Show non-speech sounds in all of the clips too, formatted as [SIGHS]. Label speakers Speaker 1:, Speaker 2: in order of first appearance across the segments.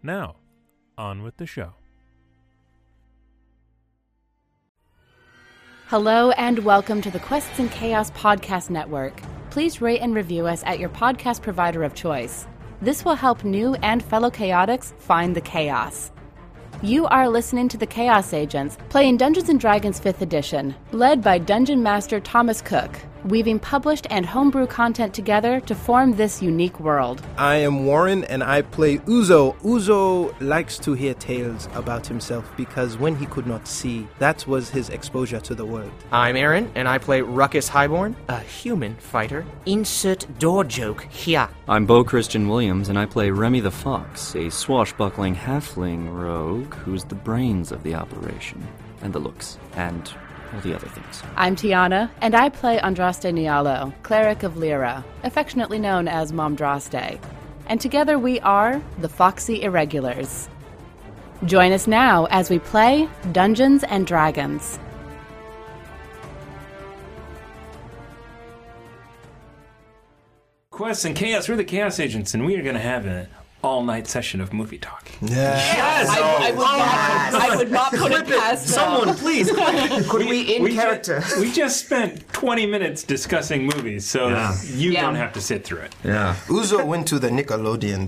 Speaker 1: Now, on with the show.
Speaker 2: Hello and welcome to the Quests and Chaos Podcast Network. Please rate and review us at your podcast provider of choice. This will help new and fellow chaotics find the chaos. You are listening to the Chaos Agents playing Dungeons and Dragons 5th Edition, led by Dungeon Master Thomas Cook, weaving published and homebrew content together to form this unique world.
Speaker 3: I am Warren and I play Uzo. Uzo likes to hear tales about himself because when he could not see, that was his exposure to the world.
Speaker 4: I'm Aaron, and I play Ruckus Highborn, a human fighter. Insert door joke here.
Speaker 5: I'm Bo Christian Williams, and I play Remy the Fox, a swashbuckling halfling rogue who's the brains of the operation, and the looks, and all the other things.
Speaker 2: I'm Tiana, and I play Andraste Nialo, cleric of Lyra, affectionately known as Mom Draste. And together we are the Foxy Irregulars. Join us now as we play Dungeons and Dragons.
Speaker 1: Quests and Chaos, we're the Chaos Agents, and we are going to have an all night session of movie talk.
Speaker 6: I, I would not, I would not put it past them.
Speaker 4: please. [LAUGHS] Could we in
Speaker 1: We ju-
Speaker 4: character?
Speaker 1: [LAUGHS] we just spent 20 minutes discussing movies, so you
Speaker 6: Yeah.
Speaker 1: don't have to sit through it.
Speaker 3: Uzo went to the Nickelodeon.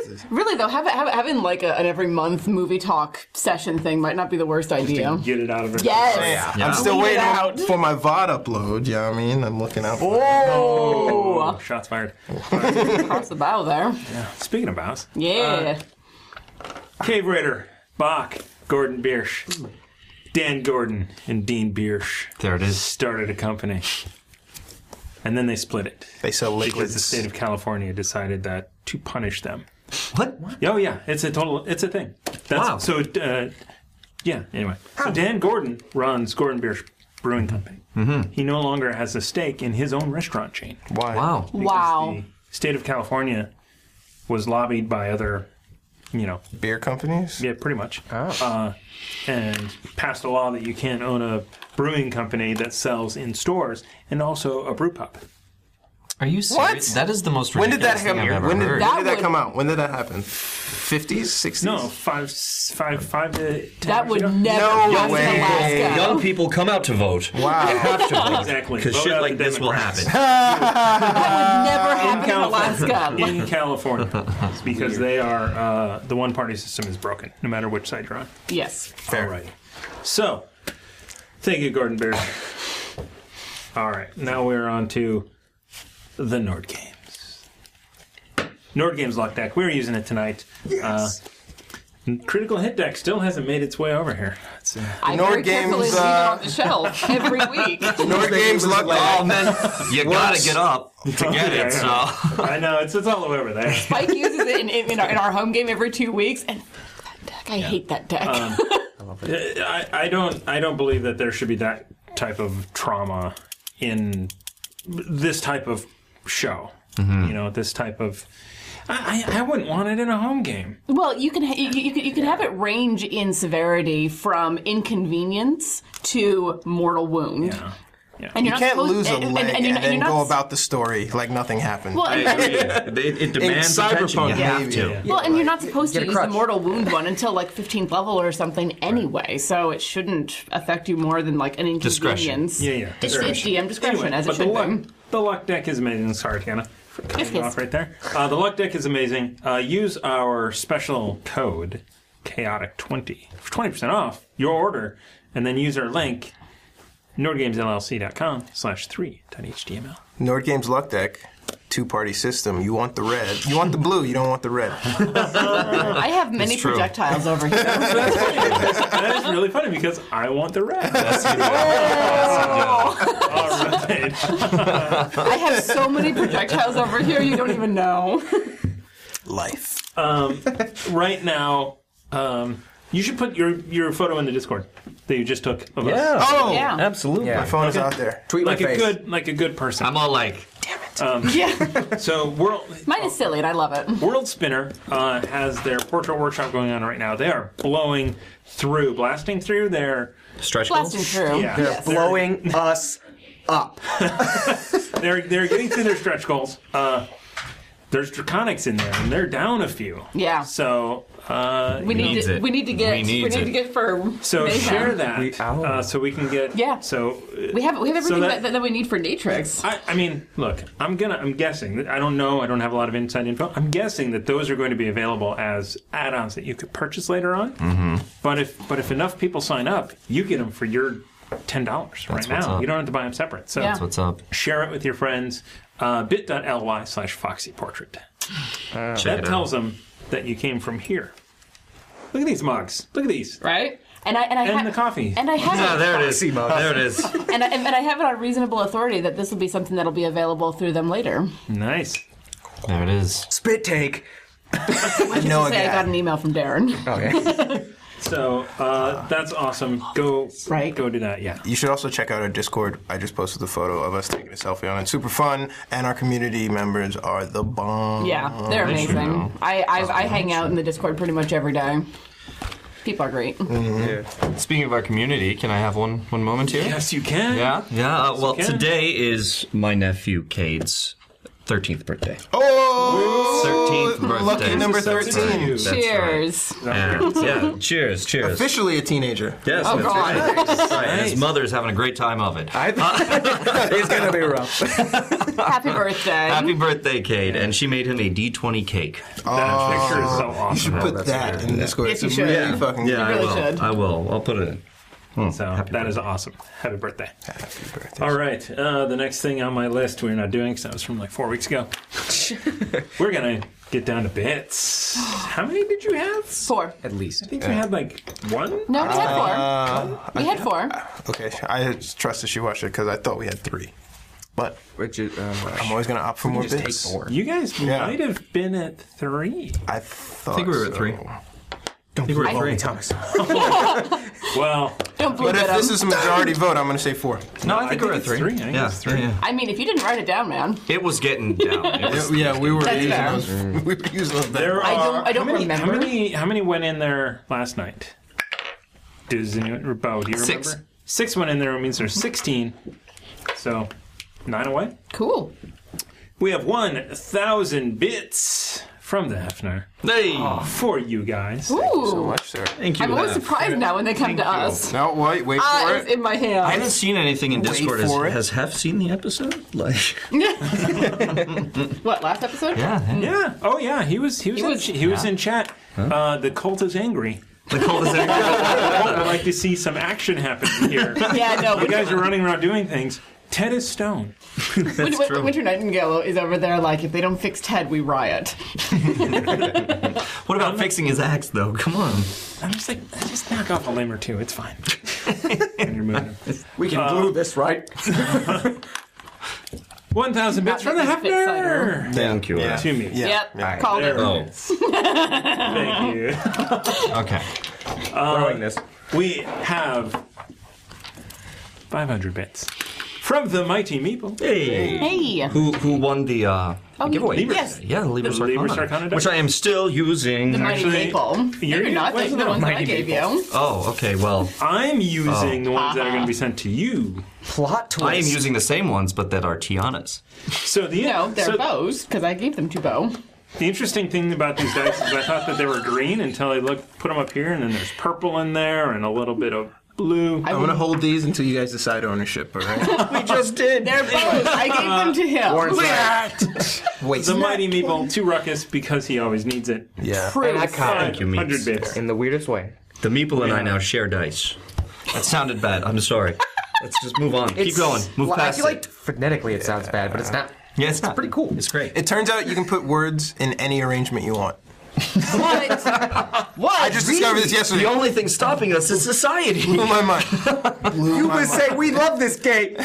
Speaker 6: [LAUGHS] Really though, have, have, having like a, an every month movie talk session thing might not be the worst idea.
Speaker 1: Get it out of it.
Speaker 6: Yes.
Speaker 7: I'm still
Speaker 6: Leave it
Speaker 7: waiting
Speaker 6: out.
Speaker 7: for my VOD upload. You know what I mean? I'm looking out for
Speaker 6: Oh,
Speaker 1: Oh, shots fired. [LAUGHS]
Speaker 6: across the bow there.
Speaker 1: Speaking of bows,
Speaker 6: Yeah.
Speaker 1: Cave Raider, Bach, Gordon Biersch, Dan Gordon, and Dean Biersch
Speaker 8: There it is.
Speaker 1: started a company. And then they split it
Speaker 7: They sell
Speaker 1: because the
Speaker 7: liquids.
Speaker 1: state of California decided that to punish them.
Speaker 4: What?
Speaker 1: Oh yeah, it's a total. It's a thing. That's,
Speaker 4: Wow.
Speaker 1: So uh, yeah. Anyway, so Dan Gordon runs Gordon Beer's Brewing Company. Mm-hmm. He no longer has a stake in his own restaurant chain.
Speaker 7: Why?
Speaker 4: Wow.
Speaker 6: wow.
Speaker 1: The state of California was lobbied by other, you know,
Speaker 7: Beer companies?
Speaker 1: yeah, pretty much,
Speaker 5: Oh.
Speaker 1: uh, and passed a law that you can't own a brewing company that sells in stores and also a brew pub.
Speaker 8: Are you serious?
Speaker 7: What?
Speaker 8: That is the most
Speaker 7: When did that
Speaker 8: ridiculous thing
Speaker 7: happen?
Speaker 8: I've ever
Speaker 7: When did,
Speaker 8: heard.
Speaker 6: That
Speaker 7: when did that
Speaker 6: would-
Speaker 7: come out? When did that happen? 50s, 60s?
Speaker 1: No, five, s- five, five to ten.
Speaker 6: That
Speaker 1: years
Speaker 6: would
Speaker 1: ago.
Speaker 6: never
Speaker 7: No
Speaker 6: pass in
Speaker 7: way.
Speaker 6: Alaska.
Speaker 5: Young people come out to vote.
Speaker 7: Wow.
Speaker 5: Have to vote. [LAUGHS]
Speaker 1: Exactly.
Speaker 5: Because
Speaker 1: Vote
Speaker 5: shit
Speaker 1: out
Speaker 5: like
Speaker 1: the
Speaker 5: this will
Speaker 1: Democrats.
Speaker 5: happen.
Speaker 6: That would never happen in
Speaker 1: California.
Speaker 6: Alaska.
Speaker 1: in
Speaker 5: [LAUGHS]
Speaker 1: California because they are uh, the one party system is broken no matter which side you're on.
Speaker 6: yes.
Speaker 1: All right. So, thank you, Gordon Bear. All right, now we're on to the Nord Games. Nord Games lock deck. We're using it tonight. Yes. Uh, critical hit deck still hasn't made its way over here. It's, uh,
Speaker 6: I very
Speaker 7: Nord
Speaker 6: carefully leave
Speaker 7: Games,
Speaker 6: it
Speaker 7: uh,
Speaker 6: on the shelf every
Speaker 7: [LAUGHS]
Speaker 6: week.
Speaker 7: Nord Games luck.
Speaker 5: Oh, man. You gotta get up to get
Speaker 1: Yeah,
Speaker 5: it, so.
Speaker 1: I know. I know it's it's all over there.
Speaker 6: Mike uses it in, in, in, our, in our home game every two weeks, and that deck, I hate that deck.
Speaker 1: I, I don't I don't believe that there should be that type of trauma in this type of show. You know, this type of I, I I wouldn't want it in a home game.
Speaker 6: [LAUGHS] Well, you can ha- you, you, can- you can have it range in severity from inconvenience to mortal wound.
Speaker 1: Yeah.
Speaker 6: And you're
Speaker 7: You
Speaker 6: not
Speaker 7: can't
Speaker 6: supposed-
Speaker 7: lose a
Speaker 6: and- and-
Speaker 7: leg and,
Speaker 6: and you're not-
Speaker 7: then
Speaker 6: you're not
Speaker 7: go
Speaker 6: s-
Speaker 7: about the story like nothing happened.
Speaker 6: Well, and,
Speaker 5: It, it
Speaker 7: In
Speaker 5: demands attention.
Speaker 7: Cyberpunk,
Speaker 5: You have
Speaker 7: maybe.
Speaker 5: to.
Speaker 6: well, and you're not supposed to
Speaker 4: a
Speaker 6: use the
Speaker 4: crutch.
Speaker 6: mortal wound one until like 15th level or something anyway, so it shouldn't affect you more than like an
Speaker 5: Discretion.
Speaker 6: inconvenience.
Speaker 1: [LAUGHS] Yeah, yeah.
Speaker 6: It's, it's DM discretion
Speaker 1: Anyway,
Speaker 6: as
Speaker 1: but
Speaker 6: it should
Speaker 1: the luck,
Speaker 6: be.
Speaker 1: The luck deck is amazing. Sorry, Tiana. for cutting
Speaker 6: Yes,
Speaker 1: you off
Speaker 6: yes.
Speaker 1: right there. Uh, the luck deck is amazing. Uh, use our special code, chaotic20, for 20% off your order, and then use our link, nordgamesllc.com slash 3.html.
Speaker 7: Nord Games luck deck, two party system. You want the red. You want the blue. You don't want the [LAUGHS] red.
Speaker 6: I have many
Speaker 5: true.
Speaker 6: projectiles over here.
Speaker 1: That's funny. that is really funny because I want the red. All right.
Speaker 6: I have so many projectiles over here, you don't even know.
Speaker 7: Life.
Speaker 1: Um, right now, um, you should put your, your photo in the Discord that you just took of us.
Speaker 6: [LAUGHS]
Speaker 7: Oh,
Speaker 6: Yeah.
Speaker 9: absolutely.
Speaker 7: my phone is out there.
Speaker 10: Tweet
Speaker 1: Like
Speaker 10: my
Speaker 1: a
Speaker 10: face.
Speaker 1: good like a good person. Um,
Speaker 10: I'm all like,
Speaker 1: [LAUGHS]
Speaker 6: Yeah.
Speaker 1: so world
Speaker 6: Mine is silly, and I love it.
Speaker 1: World Spinner uh, has their portrait workshop going on right now. They are blowing through, blasting through their
Speaker 10: stretch goals.
Speaker 6: Blasting through.
Speaker 1: yeah.
Speaker 6: Yes.
Speaker 4: blowing us up.
Speaker 1: They're they're getting through their stretch goals. Uh, there's draconics in there, and they're down a few.
Speaker 6: Yeah.
Speaker 1: So uh,
Speaker 6: We need
Speaker 10: needs
Speaker 6: to.
Speaker 10: it.
Speaker 6: We need to get.
Speaker 10: We
Speaker 6: We,
Speaker 10: needs
Speaker 6: need
Speaker 10: it.
Speaker 6: to get firm.
Speaker 1: so
Speaker 6: Mayhem.
Speaker 1: share that
Speaker 10: oh.
Speaker 4: ow.
Speaker 1: uh, so we can get
Speaker 6: Yeah.
Speaker 1: So uh,
Speaker 6: We have. We have
Speaker 1: So
Speaker 6: everything
Speaker 1: that-
Speaker 6: that, that, we need for Natrix.
Speaker 1: I, I mean, look, I'm gonna, I'm guessing. that- I don't know. I don't have a lot of inside info. I'm guessing that those are going to be available as add-ons that you could purchase later on. Mm-hmm. But if, but if enough people sign up, you get them for your ten dollars right
Speaker 10: That's what's
Speaker 1: now.
Speaker 10: up.
Speaker 1: You don't have to buy them separate. So
Speaker 6: Yeah.
Speaker 10: What's up?
Speaker 1: share it with your friends. Uh, bit.ly slash foxy portrait.
Speaker 10: Uh, Check
Speaker 1: That
Speaker 10: it
Speaker 1: tells
Speaker 10: out.
Speaker 1: them that you came from here. Look at these mugs. Look at these.
Speaker 6: Right. And I and I
Speaker 1: And
Speaker 6: ha-
Speaker 1: the coffee.
Speaker 6: And I have.
Speaker 10: [LAUGHS] Ah,
Speaker 6: it-
Speaker 10: there it is. There it is.
Speaker 6: [LAUGHS] And I, and I have it on reasonable authority that this will be something that'll be available through them later.
Speaker 1: Nice.
Speaker 10: There it is.
Speaker 4: Spit take.
Speaker 7: I know a
Speaker 6: Say I got
Speaker 7: guy.
Speaker 6: an email
Speaker 1: [LAUGHS]
Speaker 6: from Darren.
Speaker 1: So uh, that's awesome. Go
Speaker 6: Right.
Speaker 1: Go do that. Yeah.
Speaker 7: You should also check out our Discord. I just posted the photo of us taking a selfie on it. Super fun, and our community members are the bomb.
Speaker 6: Yeah, they're amazing. I I, I hang out in the Discord pretty much every day. People are great.
Speaker 10: [LAUGHS] Speaking of our community, can I have one one moment here?
Speaker 1: Yes, you can.
Speaker 10: Yeah. Yeah. uh, well,
Speaker 1: Yes, you can.
Speaker 10: today is my nephew Cade's thirteenth birthday.
Speaker 7: Oh,
Speaker 10: 13th birthday.
Speaker 7: Lucky number
Speaker 10: That's right.
Speaker 7: 13.
Speaker 10: That's right.
Speaker 6: Cheers.
Speaker 10: And, yeah. Cheers. Cheers.
Speaker 7: Officially a teenager.
Speaker 10: Yes.
Speaker 6: Oh
Speaker 10: that's
Speaker 6: God.
Speaker 10: Right. Right. and His mother's having a great time of it.
Speaker 4: I it's gonna be rough.
Speaker 6: Happy birthday.
Speaker 10: Happy birthday, Cade. And she made him a D20 cake.
Speaker 1: That picture is so awesome.
Speaker 7: You should put that in the Discord.
Speaker 6: Yes, you
Speaker 7: It's
Speaker 6: should.
Speaker 7: really
Speaker 6: Yeah.
Speaker 7: fucking
Speaker 10: Yeah,
Speaker 6: really
Speaker 10: I will.
Speaker 6: should.
Speaker 10: I will. I'll put it in.
Speaker 1: So that is
Speaker 10: Happy birthday.
Speaker 1: awesome. Happy birthday.
Speaker 7: Happy birthday.
Speaker 1: All right. Uh, the next thing on my list we're not doing because that was from like four weeks ago. we're going to get down to bits. How many did you have? I
Speaker 6: Four.
Speaker 9: At least.
Speaker 1: think you had like one?
Speaker 6: No, we had four. we had four.
Speaker 7: Okay, I trust that she watched it because I thought we had three. But
Speaker 9: Which is. Uh,
Speaker 7: I'm always going to opt for more
Speaker 9: just take
Speaker 7: bits.
Speaker 9: four.
Speaker 1: You guys
Speaker 7: Yeah.
Speaker 1: might have been at three.
Speaker 7: I thought
Speaker 10: think we were at
Speaker 7: so.
Speaker 10: three.
Speaker 7: Don't
Speaker 10: we were
Speaker 7: blow
Speaker 10: at
Speaker 7: me,
Speaker 10: three.
Speaker 7: Thomas.
Speaker 1: Well,
Speaker 6: Don't bleep
Speaker 7: But
Speaker 6: it Um,
Speaker 7: if
Speaker 6: up.
Speaker 7: this is a majority vote, I'm going to say four.
Speaker 10: No, I think we were at
Speaker 1: it's
Speaker 10: three.
Speaker 1: three. I think
Speaker 10: Yeah,
Speaker 1: it's three.
Speaker 10: yeah.
Speaker 6: I mean, if you didn't write it down, man.
Speaker 10: It was getting down. It was-
Speaker 7: Yeah, we were
Speaker 6: That's
Speaker 7: using
Speaker 6: fair.
Speaker 7: those. [LAUGHS] We were using those.
Speaker 1: there are.
Speaker 6: I don't. I don't
Speaker 1: how many,
Speaker 6: remember.
Speaker 1: How many, how many went in there last night? Does anyone, Bo, do you remember?
Speaker 10: Six.
Speaker 1: Six went in there, it means there's 16. So, nine away.
Speaker 6: Cool.
Speaker 1: We have 1,000 bits from the Hefner
Speaker 10: Hey,
Speaker 1: for you guys.
Speaker 6: Ooh.
Speaker 7: much, sir.
Speaker 10: thank you.
Speaker 6: I'm always surprised now when they come to us.
Speaker 7: No, wait, wait for
Speaker 6: Eyes
Speaker 7: it.
Speaker 6: in my
Speaker 10: I
Speaker 6: hand.
Speaker 10: haven't seen anything in
Speaker 7: Wait
Speaker 10: Discord.
Speaker 7: for it.
Speaker 10: Has, has Hef seen the episode? Like,
Speaker 6: What last episode?
Speaker 10: yeah. yeah.
Speaker 1: Yeah. Oh, yeah. He was. He was.
Speaker 6: He
Speaker 1: in,
Speaker 6: was-
Speaker 1: he was in chat. Uh, the cult is angry.
Speaker 10: The cold [LAUGHS] is angry.
Speaker 1: I'd like to see some action happen
Speaker 6: [LAUGHS]
Speaker 1: here.
Speaker 6: Yeah, no.
Speaker 1: You
Speaker 6: Winter,
Speaker 1: guys are running around doing things. Ted is stone.
Speaker 6: Winter, Winter, Nightingale is over there like, if they don't fix Ted, we riot.
Speaker 10: What about fixing his axe, though? Come on.
Speaker 1: I'm just like, just knock off a limb or two. It's
Speaker 6: [LAUGHS]
Speaker 1: fine. and you're moving.
Speaker 4: We can
Speaker 10: Uh,
Speaker 4: glue this, right?
Speaker 1: One thousand bits
Speaker 6: Not
Speaker 1: from the
Speaker 6: that it's
Speaker 1: Hefner.
Speaker 10: Thank you.
Speaker 7: Yeah.
Speaker 1: To me.
Speaker 7: Yeah.
Speaker 6: Yep.
Speaker 7: yeah.
Speaker 6: Called it.
Speaker 10: Oh,
Speaker 1: Thank
Speaker 7: [LAUGHS]
Speaker 1: you.
Speaker 10: okay. Uh,
Speaker 9: throwing this.
Speaker 1: We have five hundred bits from the mighty Meeple.
Speaker 10: Hey.
Speaker 6: Hey.
Speaker 10: Who who won the uh, giveaway?
Speaker 1: Libra.
Speaker 6: Yes.
Speaker 10: Yeah, the Libra
Speaker 1: The Libra Sarcana
Speaker 10: Sarcana.
Speaker 1: deck.
Speaker 10: Which I am still using.
Speaker 6: The mighty
Speaker 1: Actually,
Speaker 6: maple. No,
Speaker 1: you're-
Speaker 6: You're, not.
Speaker 1: wait,
Speaker 6: Those are
Speaker 1: no,
Speaker 6: the ones that I
Speaker 1: mighty
Speaker 6: gave
Speaker 1: maple.
Speaker 6: you.
Speaker 10: Oh, okay. Well,
Speaker 1: I'm using the
Speaker 7: Oh.
Speaker 1: ones that are going to be sent to you.
Speaker 4: Plot twist.
Speaker 10: I am using the same ones, but that are Tiana's.
Speaker 1: So the
Speaker 6: No, they're
Speaker 1: so
Speaker 6: bows because I gave them to Bo.
Speaker 1: The interesting thing about these dice is I thought that they were green until I looked, put them up here, and then there's purple in there and a little bit of blue.
Speaker 7: I'm going to hold these until you guys decide ownership, all right?
Speaker 4: We just did.
Speaker 6: They're bows. I gave them to him.
Speaker 4: Wait.
Speaker 1: the mighty meatball to Ruckus because he always needs it.
Speaker 7: yeah.
Speaker 4: And I caught
Speaker 10: you, Meeps.
Speaker 1: Hundred bits.
Speaker 4: in the weirdest way.
Speaker 10: The meeple and I
Speaker 1: Yeah.
Speaker 10: now share dice. That sounded bad. I'm [LAUGHS] sorry. Let's just move on. Keep
Speaker 4: It's-
Speaker 10: going. Move
Speaker 4: well,
Speaker 10: past
Speaker 4: I feel like
Speaker 10: it.
Speaker 4: phonetically it sounds bad, but it's not.
Speaker 10: Yeah, it's, not.
Speaker 4: pretty cool.
Speaker 10: It's great.
Speaker 7: It turns out you can put words in any arrangement you want. [LAUGHS]
Speaker 6: What?
Speaker 4: What?
Speaker 7: I just discovered this yesterday.
Speaker 10: the only thing stopping us is society.
Speaker 7: Blew my mind. Blew
Speaker 4: You
Speaker 7: my
Speaker 4: would
Speaker 7: mind.
Speaker 4: say we love this game.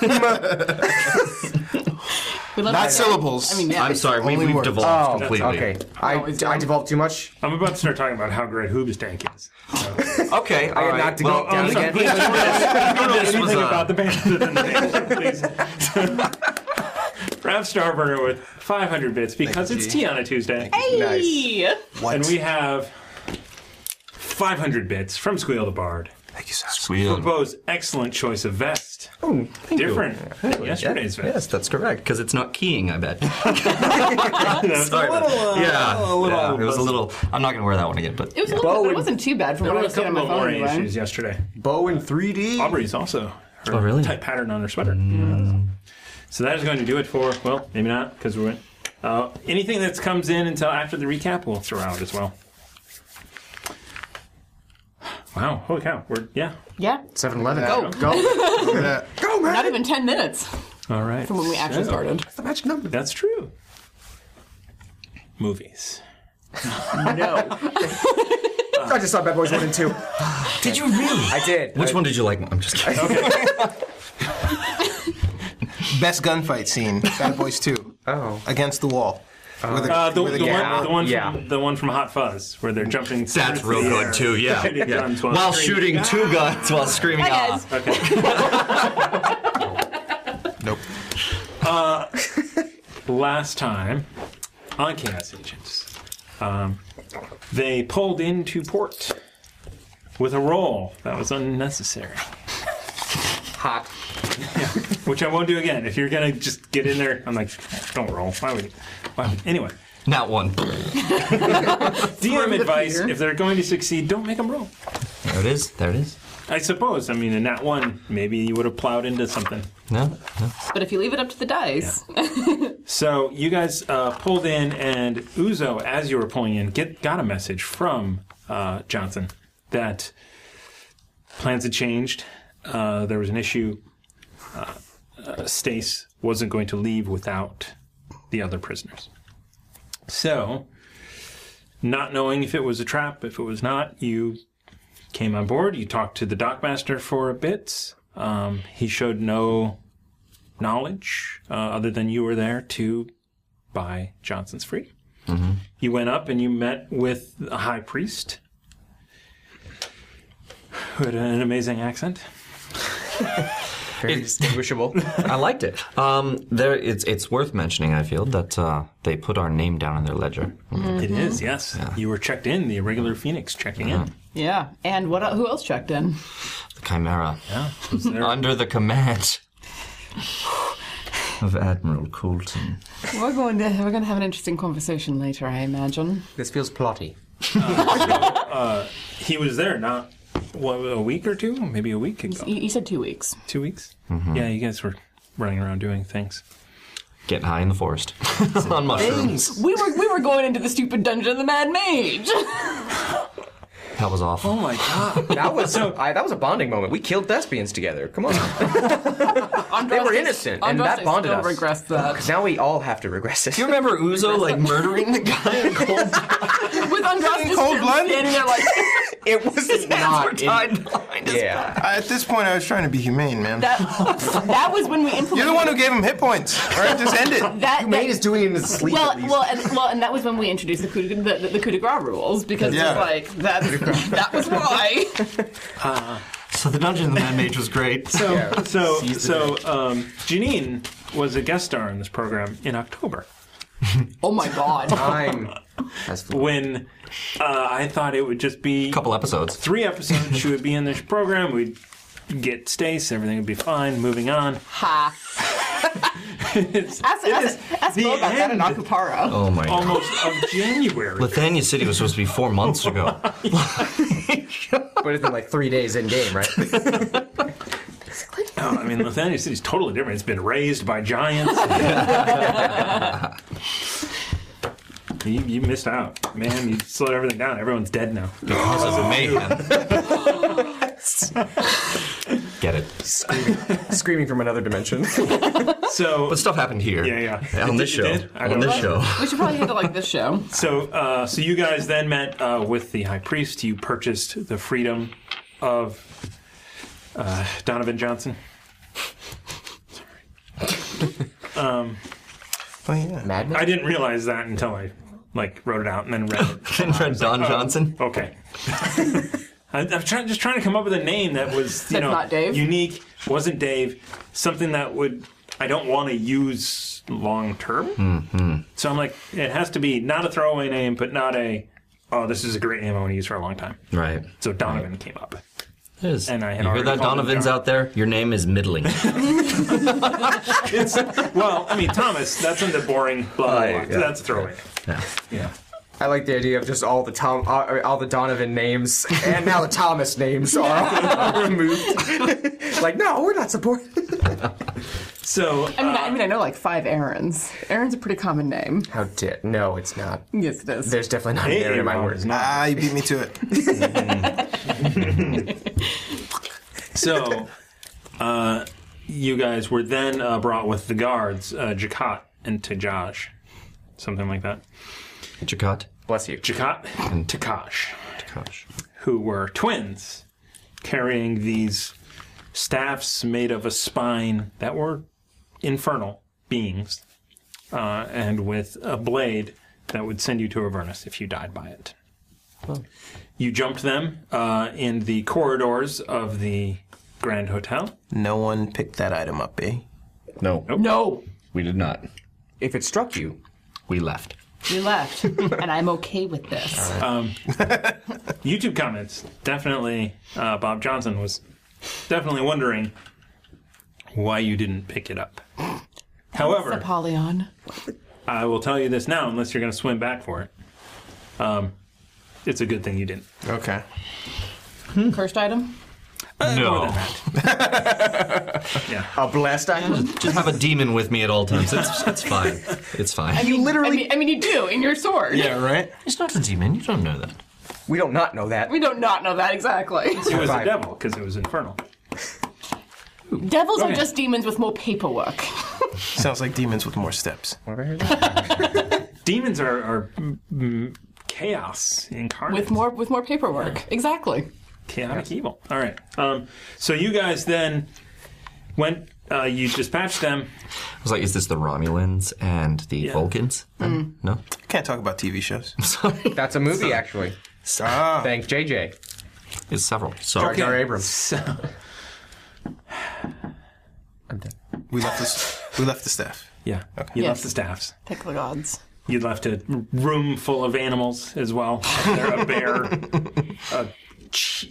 Speaker 6: We love
Speaker 7: Not
Speaker 6: that.
Speaker 7: syllables.
Speaker 6: I mean, yeah.
Speaker 10: [LAUGHS] I'm sorry, we,
Speaker 7: Only
Speaker 10: we've
Speaker 7: words.
Speaker 4: [LAUGHS]
Speaker 10: devolved
Speaker 4: Oh,
Speaker 10: completely.
Speaker 4: okay. I,
Speaker 6: always
Speaker 4: I
Speaker 6: done.
Speaker 4: devolved too much.
Speaker 1: I'm about to start talking about how great Hoobastank is.
Speaker 10: Oh, Okay, all
Speaker 4: I
Speaker 10: right.
Speaker 4: had not to
Speaker 10: well,
Speaker 4: go down
Speaker 10: um,
Speaker 4: again.
Speaker 1: I don't know
Speaker 10: This was
Speaker 7: uh,
Speaker 10: uh,
Speaker 1: anything
Speaker 10: a-
Speaker 1: about the band other than the name, please. [LAUGHS] Ralph Starburner with 500 bits because
Speaker 7: Thank
Speaker 1: it's
Speaker 7: you.
Speaker 1: tea on a Tuesday.
Speaker 6: Hey!
Speaker 7: What?
Speaker 1: And we have 500 bits from Squeal the Bard.
Speaker 7: Thank you, Sasquatch.
Speaker 10: Squeal.
Speaker 1: Bo's excellent choice of vest.
Speaker 10: Oh, thank you.
Speaker 1: Different than
Speaker 10: Yeah,
Speaker 1: yesterday's vest.
Speaker 10: Yes, that's correct, because [LAUGHS] it's not keying, I bet.
Speaker 1: [LAUGHS]
Speaker 10: Sorry,
Speaker 1: There
Speaker 10: about that. yeah, yeah, it was a little. I'm not going to wear that one again, but
Speaker 6: It was a
Speaker 10: yeah.
Speaker 6: little, but
Speaker 4: Bowen.
Speaker 6: it wasn't too bad from what I
Speaker 1: were a
Speaker 6: was seeing on
Speaker 1: couple
Speaker 6: my
Speaker 1: of
Speaker 6: phone
Speaker 1: more
Speaker 6: anyway.
Speaker 1: issues yesterday.
Speaker 4: Bow in 3D.
Speaker 1: Aubrey's also her
Speaker 10: Oh, really? Mm.
Speaker 1: tight pattern on her sweater. So that is going to do it for well, maybe not because we're uh, anything that comes in until after the recap we'll throw out as well. Wow! Holy cow! We're yeah.
Speaker 6: Yeah,
Speaker 4: 7 Eleven. Go. Go.
Speaker 7: Yeah.
Speaker 4: Go, man.
Speaker 6: not even 10 minutes
Speaker 1: All right.
Speaker 6: from when we actually
Speaker 1: so,
Speaker 6: started.
Speaker 4: That's the magic number.
Speaker 1: That's true. Movies.
Speaker 4: No. I just saw Bad Boys 1 and 2.
Speaker 10: Did you really?
Speaker 4: I did. Uh,
Speaker 10: Which
Speaker 4: I-
Speaker 10: one did you like? more? I'm [LAUGHS] just kidding.
Speaker 7: Best gunfight [LAUGHS] scene, Bad Boys 2.
Speaker 4: Oh.
Speaker 7: Against the wall. With a-
Speaker 1: Uh, the,
Speaker 7: with a
Speaker 1: the
Speaker 7: gun.
Speaker 1: one, the one
Speaker 4: yeah.
Speaker 1: from the one from Hot Fuzz where they're jumping.
Speaker 10: That's
Speaker 1: through
Speaker 10: real
Speaker 1: the
Speaker 10: good
Speaker 1: air.
Speaker 10: too. [LAUGHS] Yeah,
Speaker 1: Shooting
Speaker 10: yeah.
Speaker 1: guns
Speaker 10: While
Speaker 1: screaming.
Speaker 10: shooting two guns while screaming.
Speaker 6: Hi,
Speaker 10: "Ah."
Speaker 6: guys.
Speaker 7: Nope.
Speaker 1: Uh, last time on Chaos Agents, um, they pulled into port with a roll that was unnecessary,
Speaker 4: Hot.
Speaker 1: which I won't do again. If you're gonna just get in there, I'm like, don't roll. Why would? Why would? Anyway,
Speaker 10: Not one.
Speaker 1: DM advice: if they're going to succeed, don't make them roll.
Speaker 10: There it is. There it is.
Speaker 1: I suppose. I mean, in that one, maybe you would have plowed into something.
Speaker 10: No. no.
Speaker 6: But if you leave it up to the dice,
Speaker 1: So you guys uh, pulled in, and Uzo, as you were pulling in, get got a message from uh, Johnson that plans had changed. Uh, there was an issue. Uh, uh, Stace wasn't going to leave without the other prisoners. So, not knowing if it was a trap, if it was not, you came on board. You talked to the dockmaster for a bit. Um, he showed no knowledge uh, other than you were there to buy Johnson's free. You went up and you met with a high priest who had an amazing accent.
Speaker 4: Very distinguishable.
Speaker 10: I liked it. Um, there, it's it's worth mentioning. I feel that uh, they put our name down in their ledger.
Speaker 1: It is, yes. You were checked in, the irregular Phoenix checking in.
Speaker 6: yeah. And what? el- Who else checked in?
Speaker 10: The Chimera,
Speaker 1: Yeah. Was there- [LAUGHS]
Speaker 10: under the command of Admiral Coulton.
Speaker 6: We're going to we're going to have an interesting conversation later, I imagine.
Speaker 4: This feels plotty.
Speaker 1: he was there not what, a week or two, maybe a week ago.
Speaker 6: You, you said two weeks.
Speaker 1: Two weeks? Yeah, you guys were running around doing things.
Speaker 10: Getting high in the forest on mushrooms.
Speaker 6: We were we were going into the stupid dungeon of the Mad Mage.
Speaker 10: That was awful.
Speaker 1: Oh my god.
Speaker 4: That was I, that was a bonding moment. We killed thespians together. Come on. [LAUGHS] they were innocent, and
Speaker 6: Androstes
Speaker 4: that bonded
Speaker 6: still
Speaker 4: us.
Speaker 6: regrets that.
Speaker 4: Now we all have to regress it.
Speaker 10: Do you remember Uzo like murdering the guy in cold?
Speaker 6: [LAUGHS] With Androstis
Speaker 7: cold blood?
Speaker 6: standing there like
Speaker 4: It was
Speaker 10: Hands were
Speaker 4: not. in-
Speaker 1: [LAUGHS]
Speaker 10: tied behind his back.
Speaker 4: yeah.
Speaker 7: Uh, At this point, I was trying to be humane, man.
Speaker 6: that. That was when we implemented.
Speaker 7: You're the one who gave him hit points. All right, just end it. Oh,
Speaker 6: that, that-
Speaker 4: Mate is doing it in his sleep.
Speaker 6: Well,
Speaker 4: at least.
Speaker 6: well, and well, and that was when we introduced the coup de, the, the, the coup de grace rules because
Speaker 7: Yeah.
Speaker 6: it's like that. that was why.
Speaker 10: So the dungeon of the man mage was great.
Speaker 1: So, so, so um, Janine was a guest star in this program in October.
Speaker 6: oh my [LAUGHS] god!
Speaker 4: Time. That's
Speaker 1: when uh, I thought it would just be
Speaker 10: couple episodes.
Speaker 1: three episodes. she would be in this program. We'd get Stace. Everything would be fine. Moving on.
Speaker 6: Ha. ask ask, ask
Speaker 1: the
Speaker 6: Bo about that in
Speaker 1: end.
Speaker 6: Akupara.
Speaker 10: Oh my god.
Speaker 1: Almost of January.
Speaker 10: Bethania City was supposed to be four months ago.
Speaker 4: But it's been like three days in game, right?
Speaker 1: No, I mean, Lithania City's totally different. It's been raised by giants. you, you missed out, man. You slowed everything down. Everyone's dead now.
Speaker 10: Because of [LAUGHS] mayhem. Get it.
Speaker 4: [LAUGHS] Screaming from another dimension.
Speaker 1: So,
Speaker 10: But stuff happened here.
Speaker 1: Yeah, yeah.
Speaker 10: On
Speaker 1: It
Speaker 10: this
Speaker 1: did-
Speaker 10: show.
Speaker 1: it did? I
Speaker 10: On
Speaker 1: don't
Speaker 10: this
Speaker 1: know.
Speaker 10: show.
Speaker 6: We should probably handle like this show.
Speaker 1: So, uh, so you guys then met uh, with the high priest. You purchased the freedom of uh, Donovan Johnson. Sorry. um,
Speaker 7: Oh yeah.
Speaker 4: Madman?
Speaker 1: I didn't realize that until I like wrote it out and then read it. [LAUGHS]
Speaker 10: Don
Speaker 1: uh,
Speaker 10: Johnson.
Speaker 1: Okay. [LAUGHS] I, I'm trying, just trying to come up with a name that was, you
Speaker 6: That's
Speaker 1: know,
Speaker 6: not Dave.
Speaker 1: unique. Wasn't Dave something that would I don't want to use long term. So I'm like, it has to be not a throwaway name, but not a. Oh, this is a great name I want to use for a long time.
Speaker 10: Right.
Speaker 1: So Donovan came up.
Speaker 10: It is.
Speaker 1: And I had
Speaker 10: you hear
Speaker 1: already
Speaker 10: that,
Speaker 1: called him
Speaker 10: Donovan's
Speaker 1: John.
Speaker 10: out there? Your name is middling.
Speaker 1: [LAUGHS] It's, well, I mean Thomas. That's in the boring blah blah. blah.
Speaker 10: yeah.
Speaker 1: So that's a throwaway.
Speaker 10: Yeah.
Speaker 1: Yeah.
Speaker 4: [LAUGHS] I like the idea of just all the Tom, all, I mean, all the Donovan names, and now the Thomas names are [LAUGHS] removed. like, no, we're not supporting.
Speaker 1: So uh,
Speaker 6: I mean, [LAUGHS] I, I mean, I know like five Aaron's. Aaron's a pretty common name.
Speaker 4: How did? No, it's not.
Speaker 6: Yes, it is.
Speaker 4: There's definitely not an error in my words.
Speaker 7: Ah, you beat me to it.
Speaker 1: So, uh, you guys were then uh, brought with the guards, uh, Jakat and Tajaj, something like that.
Speaker 10: Jakat.
Speaker 4: Bless you.
Speaker 1: Jakat and Takash,
Speaker 10: Gosh.
Speaker 1: who were twins, carrying these staffs made of a spine that were infernal beings, uh, and with a blade that would send you to Avernus if you died by it. You jumped them uh, in the corridors of the Grand Hotel.
Speaker 7: [LAUGHS] No one picked that item up, eh?
Speaker 5: No,
Speaker 6: no,
Speaker 5: we did not.
Speaker 4: If it struck you,
Speaker 10: We left.
Speaker 6: you left, and I'm okay with this.
Speaker 1: YouTube comments. Definitely, uh, Bob Johnson was definitely wondering why you didn't pick it up. However,
Speaker 6: Apollyon.
Speaker 1: I will tell you this now, unless you're going to swim back for it. Um, it's a good thing you didn't.
Speaker 7: Okay.
Speaker 6: Cursed item?
Speaker 10: No.
Speaker 4: a blessed item.
Speaker 10: Just have a demon with me at all times. It's, it's fine. It's fine.
Speaker 4: You
Speaker 6: I
Speaker 4: literally.
Speaker 6: mean, I mean, you do in your sword.
Speaker 4: [LAUGHS]
Speaker 7: Yeah, right?
Speaker 10: It's not a demon. You don't know that.
Speaker 4: we don't not know that.
Speaker 6: We don't not know that exactly.
Speaker 1: It was the
Speaker 4: Fine.
Speaker 1: devil because it was infernal.
Speaker 6: Devils are
Speaker 1: ahead.
Speaker 6: just demons with more paperwork.
Speaker 7: Sounds like demons with more steps.
Speaker 1: Demons are, are mm, mm, chaos incarnate.
Speaker 6: With more with more paperwork. Exactly.
Speaker 1: chaotic evil. All right. Um, so you guys then went. Uh, you dispatched them.
Speaker 10: I was like, is this the Romulans and the Vulcans? No.
Speaker 7: Can't talk about TV shows.
Speaker 10: Sorry.
Speaker 4: That's a movie, actually.
Speaker 7: [LAUGHS] Ah,
Speaker 4: Thank JJ.
Speaker 10: It's several. So
Speaker 4: Jar Jar Abrams.
Speaker 1: [LAUGHS] So,
Speaker 7: we left this. We left the staff.
Speaker 1: yeah. You
Speaker 6: Yes.
Speaker 1: left the staffs.
Speaker 6: Pick the gods.
Speaker 1: You left a room full of animals as well. There, a bear, a, ch-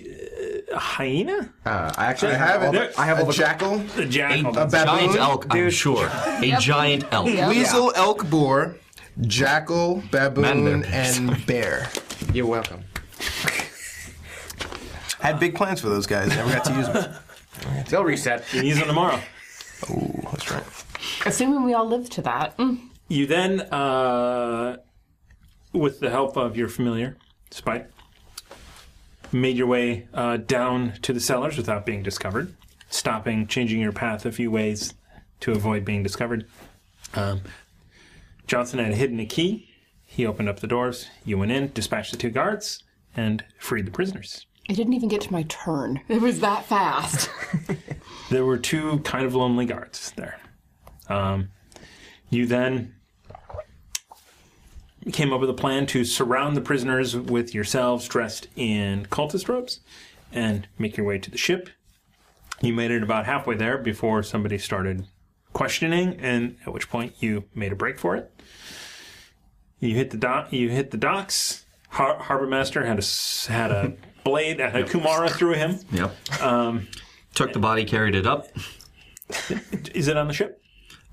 Speaker 1: a hyena,
Speaker 4: Uh, I actually
Speaker 5: I have
Speaker 4: all
Speaker 5: it.
Speaker 4: the- I have all
Speaker 5: a
Speaker 4: the
Speaker 5: jackal,
Speaker 1: a jackal.
Speaker 5: a
Speaker 10: giant
Speaker 5: baboon,
Speaker 10: elk, I'm [LAUGHS] sure. A giant elk.
Speaker 5: weasel,
Speaker 7: Yeah.
Speaker 5: elk, boar,
Speaker 7: Jackal,
Speaker 10: Man
Speaker 7: baboon,
Speaker 10: bear.
Speaker 7: and bear.
Speaker 4: You're welcome.
Speaker 7: Had big plans for those guys. Never got to use them.
Speaker 4: They'll reset.
Speaker 1: Use them tomorrow.
Speaker 7: Ooh, that's right.
Speaker 6: Assuming we all live to that. Mm.
Speaker 1: You then, uh, with the help of your familiar, Spike, made your way uh, down to the cellars without being discovered, stopping, changing your path a few ways to avoid being discovered. Um, Johnson had hidden a key. He opened up the doors. You went in, dispatched the two guards, and freed the prisoners.
Speaker 6: I didn't even get to my turn. It was that fast.
Speaker 1: there were two kind of lonely guards there. Um, you then came up with a plan to surround the prisoners with yourselves dressed in cultist robes and make your way to the ship. You made it about halfway there before somebody started questioning, and at which point you made a break for it. You hit the dock. You hit the docks. Har- Harbor master had a s- had a blade, had a Kumara through him.
Speaker 10: Yep. Um, Took the body, carried it up.
Speaker 1: Is it on the ship?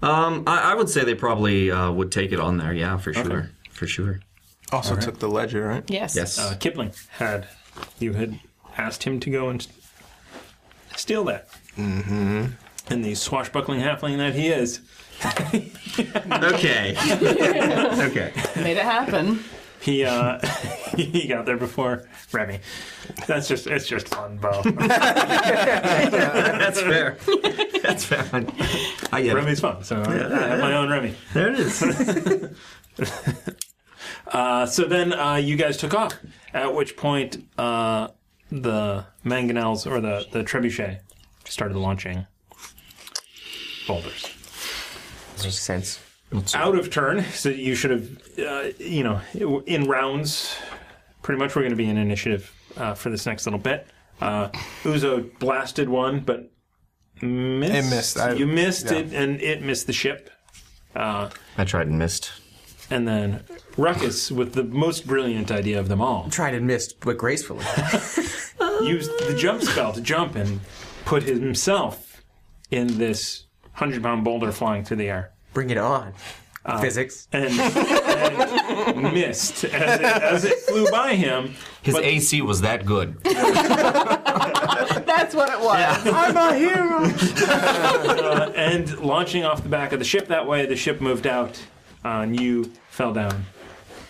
Speaker 10: Um, I, I would say they probably uh, would take it on there. Yeah, for sure. For sure.
Speaker 7: Also took the ledger, right?
Speaker 6: yes.
Speaker 10: Yes.
Speaker 1: uh, Kipling had you had asked him to go and steal that. Mm-hmm. And the swashbuckling halfling that he is,
Speaker 10: [LAUGHS] okay. okay.
Speaker 6: Made it happen.
Speaker 1: he uh, [LAUGHS] he got there before Remy. That's just it's just fun, Bo.
Speaker 10: That's fair. That's fair. I, I get it.
Speaker 1: Remy's fun, so I I have my own Remy.
Speaker 10: There it is.
Speaker 1: Uh, so then uh, you guys took off. At which point uh, the mangonels or the the trebuchet started launching boulders.
Speaker 4: Makes sense.
Speaker 1: out of turn, so you should have, uh, you know, in rounds. Pretty much, we're going to be in initiative uh, for this next little bit. Uh, Uzo blasted one, but missed.
Speaker 7: It missed. I-
Speaker 1: you missed
Speaker 7: yeah.
Speaker 1: it, and it missed the ship. Uh,
Speaker 10: I tried and missed.
Speaker 1: and then Ruckus, with the most brilliant idea of them all,
Speaker 4: Tried and missed, but gracefully.
Speaker 1: used the jump spell to jump and put himself in this hundred-pound boulder flying through the air.
Speaker 4: Bring it on. Physics.
Speaker 1: and, and missed as it, as it flew by him.
Speaker 10: His AC was that good.
Speaker 6: That's what it was.
Speaker 4: I'm a hero.
Speaker 1: Uh, and launching off the back of the ship that way, the ship moved out uh, and you fell down.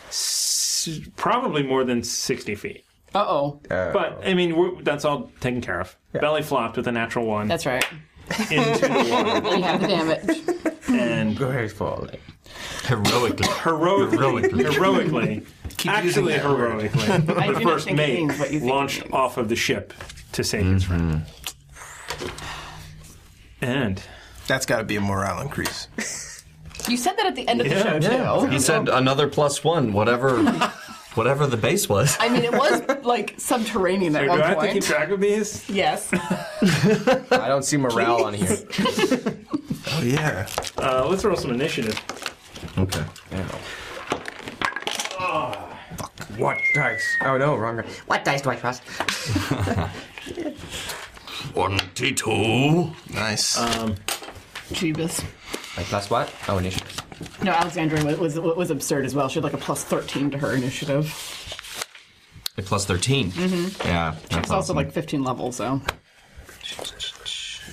Speaker 1: S- probably more than 60 feet.
Speaker 6: Uh oh.
Speaker 1: But, I mean, we're, that's all taken care of. Belly flopped with a natural one
Speaker 6: That's right.
Speaker 1: into the water.
Speaker 6: [LAUGHS] We have the damage.
Speaker 1: And
Speaker 4: Gracefully.
Speaker 10: Heroically.
Speaker 1: heroically, heroically,
Speaker 10: Heroically.
Speaker 1: actually heroically,
Speaker 6: do
Speaker 1: the
Speaker 6: not
Speaker 1: first
Speaker 6: think it
Speaker 1: mate
Speaker 6: means what you think it
Speaker 1: launched
Speaker 6: means.
Speaker 1: off of the ship to save his friend.
Speaker 6: Mm-hmm.
Speaker 1: And
Speaker 7: That's got to be a morale increase.
Speaker 6: You said that at the end of the
Speaker 1: Yeah,
Speaker 6: show, too.
Speaker 10: He said another plus one, whatever, whatever the base was.
Speaker 6: I mean, it was like subterranean at
Speaker 1: Do
Speaker 6: one
Speaker 1: I have to keep
Speaker 6: point.
Speaker 1: track of these?
Speaker 6: Yes.
Speaker 4: I don't see morale on here.
Speaker 7: [LAUGHS] Oh yeah.
Speaker 1: Uh, let's roll some initiative.
Speaker 10: Okay.
Speaker 4: What dice? Oh no, wrong. guy. What dice do I trust?
Speaker 10: Twenty-two.
Speaker 7: Nice.
Speaker 6: Jeebus.
Speaker 4: Like plus what? Oh, initiative.
Speaker 6: No, Alexandrine was, was was absurd as well. She had like a plus thirteen to her initiative.
Speaker 10: Plus thirteen. Mm-hmm. Yeah. That's
Speaker 6: It's also like fifteen levels, so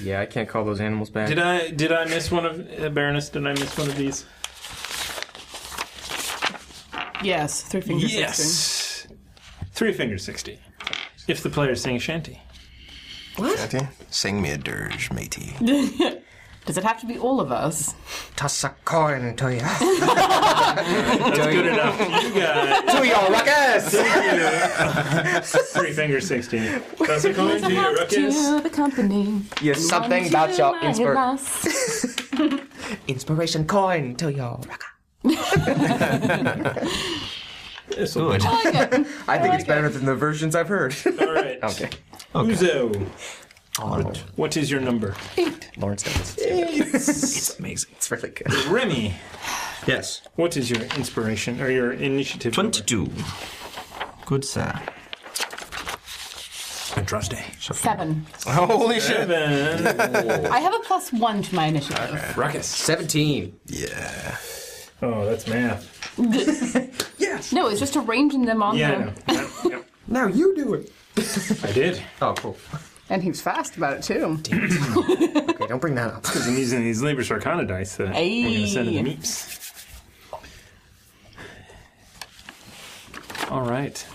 Speaker 4: Yeah, I can't call those animals back.
Speaker 1: Did I did I miss one of uh, Baroness? Did I miss one of these?
Speaker 6: yes, three fingers. sixteen.
Speaker 1: three finger sixty. If the player sings shanty,
Speaker 7: Shanty, Sing me a dirge, matey.
Speaker 6: Does it have to be all of us?
Speaker 4: Toss a coin to you.
Speaker 1: that's good enough. You got
Speaker 4: [GASPS] to your ruckus!
Speaker 1: [LAUGHS] three finger sixty. That's a coin to your ruckus.
Speaker 2: To the company.
Speaker 4: you something about your inspir- inspiration coin to your ruckus.
Speaker 10: good.
Speaker 4: I think it's better than the versions I've [LAUGHS] heard.
Speaker 1: All right.
Speaker 4: okay.
Speaker 1: Uzo, what is your number?
Speaker 4: Oh, Lawrence Douglas. It's
Speaker 10: Amazing.
Speaker 4: really good.
Speaker 1: Remy,
Speaker 10: Yes.
Speaker 1: what is your inspiration or your initiative? number?
Speaker 10: Twenty-two. Good sir.
Speaker 1: Trusty.
Speaker 6: Seven.
Speaker 7: [LAUGHS] Holy shit.
Speaker 1: Seven.
Speaker 6: I have a plus one to my initiative.
Speaker 1: Ruckus.
Speaker 4: 17.
Speaker 7: Yeah.
Speaker 1: Oh, that's math.
Speaker 6: No, it's just arranging them on
Speaker 1: Yeah, I
Speaker 6: there.
Speaker 1: know. Yep, [LAUGHS] yep.
Speaker 4: Now you do it.
Speaker 1: I did.
Speaker 4: Oh, cool.
Speaker 6: And he was fast about it too.
Speaker 4: Okay, don't bring that up.
Speaker 1: I'm using these Labor Sarcana dice that uh, we're going to send to the meeps. All right.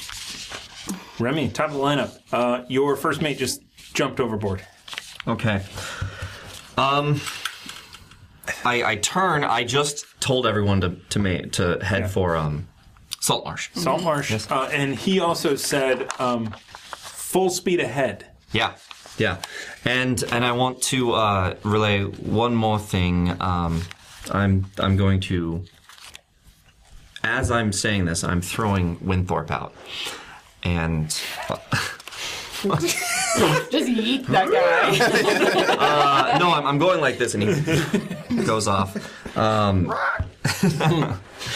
Speaker 1: Remy, top of the lineup. Uh, your first mate just jumped overboard.
Speaker 10: Okay. Um, I, I turn. I just told everyone to to ma- to head for um, Salt Marsh.
Speaker 1: Salt Marsh. Uh, and he also said um, full speed ahead.
Speaker 10: Yeah, yeah, and and I want to uh, relay one more thing. Um, I'm I'm going to, as I'm saying this, I'm throwing Winthorpe out, and uh,
Speaker 6: Just yeet that guy.
Speaker 10: Uh, no, I'm, I'm going like this, and he [LAUGHS] goes off. Um, [LAUGHS]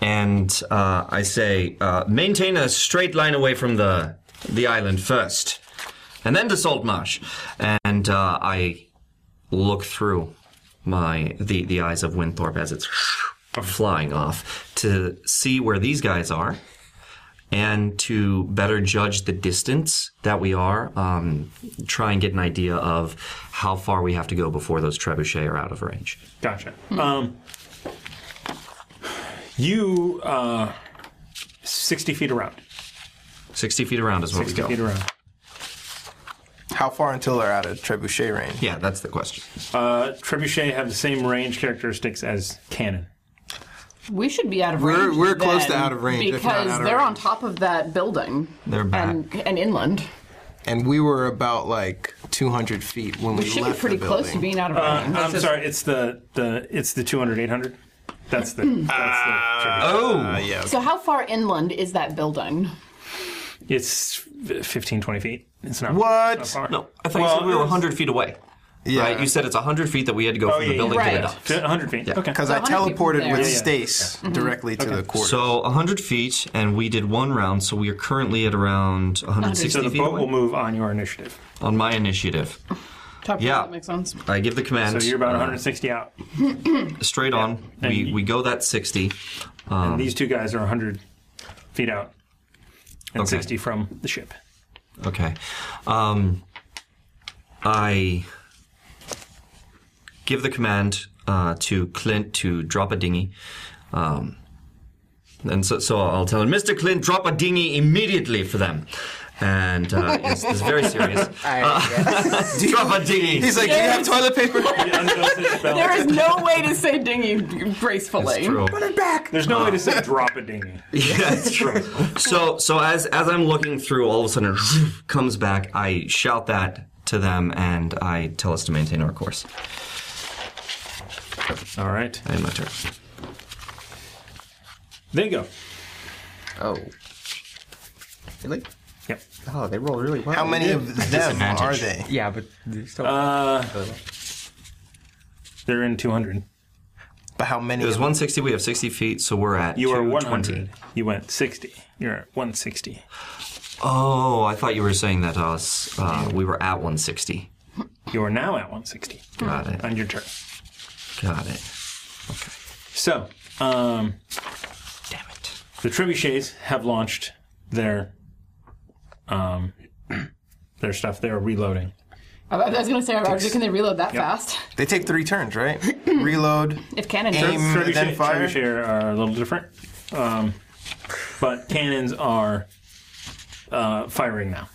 Speaker 10: and uh, I say, uh, maintain a straight line away from the the island first, and then to Salt Marsh. And uh, I look through my the the eyes of Winthorpe as it's flying off to see where these guys are. And to better judge the distance that we are, um, try and get an idea of how far we have to go before those trebuchet are out of range.
Speaker 1: Gotcha.
Speaker 10: Hmm.
Speaker 1: Um, you, uh, 60 feet around.
Speaker 10: 60 feet around is what
Speaker 1: 60
Speaker 10: we go.
Speaker 1: feet around.
Speaker 7: How far until they're out of trebuchet range?
Speaker 10: Yeah, that's the question.
Speaker 1: Uh, trebuchet have the same range characteristics as cannon.
Speaker 6: We should be out of
Speaker 7: We're-
Speaker 6: range.
Speaker 7: we're close to
Speaker 6: then,
Speaker 7: out of range, if
Speaker 6: because
Speaker 7: not out of
Speaker 6: they're on
Speaker 7: range.
Speaker 6: top of that building.
Speaker 10: They're back.
Speaker 6: and, and inland.
Speaker 7: And we were about like 200 feet when we,
Speaker 6: We should be
Speaker 7: left
Speaker 6: pretty
Speaker 7: the
Speaker 6: close to
Speaker 7: building.
Speaker 6: being out of
Speaker 1: Uh,
Speaker 6: range.
Speaker 1: I'm sorry, it's the, the it's the 200 800. That's the. That's the trigger.
Speaker 10: Oh.
Speaker 7: yeah.
Speaker 6: So, how far inland is that building?
Speaker 1: It's 15, 20 feet. It's not.
Speaker 7: What?
Speaker 1: It's not far.
Speaker 10: No, I thought you said we were 100 feet away.
Speaker 7: Yeah.
Speaker 10: Right? You said it's 100 feet that we had
Speaker 1: Oh,
Speaker 10: to go from the building
Speaker 6: Right.
Speaker 10: to the dock.
Speaker 1: Fi- 100 feet. Okay.
Speaker 7: Because I
Speaker 6: 100 people
Speaker 7: teleported
Speaker 6: there.
Speaker 7: with
Speaker 6: Yeah, yeah. Mm-hmm.
Speaker 7: Stace directly to the quarter.
Speaker 10: So 100 feet, and we did one round, so we are currently at around 160
Speaker 1: So the
Speaker 10: feet
Speaker 1: boat
Speaker 10: away
Speaker 1: will move on your initiative.
Speaker 10: on my initiative.
Speaker 6: Top
Speaker 10: Yeah.
Speaker 6: That makes sense.
Speaker 10: I give the command.
Speaker 1: So you're about
Speaker 10: uh,
Speaker 1: 160 out.
Speaker 10: straight on. We, we go that 60.
Speaker 1: and these two guys are 100 feet out and
Speaker 10: Okay.
Speaker 1: 60 from the [LAUGHS] ship.
Speaker 10: Okay. Um, I give the command uh, to Clint to drop a dinghy. Um, and so, so I'll tell him, Mr. Clint, drop a dinghy immediately for them. And uh, it's, it's very serious. [LAUGHS] drop a dinghy.
Speaker 7: He's like, do you have
Speaker 6: [LAUGHS]
Speaker 7: toilet paper? [LAUGHS]
Speaker 6: There is no way to say dinghy gracefully.
Speaker 10: It's true.
Speaker 1: There's no way to say drop a dinghy.
Speaker 10: Yeah, it's true. so so as as I'm looking through, all of a sudden [LAUGHS] it comes back. I shout that to them, and I tell us to maintain our course.
Speaker 1: [LAUGHS] All right.
Speaker 10: I am my turn.
Speaker 1: There you go.
Speaker 4: Oh. Really?
Speaker 1: Yep.
Speaker 4: Oh, they roll really well.
Speaker 7: How many of them are
Speaker 10: disadvantage.
Speaker 7: they?
Speaker 4: [LAUGHS] Yeah, but they're still.
Speaker 1: Uh, They're in 200.
Speaker 7: But how many?
Speaker 10: It was
Speaker 7: of-
Speaker 10: 160. We have 60 feet, so we're at
Speaker 1: You are
Speaker 10: 220.
Speaker 1: 100. You went 60. You're at 160.
Speaker 10: Oh, I thought you were saying that us uh, we were at 160.
Speaker 1: You are now at 160
Speaker 10: Got it.
Speaker 1: on your turn.
Speaker 10: Got it.
Speaker 1: So, um,
Speaker 10: Damn it.
Speaker 1: the trebuchets have launched their um, their stuff. They're reloading.
Speaker 6: I I was going to say, I was like, can they reload that fast?
Speaker 7: They take three
Speaker 6: [CLEARS THROAT]
Speaker 7: turns, right? Reload.
Speaker 6: If cannon
Speaker 7: Aim.
Speaker 6: does.
Speaker 7: Mm, And then
Speaker 1: Trebuchet,
Speaker 7: fire?
Speaker 1: trebuchet are a little different, um, but cannons are uh, firing now.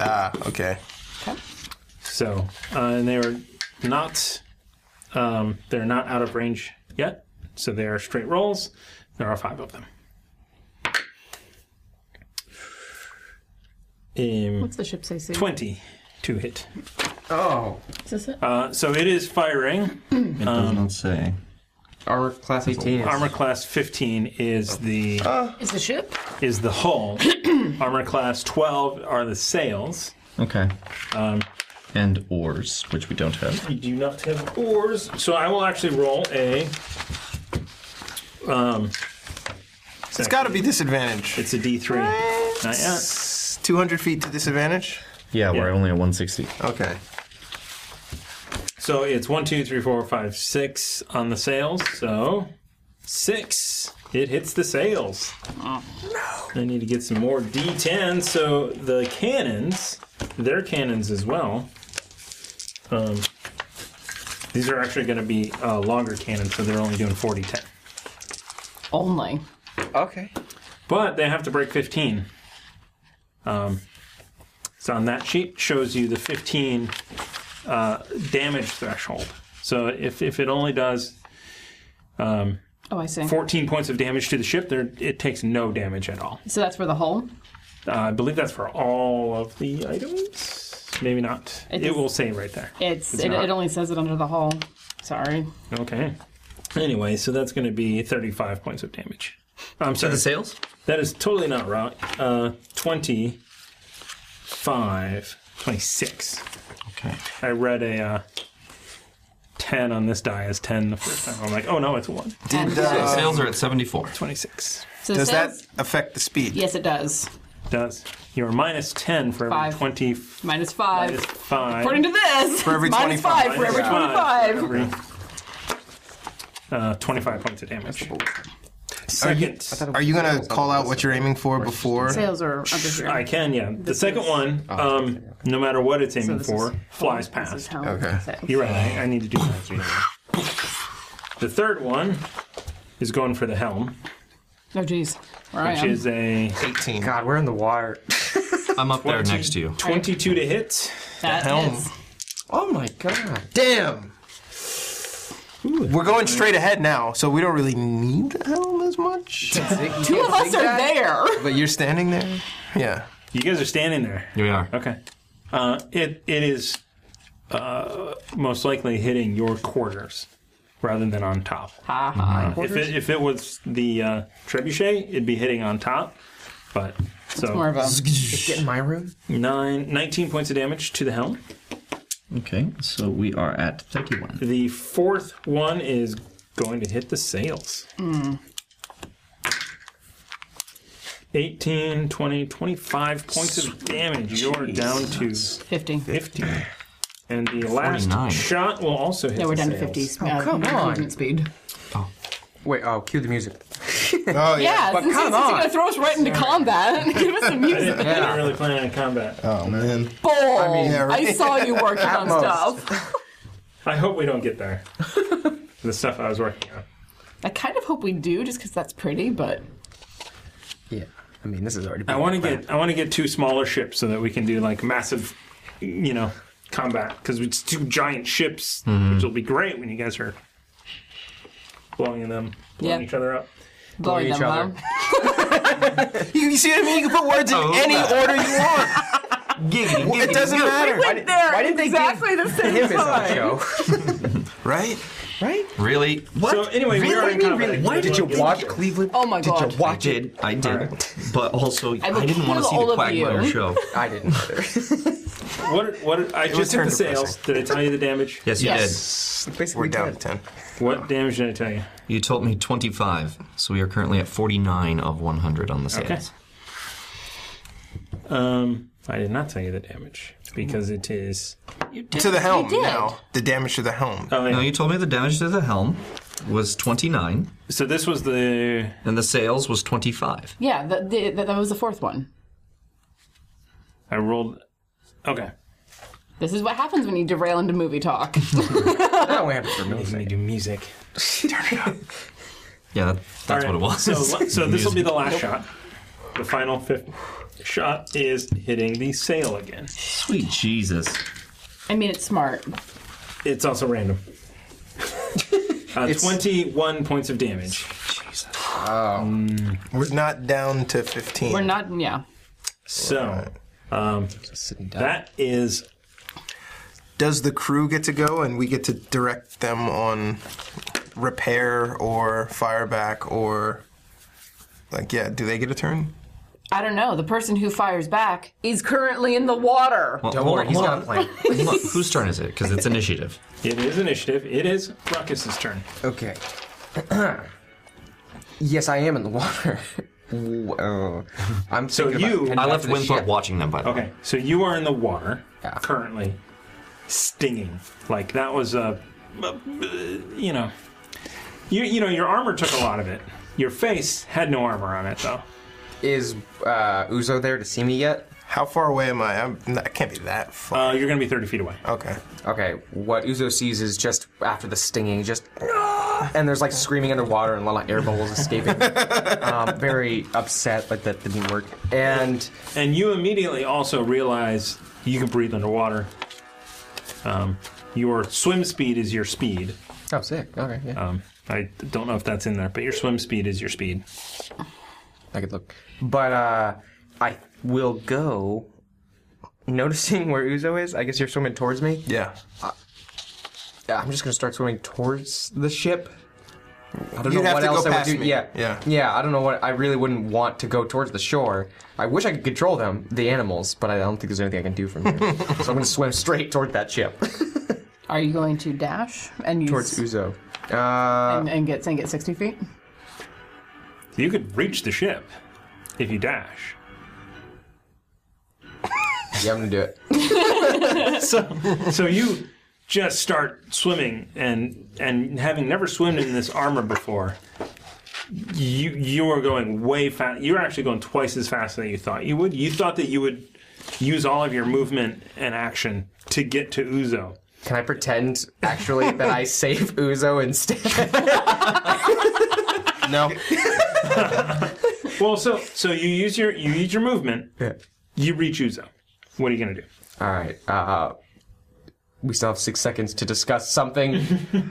Speaker 7: Ah, okay.
Speaker 1: So, uh, and they are not um, they're not out of range yet. So they are straight rolls. There are five of them. Um,
Speaker 6: What's the ship say? Sue?
Speaker 1: Um, Twenty to hit.
Speaker 4: oh.
Speaker 6: Is this it?
Speaker 1: Uh, so it is firing.
Speaker 10: It does not say.
Speaker 4: Armor class 18.
Speaker 1: Armor class 15 is the
Speaker 6: Is the ship?
Speaker 1: is the hull. Armor class 12 are the sails.
Speaker 10: Okay. Um, and oars, which we don't have.
Speaker 1: You do not have oars, so I will actually roll a. Um,
Speaker 7: It's got to be disadvantage.
Speaker 1: it's a D three. Not yet.
Speaker 7: It's 200 feet to disadvantage.
Speaker 10: Yeah, we're
Speaker 1: Yeah.
Speaker 10: only at 160.
Speaker 7: Okay.
Speaker 1: So it's one, two, three, four, five, six on the sails. So six. It hits the sails. I need to get some more D10. So the cannons, their cannons as well. Um, these are actually going to be uh, longer cannons, so they're only doing 40 10.
Speaker 6: Only.
Speaker 4: Okay.
Speaker 1: But they have to break 15. Um, so on that sheet shows you the 15 uh, damage threshold. So if, if it only does um,
Speaker 6: Oh, I see.
Speaker 1: 14 points of damage to the ship, there it takes no damage at all.
Speaker 6: So that's for the hull.
Speaker 1: Uh, I believe that's for all of the items. Maybe not. It,
Speaker 6: It does-
Speaker 1: will say right there.
Speaker 6: It's, it,
Speaker 1: not.
Speaker 6: it only says it under the hull. Sorry.
Speaker 1: Okay. Anyway, so that's going to be 35 points of damage. I'm sorry.
Speaker 10: The sails?
Speaker 1: That is totally not right. Uh, 25, 26.
Speaker 10: Okay.
Speaker 1: I read a uh, 10 on this die as 10 the first time. I'm like, oh no, it's 1.
Speaker 7: Did, uh,
Speaker 10: sails are at 74.
Speaker 1: 26.
Speaker 6: So
Speaker 7: does
Speaker 6: it
Speaker 7: that
Speaker 6: says-
Speaker 7: affect the speed?
Speaker 6: Yes, it does.
Speaker 1: Does. You're minus 10 for every
Speaker 6: Five.
Speaker 1: 20.
Speaker 6: Minus five.
Speaker 1: Minus 5.
Speaker 6: According to this,
Speaker 7: For every
Speaker 6: minus
Speaker 7: 25.
Speaker 6: five for every
Speaker 1: Minus
Speaker 6: twenty-five.
Speaker 1: for every, uh, 25 points of damage. Second.
Speaker 7: Are you gonna call out what you're aiming for before?
Speaker 6: Sales are under here.
Speaker 1: I can, yeah. The second one, um, no matter what it's aiming
Speaker 6: this
Speaker 1: for,
Speaker 6: is-
Speaker 1: flies
Speaker 6: This
Speaker 1: past.
Speaker 6: is how
Speaker 7: Okay.
Speaker 6: sales.
Speaker 1: You're right. I, I need to do that. The third one is going for the helm,
Speaker 6: Oh, geez. Where I
Speaker 1: which
Speaker 6: am.
Speaker 1: is a
Speaker 7: 18.
Speaker 4: God, we're in the wire.
Speaker 10: I'm up there next to you.
Speaker 1: 22 to hit.
Speaker 6: That
Speaker 7: helm.
Speaker 6: is-
Speaker 4: Oh my god.
Speaker 7: Damn. We're going straight ahead now, so we don't really need the helm as much.
Speaker 4: [LAUGHS]
Speaker 6: Two of us are there.
Speaker 7: but you're standing there.
Speaker 4: [LAUGHS]
Speaker 7: Yeah.
Speaker 1: You guys are standing there.
Speaker 10: Here we are.
Speaker 1: Okay. Uh, it it is uh, most likely hitting your quarters. rather than on top.
Speaker 6: Ha ha.
Speaker 1: If it, if it was the uh, trebuchet, it'd be hitting on top. But so
Speaker 6: It's more of a.
Speaker 4: Get in my room.
Speaker 1: nine, 19 points of damage to the helm.
Speaker 10: Okay, so we are at 31.
Speaker 1: The fourth one is going to hit the sails.
Speaker 6: Hmm.
Speaker 1: 18, 20, 25 points of damage. You're down to
Speaker 6: 50.
Speaker 1: 50. And the last
Speaker 10: 49.
Speaker 1: shot will also hit
Speaker 6: Yeah, we're
Speaker 1: the
Speaker 6: down to
Speaker 1: sails.
Speaker 6: 50.
Speaker 1: [LAUGHS]
Speaker 6: Uh,
Speaker 4: come on.
Speaker 6: Movement speed.
Speaker 4: Wait, oh, cue the music.
Speaker 7: Oh,
Speaker 6: Yeah,
Speaker 4: But
Speaker 6: since,
Speaker 4: come
Speaker 6: since you're going
Speaker 4: on.
Speaker 6: to throw us right into combat, [LAUGHS] give us some music.
Speaker 1: I didn't really plan on combat.
Speaker 7: Oh, man.
Speaker 6: Bull. I,
Speaker 7: mean, yeah, right.
Speaker 6: saw you working on
Speaker 4: most.
Speaker 6: stuff.
Speaker 1: I hope we don't get
Speaker 6: [LAUGHS]
Speaker 1: there. the stuff I was working on.
Speaker 6: I kind of hope we do, just because that's pretty, but
Speaker 4: Yeah. I mean, this is already.
Speaker 1: I want to get I want to get two smaller ships so that we can do like massive, you know, combat because it's two giant ships,
Speaker 4: Mm-hmm.
Speaker 1: which will be great when you guys are blowing them, blowing
Speaker 6: Yeah.
Speaker 1: each other up.
Speaker 6: blowing
Speaker 4: each other.
Speaker 6: them [LAUGHS] up.
Speaker 7: [LAUGHS]
Speaker 11: You, you see what I mean? You can put words in
Speaker 4: Oh. [LAUGHS]
Speaker 11: any order you
Speaker 1: [LAUGHS]
Speaker 11: want. It doesn't matter.
Speaker 4: Why, did, why didn't they
Speaker 6: exactly the
Speaker 4: give
Speaker 6: same
Speaker 4: him his own
Speaker 6: time.
Speaker 4: show?
Speaker 7: Right?
Speaker 10: Really? What?
Speaker 1: So anyway, we are in combat.
Speaker 10: Why
Speaker 4: Did you watch Cleveland?
Speaker 6: Oh my god!
Speaker 10: I did. I did. But also, I,
Speaker 6: will
Speaker 10: didn't want to
Speaker 6: kill
Speaker 10: see
Speaker 6: all
Speaker 10: the
Speaker 6: of
Speaker 10: Quagmire
Speaker 6: you. [LAUGHS]
Speaker 10: show.
Speaker 4: I didn't either.
Speaker 1: What? What? I just
Speaker 4: was
Speaker 1: hit the
Speaker 4: turn
Speaker 1: sails. Did I tell you the damage?
Speaker 10: Yes, you
Speaker 6: Yes.
Speaker 4: Basically,
Speaker 7: [LAUGHS] We're down to
Speaker 4: dead.
Speaker 7: 10.
Speaker 1: What damage did I tell you?
Speaker 10: did. You told me 25, so we are currently at 49 of 100 on the sales.
Speaker 1: Um, I did not tell you the damage because it is.
Speaker 7: To the helm
Speaker 6: did.
Speaker 7: now. The damage to the helm.
Speaker 1: Oh, yeah.
Speaker 10: No, you told me the damage to the helm was 29,
Speaker 1: so this was the
Speaker 10: and the sails was 25.
Speaker 6: Yeah, the, the, the, that was the fourth one.
Speaker 1: I rolled. Okay,
Speaker 6: This is what happens when you derail into movie talk.
Speaker 4: That only happened for me.
Speaker 1: let me do music.
Speaker 10: Yeah, that, that's
Speaker 1: All
Speaker 10: what it
Speaker 1: right,
Speaker 10: was.
Speaker 1: So,
Speaker 10: [LAUGHS]
Speaker 1: so this will be the last shot. The final fifth shot is hitting the sail again.
Speaker 10: Sweet Jesus.
Speaker 6: I mean, it's smart.
Speaker 1: It's also random. [LAUGHS] Uh,
Speaker 4: It's-
Speaker 1: 21 points of damage.
Speaker 7: We're not down to 15.
Speaker 6: We're not. Yeah.
Speaker 1: So um,
Speaker 4: Just sitting down.
Speaker 1: that is
Speaker 7: Does the crew get to go and we get to direct them on repair or fireback or. Like, yeah, do they get a turn?
Speaker 6: I don't know. The person who fires back is currently in the water.
Speaker 10: Well,
Speaker 4: Don't
Speaker 10: hold
Speaker 4: worry,
Speaker 10: on,
Speaker 4: he's
Speaker 10: hold
Speaker 4: got a
Speaker 10: on. [LAUGHS]
Speaker 4: plan.
Speaker 10: Look, whose turn is it? Because it's initiative.
Speaker 1: it is initiative. It is Ruckus's turn.
Speaker 4: Okay. [CLEARS THROAT] yes, I am in the water. Whoa. I'm
Speaker 1: So
Speaker 4: thinking about
Speaker 1: you-
Speaker 4: heading
Speaker 1: I
Speaker 10: I
Speaker 4: back
Speaker 10: left
Speaker 4: to the
Speaker 10: Winthrop
Speaker 4: ship.
Speaker 10: watching them, by the way.
Speaker 1: Okay, so you are in the water
Speaker 4: Yeah.
Speaker 1: currently, stinging. Like that was a, you know, you you know your armor took a lot of it. Your face had no armor on it though.
Speaker 4: Is uh, Uzo there to see me yet?
Speaker 7: How far away am I? I'm not, I can't be that far.
Speaker 1: Uh, you're gonna be 30 feet away.
Speaker 7: okay.
Speaker 4: Okay, what Uzo sees is just after the stinging, just and there's like screaming underwater and a lot of air bubbles [LAUGHS] escaping. um, very upset, like that didn't work. And
Speaker 1: And you immediately also realize you can breathe underwater. Um, your swim speed is your speed.
Speaker 4: oh, sick. Okay, yeah,
Speaker 1: Um, I don't know if that's in there, but your swim speed is your speed.
Speaker 4: I could look, but uh, I will go. Noticing where Uzo is, I guess you're swimming towards me.
Speaker 7: Yeah.
Speaker 4: Yeah, I'm just gonna start swimming towards the ship. I don't
Speaker 7: You'd
Speaker 4: know
Speaker 7: have
Speaker 4: what
Speaker 7: to go
Speaker 4: else I would
Speaker 7: past
Speaker 4: do.
Speaker 7: me.
Speaker 4: Yeah,
Speaker 7: Yeah.
Speaker 4: yeah. I don't know what. I really wouldn't want to go towards the shore. I wish I could control them, the animals, but I don't think there's anything I can do
Speaker 7: [LAUGHS]
Speaker 4: from here. so I'm gonna swim straight toward that ship,
Speaker 6: Are you going to dash and use
Speaker 7: [LAUGHS]
Speaker 4: towards Uzo. Uh,
Speaker 6: and, and get and get sixty feet?
Speaker 1: You could reach the ship if you dash.
Speaker 4: yeah, I'm gonna do it.
Speaker 1: so, so you just start swimming and and having never swum in this armor before you you are going way fast you're actually going twice as fast than you thought you would you thought that you would use all of your movement and action to get to uzo
Speaker 4: Can I pretend actually that I save Uzo instead?
Speaker 7: [LAUGHS]
Speaker 4: [LAUGHS]
Speaker 7: No.
Speaker 1: well so so you use your you use your movement you reach uzo what are you going to do
Speaker 4: All right. Uh, we still have six seconds to discuss
Speaker 7: [LAUGHS]
Speaker 4: something.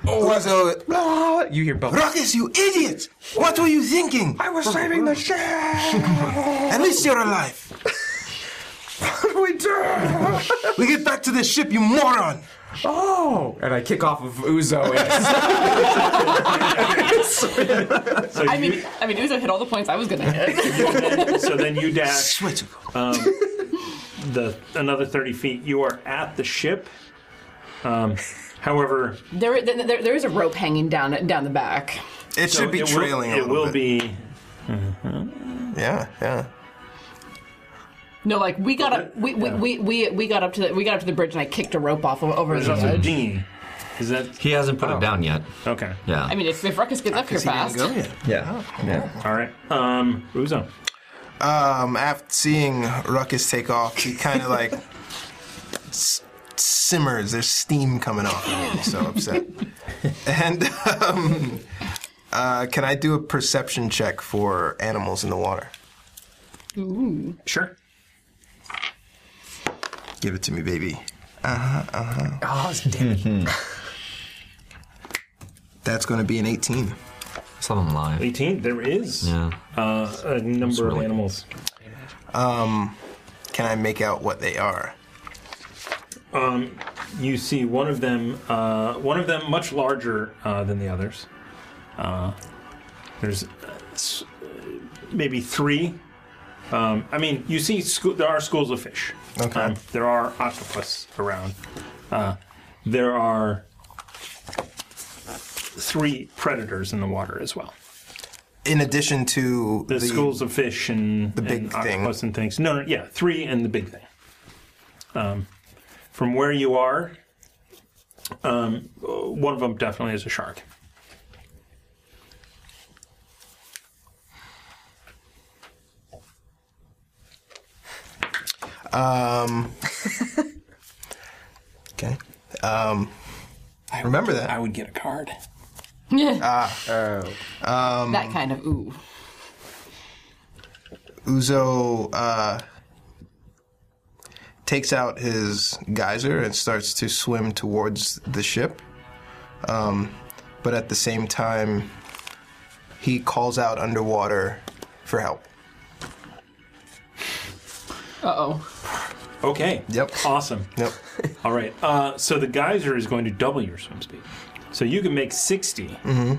Speaker 1: Oh,
Speaker 7: Uzo,
Speaker 4: Ah, you hear
Speaker 7: [LAUGHS]
Speaker 4: bubbles.
Speaker 7: Ruckus, you idiot! What were you thinking? I was saving the ship! [LAUGHS] At least you're
Speaker 1: [LAUGHS]
Speaker 7: alive.
Speaker 4: What do we do?
Speaker 7: We get back to the ship, you moron!
Speaker 4: Oh! And I kick off of Uzo. And [LAUGHS]
Speaker 6: I mean, I mean, Uzo hit all the points I was gonna hit. [LAUGHS]
Speaker 1: so then you dash um, the another 30 feet. You are at the ship. Um, however,
Speaker 6: there, there, there- there is a rope hanging down down the back.
Speaker 7: It
Speaker 1: so
Speaker 7: should be
Speaker 1: it will-
Speaker 7: trailing a
Speaker 1: It
Speaker 7: little
Speaker 1: will
Speaker 7: bit.
Speaker 1: be.
Speaker 7: Yeah, yeah.
Speaker 6: No, like we got up, we, we, we, we, we got up to the, we got up to the bridge, and I kicked a rope off o- over
Speaker 1: There's
Speaker 6: the
Speaker 1: also a
Speaker 6: edge.
Speaker 1: dinghy. Is that
Speaker 10: He hasn't put it down yet.
Speaker 1: okay?
Speaker 10: Yeah.
Speaker 6: I mean, if, if Ruckus gets up here
Speaker 7: Is he didn't
Speaker 6: fast,
Speaker 7: go yet?
Speaker 10: yeah. yeah.
Speaker 1: All right. Um, Uzo.
Speaker 7: Um, after seeing Ruckus take off, he kind of like s- simmers. There's steam coming off of him. He's so upset. And um, uh, can I do a perception check for animals in the water?
Speaker 1: Sure.
Speaker 7: Give it to me, baby. Uh-huh,
Speaker 4: oh, damn it.
Speaker 7: [LAUGHS] That's going to be an 18.
Speaker 10: Some of them lie.
Speaker 1: 18. There is
Speaker 10: Yeah.
Speaker 1: uh, a number of
Speaker 10: really-
Speaker 1: animals.
Speaker 7: Can I make out what they are?
Speaker 1: You see one of them. Uh, one of them much larger uh, than the others. Uh, there's uh, s- maybe three. Um, I mean, you see, scho- there are schools of fish.
Speaker 7: Okay.
Speaker 1: Um, there are octopus around. Uh, there are three predators in the water as well.
Speaker 7: In addition to
Speaker 1: The, schools of fish and the
Speaker 7: big
Speaker 1: and
Speaker 7: thing.
Speaker 1: octopus and things. No, no, yeah, three and the big thing. Um, from where you are, um, one of them definitely is a shark.
Speaker 7: Okay. Um, remember that.
Speaker 1: would get a card.
Speaker 6: that kind of ooh.
Speaker 7: Uzo uh, takes out his geyser and starts to swim towards the ship. Um, but at the same time, he calls out underwater for help.
Speaker 6: Uh oh.
Speaker 1: Okay.
Speaker 7: Yep.
Speaker 1: Awesome. [LAUGHS]
Speaker 7: Yep.
Speaker 1: All right. Uh, so the geyser is going to double your swim speed. So you can make 60
Speaker 7: Mm-hmm.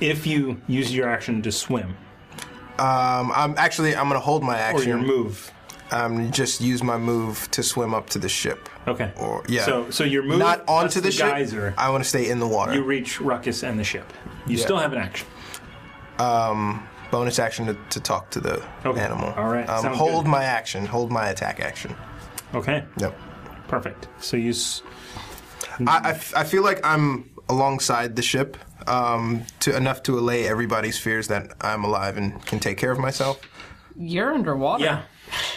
Speaker 1: if you use your action to swim
Speaker 7: Um, I'm actually I'm gonna hold my
Speaker 1: or your
Speaker 7: action.
Speaker 1: move.
Speaker 7: Um, just use my move to swim up to the ship.
Speaker 1: Okay.
Speaker 7: Or yeah.
Speaker 1: So so your move
Speaker 7: not
Speaker 1: plus
Speaker 7: onto the,
Speaker 1: the
Speaker 7: ship.
Speaker 1: geyser.
Speaker 7: I want to stay in the water.
Speaker 1: You reach Ruckus and the ship. You
Speaker 7: Yeah.
Speaker 1: still have an action.
Speaker 7: Bonus action to, to talk to the
Speaker 1: Okay.
Speaker 7: animal.
Speaker 1: All right.
Speaker 7: Um,
Speaker 1: Sounds
Speaker 7: hold
Speaker 1: good.
Speaker 7: my action. Hold my attack action.
Speaker 1: Okay.
Speaker 7: Yep.
Speaker 1: Perfect. So you. S-
Speaker 7: I, I f- I feel like I'm alongside the ship um, to enough to allay everybody's fears that I'm alive and can take care of myself.
Speaker 6: You're underwater.
Speaker 1: yeah.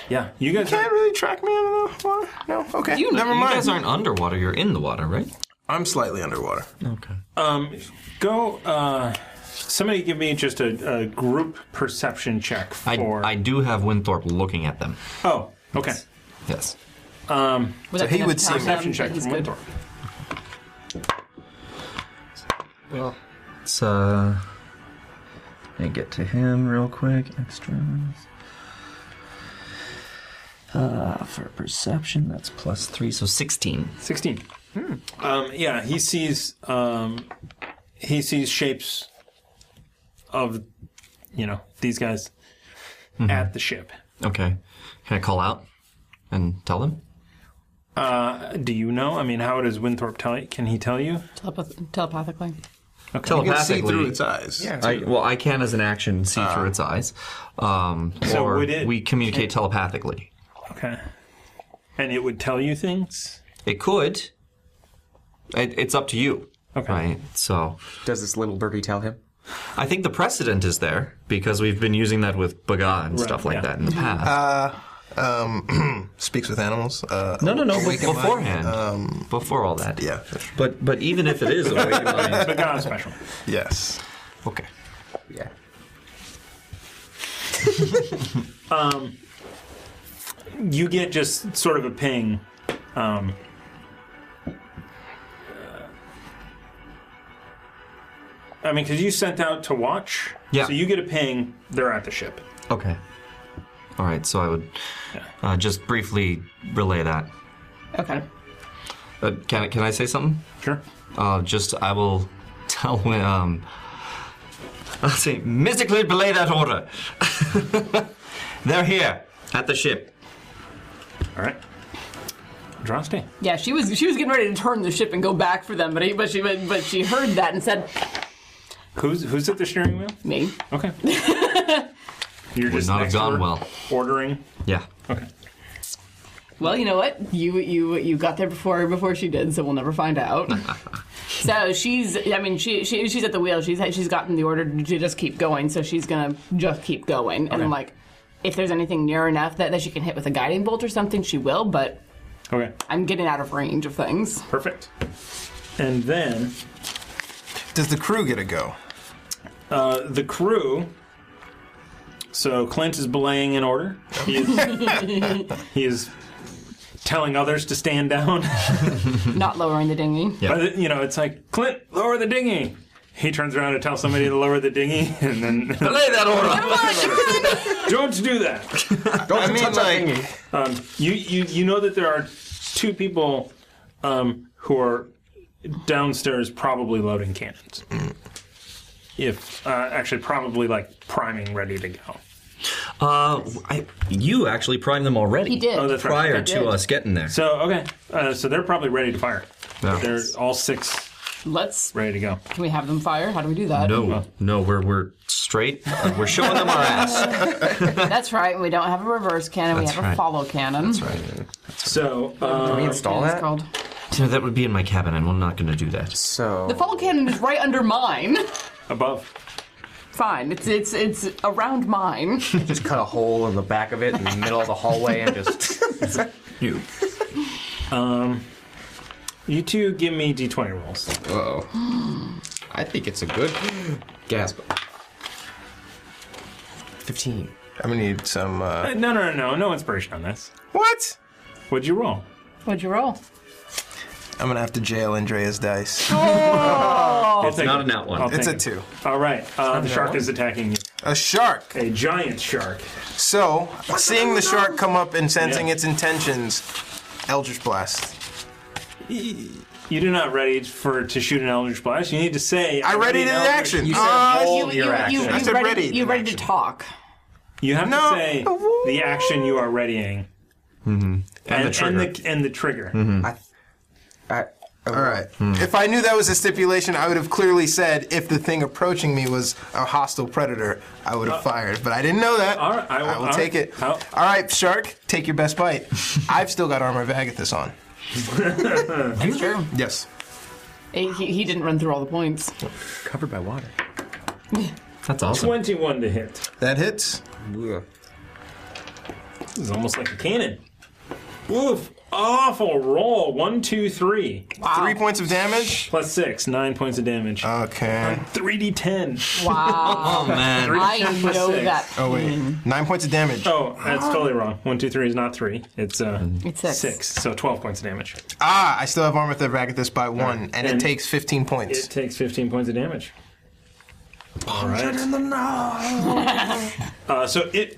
Speaker 1: Yeah. You guys.
Speaker 7: Can't really track me under the water. No. Okay.
Speaker 6: You-
Speaker 7: Never
Speaker 6: you
Speaker 7: mind.
Speaker 10: You guys aren't underwater. You're in the water, right?
Speaker 7: I'm slightly underwater.
Speaker 10: Okay.
Speaker 1: Um, go. Uh, somebody give me just a, a group perception check
Speaker 10: I,
Speaker 1: for.
Speaker 10: I do have Winthorpe looking at them.
Speaker 1: oh. Okay.
Speaker 10: Yes.
Speaker 6: Would that be
Speaker 7: he
Speaker 6: enough
Speaker 7: would see
Speaker 6: time?
Speaker 1: Perception
Speaker 6: Um,
Speaker 1: check
Speaker 6: he's
Speaker 1: from
Speaker 6: good.
Speaker 1: Winthorpe.
Speaker 10: Well, it's uh. Let me get to him real quick. Extras. Uh, for perception, that's plus three, so sixteen.
Speaker 1: 16 um, yeah he sees um, he sees shapes of you know these guys at the ship
Speaker 10: Okay. Can I call out and tell them?
Speaker 1: do you know i mean how does winthorpe tell you can he tell you
Speaker 6: Telepath- telepathically.
Speaker 7: You can see through its Uh, eyes. Yeah.
Speaker 10: I, well, I can as an action see through its eyes, um,
Speaker 1: So
Speaker 10: or
Speaker 1: would it-
Speaker 10: we communicate telepathically.
Speaker 1: okay and it would tell you things
Speaker 10: It could. It, it's up to you,
Speaker 1: okay
Speaker 10: right? So
Speaker 4: Does this little birdie tell him?
Speaker 10: I think the precedent is there because we've been using that with Baga and stuff like
Speaker 1: yeah.
Speaker 10: that in the past.
Speaker 7: Um, speaks with animals. Uh,
Speaker 10: no, no, no.
Speaker 7: awaken mind,
Speaker 10: beforehand, Um, before all that.
Speaker 7: Yeah.
Speaker 10: But but even if it is awaken mind,
Speaker 1: but god special
Speaker 7: Yes.
Speaker 10: okay.
Speaker 4: Yeah.
Speaker 1: you get just sort of a ping um, uh, I mean, because you sent out to watch,
Speaker 10: Yeah.
Speaker 1: So you get a ping. They're at the ship.
Speaker 10: Okay. All right. So I would uh, just briefly relay that.
Speaker 6: Okay.
Speaker 10: Uh, can, I- can I say something?
Speaker 1: Sure.
Speaker 10: Uh, just, I will tell when. Um, [LAUGHS] I'll say, mystically belay that order. [LAUGHS] They're here at the ship.
Speaker 1: All right. Drosty.
Speaker 6: Yeah, she was she was getting ready to turn the ship and go back for them, but he, but she but, but she heard that and said,
Speaker 1: Who's who's at the steering wheel?
Speaker 6: "Me."
Speaker 1: Okay. [LAUGHS] You're
Speaker 10: Would
Speaker 1: just
Speaker 10: not have
Speaker 1: next
Speaker 10: gone
Speaker 1: order-
Speaker 10: well.
Speaker 1: Ordering.
Speaker 10: Yeah.
Speaker 1: Okay.
Speaker 6: Well, you know what? You you you got there before before she did, so we'll never find out. so she's I mean she, she she's at the wheel. She's she's gotten the order to just keep going, so she's gonna just keep going. And
Speaker 1: Okay.
Speaker 6: I'm like, if there's anything near enough that, that she can hit with a guiding bolt or something, she will. But
Speaker 1: Okay.
Speaker 6: I'm getting out of range of things.
Speaker 1: Perfect. And then
Speaker 7: Does the crew get a go?
Speaker 1: uh, the crew. So Clint is belaying an order. He is, he is telling others to stand down.
Speaker 6: Not lowering the dinghy.
Speaker 10: Yeah.
Speaker 1: But, you know, it's like Clint, lower the dinghy. He turns around to tell somebody to lower the dinghy, [LAUGHS] and then
Speaker 10: Belay that order.
Speaker 1: don't do that.
Speaker 12: Don't
Speaker 7: mean,
Speaker 12: touch
Speaker 7: like-
Speaker 12: that thingy.
Speaker 1: You, you you know that there are two people um, who are downstairs probably loading cannons. If uh, actually probably like priming ready to go.
Speaker 10: Uh, I, you actually primed them already.
Speaker 6: He did.
Speaker 1: Oh, that's right.
Speaker 10: Prior
Speaker 1: Okay.
Speaker 10: to us getting there.
Speaker 1: So okay, uh, so they're probably ready to fire.
Speaker 10: Yeah.
Speaker 1: They're all six
Speaker 6: Let's.
Speaker 1: ready to go.
Speaker 6: Can we have them fire? How do we do that?
Speaker 10: no, Oh, no, we're, we're straight. Uh, we're showing them our [LAUGHS] ass.
Speaker 6: That's right. and We don't have a reverse cannon.
Speaker 10: That's
Speaker 6: we have
Speaker 10: right.
Speaker 6: a follow cannon. That's right.
Speaker 1: So uh,
Speaker 12: Can we install
Speaker 6: It's
Speaker 12: that?
Speaker 6: called.
Speaker 10: You know, that would be in my cabin, and we're not going to do that.
Speaker 12: So.
Speaker 6: The follow cannon is right under mine.
Speaker 1: above,
Speaker 6: Fine. It's it's it's around
Speaker 12: [LAUGHS]
Speaker 6: mine.
Speaker 12: just cut a hole in the back of it in the middle of the hallway and
Speaker 10: [LAUGHS]
Speaker 12: just.
Speaker 10: You.
Speaker 1: you two give me d twenty rolls.
Speaker 4: oh. I think it's a good gasp.
Speaker 12: 15.
Speaker 7: I'm gonna need some.
Speaker 1: Uh,
Speaker 7: Uh,
Speaker 1: No no no no no inspiration on this.
Speaker 7: what?
Speaker 1: What'd you roll?
Speaker 6: What'd you roll?
Speaker 7: I'm gonna have to jail Andrea's dice.
Speaker 1: it's
Speaker 10: Not an out one.
Speaker 1: I'll
Speaker 7: it's a
Speaker 1: take it.
Speaker 7: two.
Speaker 1: All right, uh, the shark is attacking you.
Speaker 7: A shark.
Speaker 1: A giant shark.
Speaker 7: So, seeing the shark come up and sensing
Speaker 1: Yeah.
Speaker 7: its intentions, Eldritch Blast.
Speaker 1: You do not ready for to shoot an Eldritch Blast. You need to say.
Speaker 7: I
Speaker 1: I'm
Speaker 7: ready
Speaker 1: an
Speaker 7: to
Speaker 1: Eldritch-
Speaker 7: action.
Speaker 12: You said
Speaker 4: Ah,
Speaker 7: Uh,
Speaker 12: hold your action.
Speaker 7: I said
Speaker 6: ready,
Speaker 7: ready
Speaker 6: You
Speaker 7: in
Speaker 6: ready to
Speaker 7: action.
Speaker 6: talk?
Speaker 1: You have
Speaker 7: No.
Speaker 1: to say the action you are readying. Mm-hmm. And,
Speaker 10: the
Speaker 1: And the, and the trigger.
Speaker 7: Mm-hmm.
Speaker 12: I, I,
Speaker 7: All right.
Speaker 1: Mm.
Speaker 7: If I knew that was a stipulation, I would have clearly said if the thing approaching me was a hostile predator, I would have fired. But I didn't know that.
Speaker 1: all right, I will- all
Speaker 7: take
Speaker 1: right.
Speaker 7: it.
Speaker 1: How-
Speaker 7: All right, shark, take your
Speaker 1: [LAUGHS]
Speaker 7: best bite. I've still got armor of Agathis on.
Speaker 6: That's true.
Speaker 7: Yes.
Speaker 6: He, he- he didn't run through all the points.
Speaker 12: covered by water.
Speaker 10: That's awesome.
Speaker 1: 21 to hit.
Speaker 7: That hits.
Speaker 1: This is almost like a cannon. Woof. Awful roll. One, two, three.
Speaker 7: Three points of damage.
Speaker 1: Plus six. Nine points of damage.
Speaker 7: Uh, Okay.
Speaker 1: 3d10.
Speaker 6: Wow.
Speaker 10: Oh, man.
Speaker 6: I
Speaker 1: plus
Speaker 6: know
Speaker 1: six.
Speaker 6: that.
Speaker 7: Oh wait, nine points of damage.
Speaker 1: Mm. Oh, that's totally wrong. One, two, three is not three. It's, uh,
Speaker 6: It's six.
Speaker 1: six. So 12 points of damage.
Speaker 7: Ah, I still have armor of Agathis by one, and, it
Speaker 1: And-
Speaker 7: takes 15 points.
Speaker 1: It takes 15 points of damage. All right. [LAUGHS] uh, so it.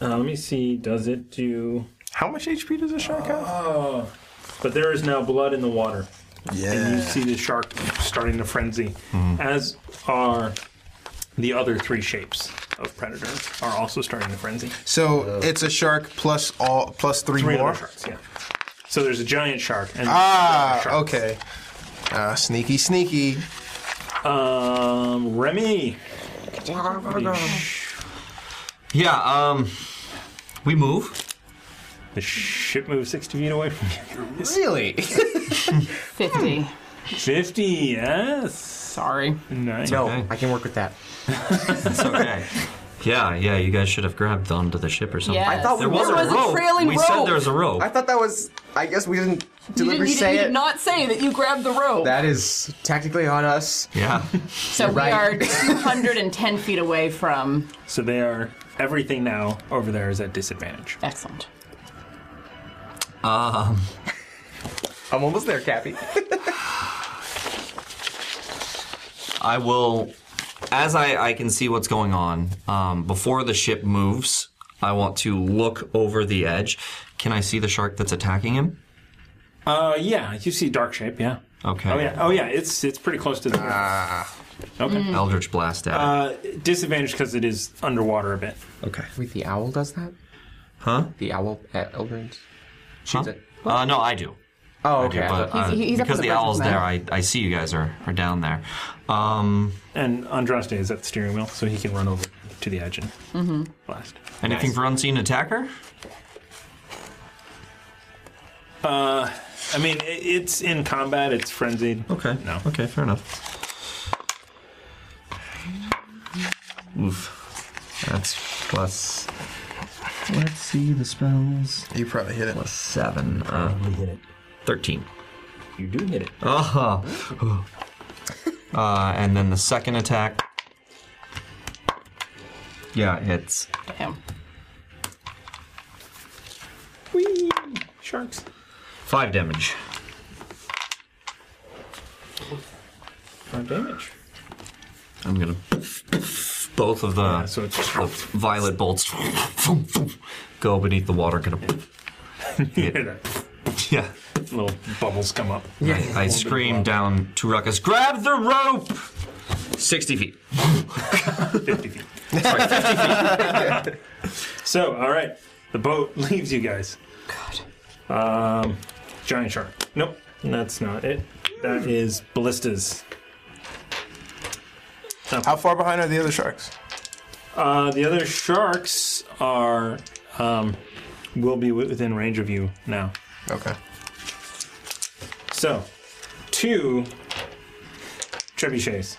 Speaker 1: Uh, let me see. Does it do? Uh,
Speaker 7: How much HP does a shark have?
Speaker 1: But there is now blood in the water, and you
Speaker 7: Yeah.
Speaker 1: see the shark starting to frenzy, as are the other three shapes of predators are also starting to frenzy.
Speaker 7: So it's a shark plus all plus three,
Speaker 1: Three
Speaker 7: more.
Speaker 1: other sharks. Yeah. So there's a giant shark. And
Speaker 7: Ah,
Speaker 1: shark.
Speaker 7: okay. Ah, sneaky, sneaky.
Speaker 1: Um, Remy.
Speaker 10: Yeah, um, we move.
Speaker 1: The ship moves 60 feet away from you.
Speaker 4: [LAUGHS]
Speaker 12: Really?
Speaker 6: 50.
Speaker 1: 50, yes.
Speaker 6: Sorry.
Speaker 1: Nice.
Speaker 12: No, I can work with that. [LAUGHS]
Speaker 10: It's okay. Yeah, yeah, you guys should have grabbed onto the ship or something.
Speaker 6: Yes. I thought
Speaker 10: there
Speaker 6: we
Speaker 10: was,
Speaker 6: were.
Speaker 10: a
Speaker 6: There was a
Speaker 10: rope.
Speaker 6: trailing
Speaker 10: we said
Speaker 6: rope.
Speaker 10: there was a rope.
Speaker 4: I thought that was. I guess we didn't
Speaker 6: You
Speaker 4: deliberately
Speaker 6: did, you, did,
Speaker 4: say
Speaker 6: you
Speaker 4: it.
Speaker 6: did not say that you grabbed the rope.
Speaker 4: that is technically on us.
Speaker 12: [LAUGHS]
Speaker 10: yeah.
Speaker 6: so we
Speaker 4: right.
Speaker 6: are 210 feet away from.
Speaker 1: So they are everything now over there is at disadvantage.
Speaker 6: Excellent.
Speaker 4: I'm almost there, Cappy.
Speaker 10: I will, as I, I can see what's going on, um, before the ship moves, I want to look over the edge. Can I see the shark that's attacking him?
Speaker 1: Uh, yeah, you see dark shape. Yeah.
Speaker 10: Okay.
Speaker 1: Oh yeah. Oh yeah. It's it's pretty close to the.
Speaker 7: Ah.
Speaker 1: okay.
Speaker 6: Mm.
Speaker 10: Eldritch blast at it.
Speaker 1: Uh, disadvantage because it is underwater a bit.
Speaker 10: okay.
Speaker 4: [LAUGHS] Wait, the owl does that?
Speaker 10: Huh?
Speaker 4: The owl at Eldrin's?
Speaker 10: Huh?
Speaker 4: She's it.
Speaker 10: Uh, no, I do.
Speaker 4: Oh,
Speaker 10: I do,
Speaker 4: okay. I
Speaker 10: but,
Speaker 4: thought-
Speaker 10: uh,
Speaker 6: He's- he's up
Speaker 10: because
Speaker 6: on
Speaker 10: the,
Speaker 6: the bridge
Speaker 10: owl's
Speaker 6: with Matt.
Speaker 10: there, I, I see you guys are, are down there. Um,
Speaker 1: And Andraste is at the steering wheel, so he can run over to the edge and blast.
Speaker 10: anything for unseen attacker?
Speaker 1: I mean, i- it's in combat. It's frenzied.
Speaker 10: Okay.
Speaker 1: No.
Speaker 10: Okay, fair enough. Oof. That's plus. Let's see the spells.
Speaker 7: You probably hit it.
Speaker 10: Plus seven. Uh,
Speaker 2: We hit it.
Speaker 10: 13.
Speaker 2: You do hit it.
Speaker 10: Uh-huh. [LAUGHS] Uh, and then the second attack. Yeah, it's
Speaker 6: Damn.
Speaker 1: Sharks.
Speaker 10: five damage.
Speaker 1: Five damage.
Speaker 10: I'm gonna both of the
Speaker 1: so it's
Speaker 10: the violet bolts go beneath the water.
Speaker 1: [LAUGHS]
Speaker 10: Gonna
Speaker 1: [LAUGHS] You hear that?
Speaker 10: yeah.
Speaker 1: Little bubbles come up. [LAUGHS]
Speaker 10: I, I scream down to Ruckus. Grab the rope. Sixty feet.
Speaker 1: Fifty feet.
Speaker 10: [LAUGHS]
Speaker 1: so, all right, the boat [LAUGHS] leaves you guys. God. Um, giant shark. Nope, that's not it. That is ballistas.
Speaker 7: How far behind are the other sharks?
Speaker 1: Uh, the other sharks are um, will be within range of you now.
Speaker 7: Okay.
Speaker 1: So, two trebuchets.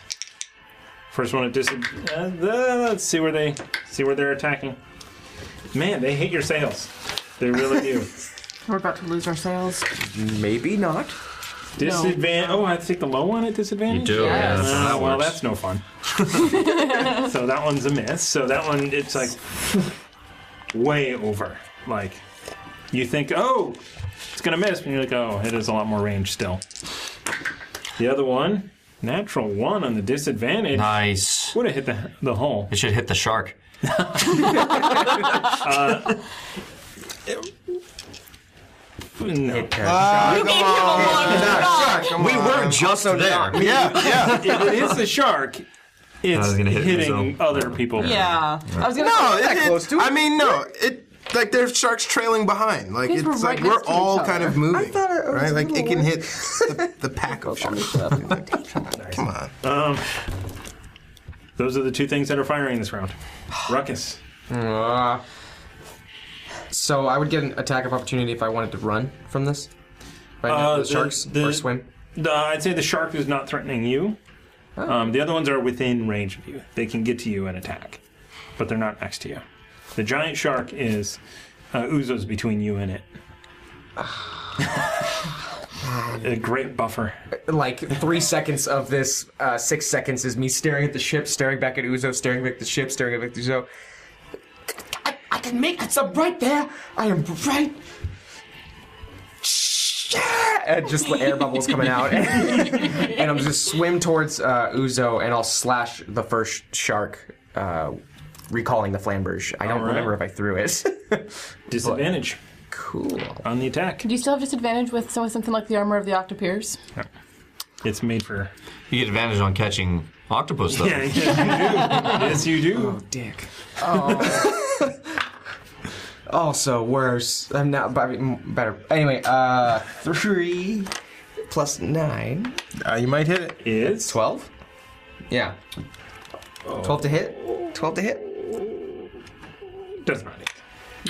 Speaker 1: First one at dis. Uh, the- let's see where they see where they're attacking. Man, they hate your sails. They really do.
Speaker 6: We're about to lose our sales.
Speaker 4: Maybe not.
Speaker 1: Disadvantage. Oh, I take the low one at disadvantage.
Speaker 10: You do. Yeah, that's how
Speaker 1: Uh,
Speaker 10: that
Speaker 1: well,
Speaker 10: works.
Speaker 1: that's no fun. [LAUGHS] so that one's a miss. So that one, it's like way over. Like you think, oh, it's gonna miss, and you're like, oh, it is a lot more range still. The other one, natural one on the disadvantage,
Speaker 10: nice.
Speaker 1: would have hit the the hole.
Speaker 10: It should hit the shark.
Speaker 1: No,
Speaker 7: Ah, come on. Shark, come
Speaker 10: We
Speaker 7: on.
Speaker 10: were just there.
Speaker 7: Yeah, yeah.
Speaker 1: if it is the shark. It's
Speaker 10: was gonna hit
Speaker 1: hitting
Speaker 10: myself.
Speaker 1: other people.
Speaker 6: Yeah. I was gonna.
Speaker 7: No,
Speaker 6: say,
Speaker 7: it, it,
Speaker 4: close to it?
Speaker 7: I mean, no. It like there's sharks trailing behind. Like
Speaker 6: These
Speaker 7: it's
Speaker 6: were right
Speaker 7: like we're
Speaker 6: next to
Speaker 7: all
Speaker 6: each
Speaker 7: kind
Speaker 6: other.
Speaker 7: of moving,
Speaker 4: thought it was
Speaker 7: right?
Speaker 4: a
Speaker 7: Like it
Speaker 4: little
Speaker 7: can
Speaker 4: one.
Speaker 7: hit the, the pack
Speaker 6: [LAUGHS]
Speaker 7: of sharks. Come on.
Speaker 1: Those are the two things that are firing this round. Ruckus.
Speaker 4: Uh, so I would get an attack of opportunity if I wanted to run from this. Right now,
Speaker 1: Uh,
Speaker 4: the,
Speaker 1: the-
Speaker 4: sharks
Speaker 1: the-
Speaker 4: or swim.
Speaker 1: The, I'd say the shark is not threatening you.
Speaker 4: Oh.
Speaker 1: Um, the other ones are within range of you. They can get to you and attack, but they're not next to you. The giant shark is uh, Uzo's between you
Speaker 4: [SIGHS]
Speaker 1: and it. A great buffer.
Speaker 4: Like three seconds of this, uh, six seconds is me staring at the ship, staring back at Uzo, staring back at the ship, staring back at Uzo. I, I can make it. I'm right there. I am right. Yeah! And just the air bubbles coming out, [LAUGHS] and, I'm just swim towards uh, Uzo, and I'll slash the first shark, uh, recalling the flamberge. I
Speaker 1: All
Speaker 4: don't
Speaker 1: right.
Speaker 4: remember if I threw it. [LAUGHS]
Speaker 1: Disadvantage
Speaker 4: Cool.
Speaker 1: on the attack.
Speaker 6: Do you still have disadvantage with so- something like the armor of the Octopiers?
Speaker 1: It's made for.
Speaker 10: You get advantage on catching octopus
Speaker 4: Oh.
Speaker 10: though.
Speaker 1: Yeah, yes, you do. yes, you do.
Speaker 4: [LAUGHS] Dick. Oh. [LAUGHS] also worse. I'm not but I mean, m- better. Anyway, uh, three plus nine.
Speaker 7: Uh, you might hit it.
Speaker 1: Is
Speaker 4: Twelve? Yeah. Twelve to hit. Twelve to hit.
Speaker 1: does not hit.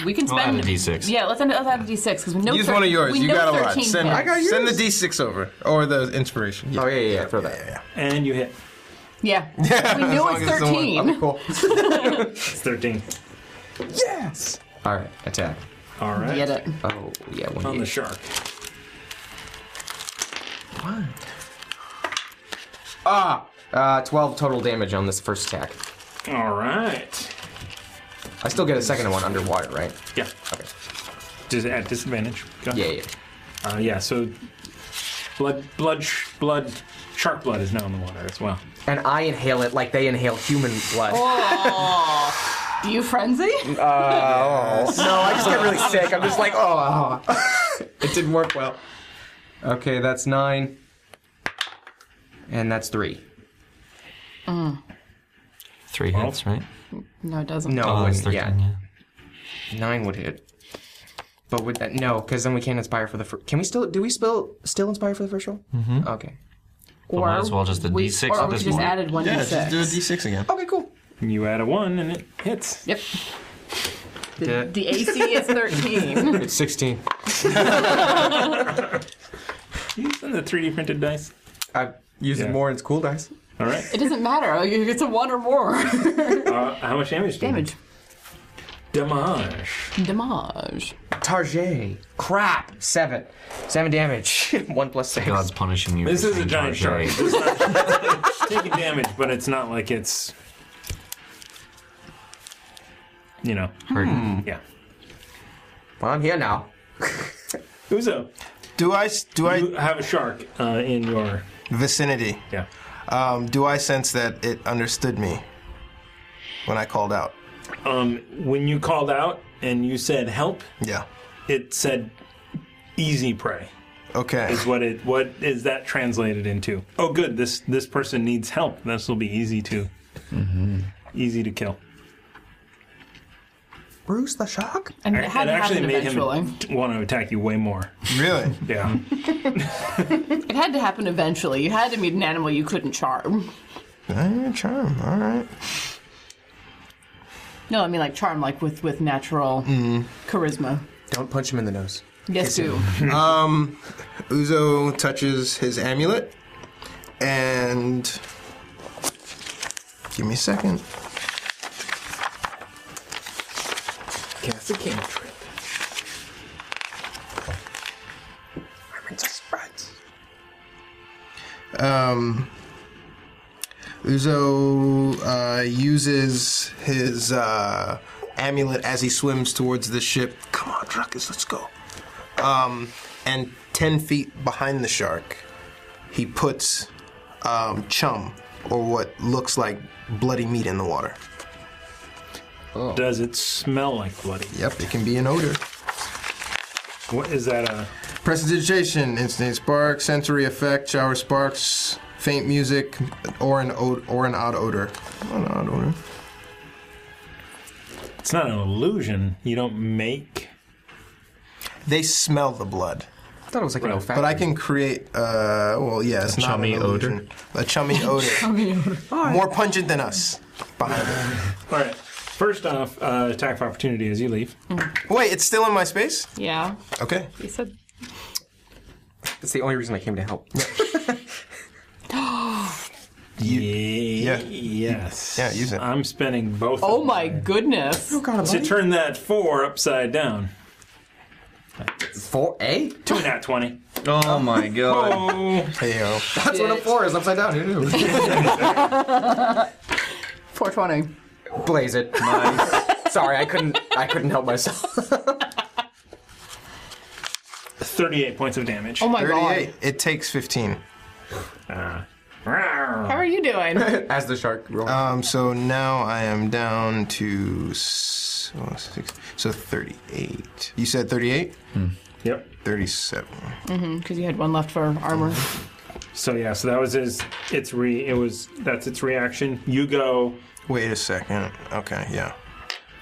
Speaker 6: We can
Speaker 10: I'll add
Speaker 6: spend
Speaker 10: a D6.
Speaker 6: Yeah, let's end it- let's add a D6 because we know.
Speaker 2: Use
Speaker 6: thir-
Speaker 2: one of yours.
Speaker 6: We
Speaker 2: You
Speaker 6: know
Speaker 2: got a
Speaker 6: 13
Speaker 2: lot. Send,
Speaker 6: hits.
Speaker 4: got
Speaker 2: send the D6 over. Or the inspiration.
Speaker 4: Oh yeah, yeah, yeah. Throw that.
Speaker 1: And you hit.
Speaker 2: [LAUGHS]
Speaker 6: Yeah. We knew it's
Speaker 7: it's the
Speaker 6: 13.
Speaker 7: one-
Speaker 4: Cool.
Speaker 1: It's 13.
Speaker 4: yes. All right. Attack.
Speaker 1: All right.
Speaker 6: Get it.
Speaker 4: Oh yeah. One
Speaker 1: On the
Speaker 4: hit.
Speaker 1: shark.
Speaker 4: ah. Uh, twelve total damage on this first attack.
Speaker 1: All right.
Speaker 4: I still get a second one underwater, right?
Speaker 1: Yeah.
Speaker 4: Okay.
Speaker 1: Just at disadvantage. Go.
Speaker 4: Yeah, yeah.
Speaker 1: Uh, yeah, so blood, blood, sh- blood, shark blood is now in the water as well.
Speaker 4: And I inhale it like they inhale human blood.
Speaker 6: Do you frenzy?
Speaker 4: No, I just get really sick. I'm just like, oh. it didn't work well. Okay, that's nine. And that's three.
Speaker 6: Mm.
Speaker 10: Three hits, right?
Speaker 6: No, it doesn't.
Speaker 4: No,
Speaker 10: Oh,
Speaker 4: it
Speaker 10: it's
Speaker 4: wouldn't, yeah.
Speaker 10: 13,
Speaker 4: Nine would hit. But would that no? Because then we can't inspire for the first. Can we still? Do we still still inspire for the first roll?
Speaker 10: Mhm.
Speaker 4: Okay.
Speaker 6: Or
Speaker 10: might as well just the
Speaker 6: we-
Speaker 10: D6
Speaker 6: or
Speaker 10: at
Speaker 6: we
Speaker 10: this
Speaker 6: just
Speaker 10: point.
Speaker 6: added one
Speaker 10: Yeah,
Speaker 6: D6.
Speaker 10: just do
Speaker 4: a D6 again. Okay, cool.
Speaker 1: You add a one and it hits.
Speaker 6: Yep. The AC is 13.
Speaker 4: it's 16.
Speaker 1: Using the 3D printed dice.
Speaker 4: I've used
Speaker 1: it
Speaker 4: more in school dice.
Speaker 1: All right.
Speaker 6: It doesn't matter. Oh, It's a one or more.
Speaker 1: Uh, how much damage? do you do?
Speaker 6: Damage.
Speaker 1: Damage.
Speaker 6: Damage.
Speaker 4: Target. Crap. Seven. Seven damage. [LAUGHS] One plus six.
Speaker 10: God's punishing you.
Speaker 1: This
Speaker 10: for
Speaker 1: is a
Speaker 10: saying
Speaker 1: giant shark.
Speaker 10: Tarjay.
Speaker 1: It's not- [LAUGHS] it's taking damage, but it's not like it's. You know. Hmm.
Speaker 7: Hurting.
Speaker 1: Yeah.
Speaker 4: Well, I'm here now.
Speaker 1: Uzo.
Speaker 7: Do I s- do I
Speaker 1: have a shark uh, in your
Speaker 7: vicinity?
Speaker 1: Yeah.
Speaker 7: Um, do I sense that it understood me when I called out?
Speaker 1: Um, when you called out and you said help,
Speaker 7: yeah,
Speaker 1: it said easy prey. [LAUGHS]
Speaker 7: Okay,
Speaker 1: is what it what is that translated into? Oh, good. This this person needs help. This will be easy to Mm-hmm. easy to kill.
Speaker 4: Bruce the Shark?
Speaker 6: And it had to
Speaker 1: actually
Speaker 6: happen
Speaker 1: made
Speaker 6: eventually.
Speaker 1: him want to attack you way more.
Speaker 7: Really?
Speaker 1: [LAUGHS] yeah.
Speaker 6: It had to happen eventually. You had to meet an animal you couldn't charm.
Speaker 7: Ah, charm. All right.
Speaker 6: No, I mean like charm, like with with natural
Speaker 2: Mm-hmm.
Speaker 6: charisma.
Speaker 4: Don't punch him in the nose.
Speaker 6: Yes, do.
Speaker 7: um, Uzo touches his amulet and give me a second. Cast a cantrip. Um, Uzo uh, uses his uh, amulet as he swims towards the ship. Come on, Druckus, let's go. Um, and 10 feet behind the shark, he puts um, chum, or what looks like bloody meat, in the water.
Speaker 1: Does it smell like bloody?
Speaker 7: Yep, it can be an odor.
Speaker 1: What is that? A
Speaker 7: Prestidigitation, instant spark, sensory effect, shower sparks, faint music, or an od- or an odd odor. An odd odor.
Speaker 1: it's not an illusion. You don't make.
Speaker 7: They smell the blood.
Speaker 4: I thought it was like an olfactory.
Speaker 7: But I can create. Uh, well, yeah, it's
Speaker 4: A
Speaker 7: not
Speaker 4: chummy
Speaker 7: an illusion. A [LAUGHS] chummy odor. More pungent than us. Behind it.
Speaker 1: All right. First off, uh, attack of opportunity as you leave.
Speaker 7: Wait, it's still in my space.
Speaker 6: Yeah.
Speaker 7: Okay.
Speaker 6: You said.
Speaker 4: That's the only reason I came to help.
Speaker 1: yeah. Yes. Yeah. Use it. I'm spending both.
Speaker 6: oh my goodness. Oh god,
Speaker 1: to turn that four upside down.
Speaker 4: Four A?
Speaker 1: Two and out twenty.
Speaker 10: Oh my god.
Speaker 7: Hey yo.
Speaker 4: That's what a four is upside down. Who knew?
Speaker 6: 420.
Speaker 4: [LAUGHS] Blaze it. Nice. [LAUGHS] Sorry, I couldn't. I couldn't help myself. [LAUGHS]
Speaker 1: Thirty-eight points of damage.
Speaker 6: Oh my god.
Speaker 7: It takes 15.
Speaker 6: How are you doing? [LAUGHS]
Speaker 4: As the shark rolls.
Speaker 7: Um, so now I am down to s- oh, six, so 38. You said 38?
Speaker 1: Yep.
Speaker 7: 37.
Speaker 6: Mm-hmm. Because you had one left for armor.
Speaker 1: So yeah, so that was his. It's re. It was that's its reaction. You go.
Speaker 7: Wait a second. Okay, yeah.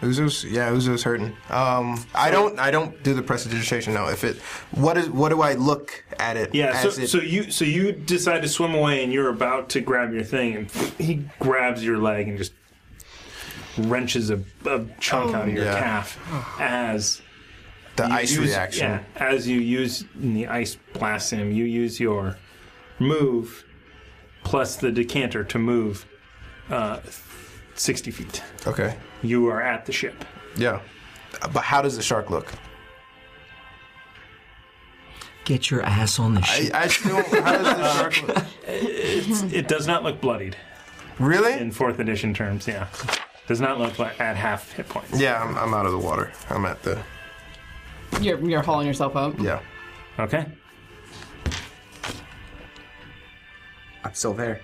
Speaker 7: Uzo's yeah, Uzo's hurting. Um, I don't I don't do the prestidigitation now. If it what is what do I look at it
Speaker 1: Yeah. So,
Speaker 7: as it
Speaker 1: so you so you decide to swim away, and you're about to grab your thing, and he grabs your leg and just wrenches a, a chunk out of your
Speaker 7: Yeah.
Speaker 1: calf as
Speaker 7: the
Speaker 1: you
Speaker 7: ice
Speaker 1: use-
Speaker 7: reaction.
Speaker 1: Yeah, as you use and the ice blasts him, you use your move plus the decanter to move uh, sixty feet.
Speaker 7: Okay.
Speaker 1: You are at the ship.
Speaker 7: Yeah. But how does the shark look?
Speaker 13: Get your ass on the
Speaker 7: I,
Speaker 13: ship.
Speaker 7: I still how does the
Speaker 13: [LAUGHS]
Speaker 7: shark look?
Speaker 1: It's, it does not look bloodied.
Speaker 7: Really?
Speaker 1: In fourth edition terms, yeah. Does not look like at half hit points.
Speaker 7: Yeah, I'm, I'm out of the water. I'm at the
Speaker 6: You're, you're hauling yourself up.
Speaker 7: yeah.
Speaker 1: Okay.
Speaker 4: I'm still there.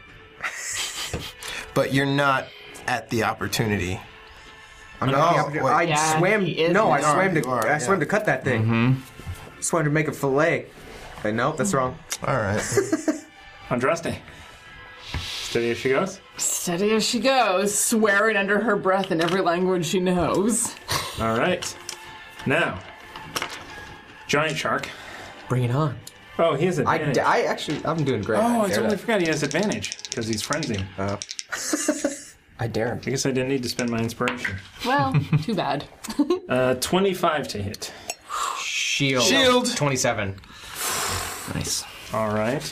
Speaker 7: But you're not at the opportunity.
Speaker 4: I'm
Speaker 7: No,
Speaker 4: not the opportunity-
Speaker 7: oh, wait.
Speaker 4: I
Speaker 6: Yeah,
Speaker 4: swam.
Speaker 6: he is.
Speaker 4: No, I
Speaker 7: You are,
Speaker 4: swam
Speaker 7: you
Speaker 4: to.
Speaker 7: are,
Speaker 4: I swam
Speaker 7: yeah.
Speaker 4: to cut that thing. Swam to make a fillet. Uh, nope, that's wrong.
Speaker 7: All right.
Speaker 1: Andraste. Steady as she goes.
Speaker 6: Steady as she goes, swearing under her breath in every language she knows.
Speaker 1: All right. Now, giant shark.
Speaker 4: Bring it on.
Speaker 1: Oh, he has
Speaker 4: I,
Speaker 1: advantage.
Speaker 4: I actually, I'm doing great.
Speaker 1: oh, I
Speaker 4: dare
Speaker 1: totally
Speaker 4: that.
Speaker 1: forgot he has advantage because he's frenzied.
Speaker 4: Oh. I dare him.
Speaker 1: I guess I didn't need to spend my inspiration.
Speaker 6: Well, too bad.
Speaker 1: Uh, 25 to hit.
Speaker 4: Shield.
Speaker 7: Shield.
Speaker 4: 27.
Speaker 10: Nice.
Speaker 1: All right.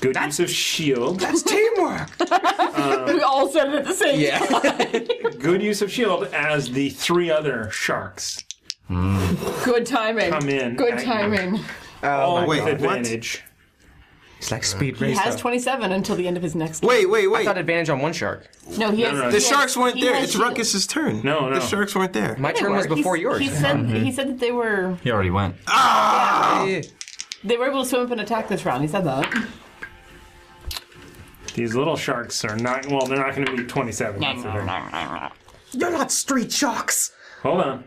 Speaker 1: Good use of shield.
Speaker 4: That's teamwork.
Speaker 6: we all said it at the same
Speaker 4: Yeah.
Speaker 1: Good use of shield as the three other sharks
Speaker 6: time. Good timing.
Speaker 1: come in.
Speaker 6: Good
Speaker 1: at you,
Speaker 6: timing.
Speaker 1: All with
Speaker 7: God. What?
Speaker 1: advantage.
Speaker 4: It's like speed
Speaker 6: He
Speaker 4: racer.
Speaker 6: has 27 until the end of his next.
Speaker 7: Wait, wait,
Speaker 4: I
Speaker 7: wait.
Speaker 4: thought advantage on one shark.
Speaker 6: No, he has.
Speaker 1: no, no.
Speaker 6: he
Speaker 7: The
Speaker 6: has-
Speaker 7: sharks weren't
Speaker 6: he
Speaker 7: there.
Speaker 6: has
Speaker 7: It's
Speaker 6: shield.
Speaker 7: Ruckus's turn.
Speaker 1: No,
Speaker 7: The
Speaker 1: no.
Speaker 7: sharks weren't there. Uh,
Speaker 4: My turn was
Speaker 6: He's-
Speaker 4: before yours.
Speaker 6: He said
Speaker 1: Mm-hmm.
Speaker 6: he said that they were
Speaker 10: He already went.
Speaker 6: they were able to swim up and attack this round. He said that.
Speaker 1: These little sharks are not, well, they're not going to be 27. That's the thing.
Speaker 4: You're not street sharks.
Speaker 1: Hold on.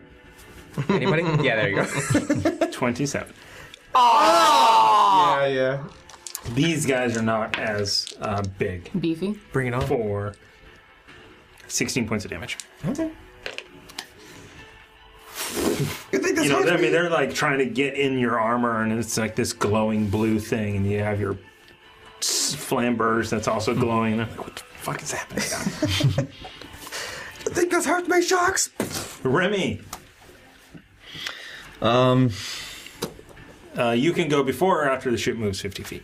Speaker 4: Anybody? Yeah, there you go.
Speaker 1: [LAUGHS] 27.
Speaker 7: Yeah, yeah.
Speaker 1: These guys are not as uh, big
Speaker 6: Beefy.
Speaker 4: Bring it on.
Speaker 1: for 16 points of damage.
Speaker 7: You think
Speaker 1: You
Speaker 7: that's
Speaker 1: know,
Speaker 7: hard?
Speaker 1: I mean, they're like trying to get in your armor, and it's like this glowing blue thing, and you have your s- flambers that's also glowing. And I'm like, what the fuck is happening?
Speaker 7: You think that's hurt my sharks?
Speaker 1: Remy,
Speaker 10: Um,
Speaker 1: uh, you can go before or after the ship moves 50 feet.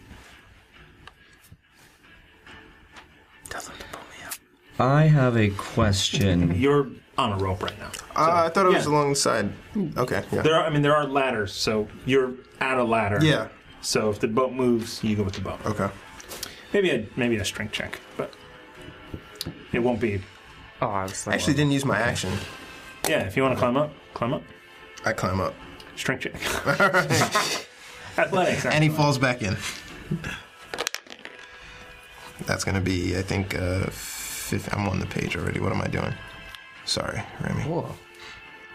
Speaker 10: I have a question.
Speaker 1: You're on a rope right now.
Speaker 7: Uh, I thought it was
Speaker 1: Yeah.
Speaker 7: along the side. Okay. Yeah.
Speaker 1: There, are, I mean, there are ladders, so you're at a ladder.
Speaker 7: Yeah.
Speaker 1: So if the boat moves, you go with the boat.
Speaker 7: Okay.
Speaker 1: Maybe a maybe a strength check, but it won't be.
Speaker 4: Oh, I was
Speaker 7: I
Speaker 4: like,
Speaker 7: actually didn't use my action.
Speaker 1: Yeah, if you want to climb up, climb up.
Speaker 7: I climb up.
Speaker 1: Strength check.
Speaker 7: [LAUGHS]
Speaker 1: Athletics.
Speaker 7: And he falls back in. That's gonna be, I think, uh, fifth. I'm on the page already. What am I doing? Sorry, Remy.
Speaker 4: Whoa.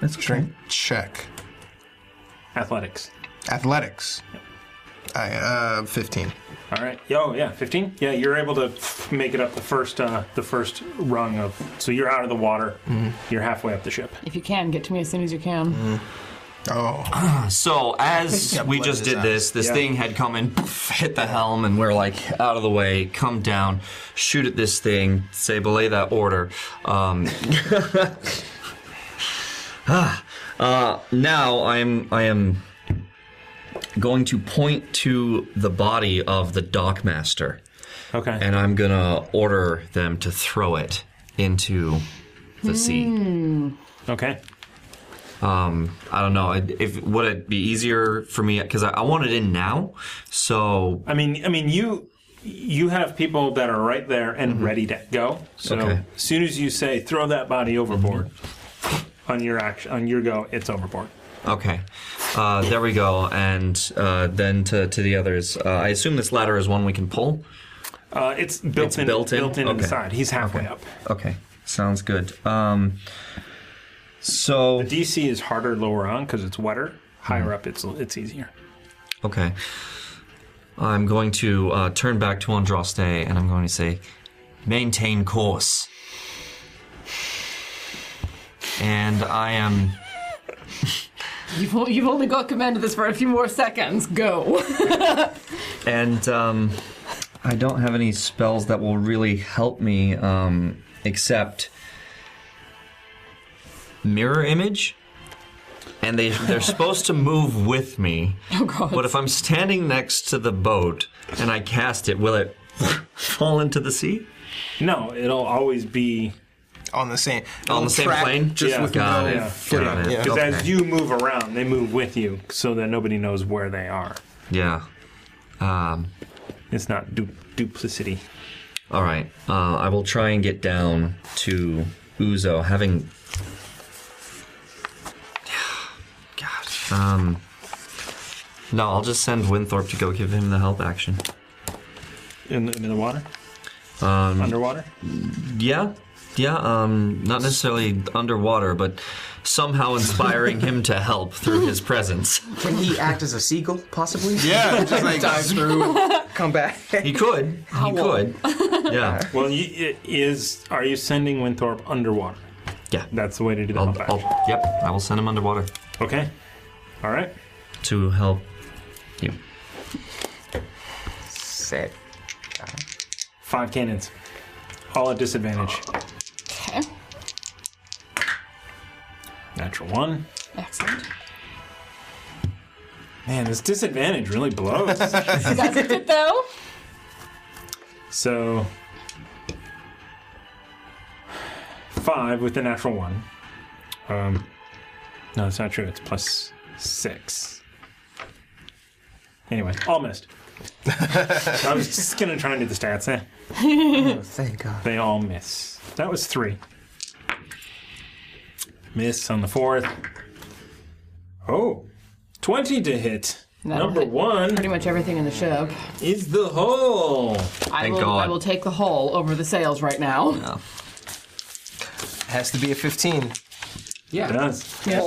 Speaker 10: That's
Speaker 7: Strength check.
Speaker 1: Athletics.
Speaker 7: Athletics. I uh, 15.
Speaker 1: All right. Yo, yeah, fifteen. Yeah, you're able to make it up the first uh, the first rung of. So you're out of the water.
Speaker 10: Mm-hmm.
Speaker 1: You're halfway up the ship.
Speaker 6: If you can, get to me as soon as you can.
Speaker 7: Oh,
Speaker 10: So as
Speaker 7: Yeah,
Speaker 10: we
Speaker 7: blood
Speaker 10: just
Speaker 7: is
Speaker 10: did
Speaker 7: out.
Speaker 10: this, this
Speaker 1: Yeah.
Speaker 10: thing had come and hit the helm, and we're like out of the way. Come down, shoot at this thing. Say belay that order. Um, [LAUGHS] ah, uh, now I'm I am going to point to the body of the dockmaster,
Speaker 1: Okay.
Speaker 10: and I'm gonna order them to throw it into the sea.
Speaker 1: okay.
Speaker 10: I don't know. I'd- If would it be easier for me because I, I want it in now. So
Speaker 1: I mean, I mean, you you have people that are right there and ready to go. So
Speaker 10: Mm-hmm. Okay.
Speaker 1: as soon as you say throw that body overboard
Speaker 10: Mm-hmm.
Speaker 1: on your action on your go, it's overboard.
Speaker 10: okay, uh, there we go. And uh, then to to the others. Uh, I assume this ladder is one we can pull.
Speaker 1: Uh, it's built
Speaker 10: It's
Speaker 1: in.
Speaker 10: built in?
Speaker 1: Built in to
Speaker 10: Okay.
Speaker 1: the side. He's halfway up.
Speaker 10: Okay, sounds good. Um, so
Speaker 1: DC is harder lower on because it's wetter.
Speaker 10: Mm-hmm.
Speaker 1: Higher up, it's it's easier.
Speaker 10: okay, I'm going to uh, turn back to Andraste and I'm going to say, maintain course. And I am.
Speaker 6: You've, o- you've only got command of this for a few more seconds. Go. [LAUGHS]
Speaker 10: and um, I don't have any spells that will really help me, um, except mirror image. And they they're supposed to move with me.
Speaker 6: Oh, God.
Speaker 10: But if I'm standing next to the boat and I cast it, will it [LAUGHS] fall into the sea?
Speaker 1: No, it'll always be
Speaker 7: on the same
Speaker 10: On the same
Speaker 7: track,
Speaker 10: plane?
Speaker 7: just
Speaker 1: Yeah.
Speaker 7: with
Speaker 10: Got
Speaker 7: no
Speaker 10: it.
Speaker 7: footing.
Speaker 10: Got it.
Speaker 7: Yeah.
Speaker 1: because as you move around, they move with you, so that nobody knows where they are.
Speaker 10: Yeah. Um,
Speaker 1: It's not du- duplicity.
Speaker 10: all right. Uh, I will try and get down to Uzo, having. [SIGHS] God. Um. No, I'll just send Winthorpe to go give him the help action.
Speaker 1: In, in the water? Um, Underwater?
Speaker 10: Yeah, yeah. Um, not necessarily underwater, but somehow inspiring him to help through his presence.
Speaker 4: Can he act as a seagull, possibly? [LAUGHS]
Speaker 10: Yeah, just like
Speaker 4: dive through, [LAUGHS] come back.
Speaker 10: He could. He could. Yeah.
Speaker 1: Well, you, i- is are you sending Winthorpe underwater?
Speaker 10: Yeah.
Speaker 1: That's the way to do the
Speaker 10: I'll-
Speaker 1: help action.
Speaker 10: I'll- yep, I will send him underwater.
Speaker 1: Okay. All right.
Speaker 10: To help you.
Speaker 4: Set.
Speaker 1: Five cannons. All at disadvantage.
Speaker 6: Okay.
Speaker 1: Natural one.
Speaker 6: Excellent.
Speaker 1: Man, this disadvantage really blows.
Speaker 6: You guys did it though.
Speaker 1: so. Five with the natural one. Um, no, that's not true. It's plus six. Anyway, all missed. I was just gonna try and do the stats. Eh?
Speaker 6: Oh,
Speaker 4: thank God.
Speaker 1: They all miss. That was three. Miss on the fourth. Oh, 20 to hit.
Speaker 6: That'll
Speaker 1: Number
Speaker 6: hit
Speaker 1: one
Speaker 6: Pretty much everything in the ship.
Speaker 1: is the hole.
Speaker 6: I will, I will take the hull over the sails right now.
Speaker 7: [LAUGHS]
Speaker 6: [LAUGHS]
Speaker 7: Has to be a 15.
Speaker 1: It does.
Speaker 6: Yeah.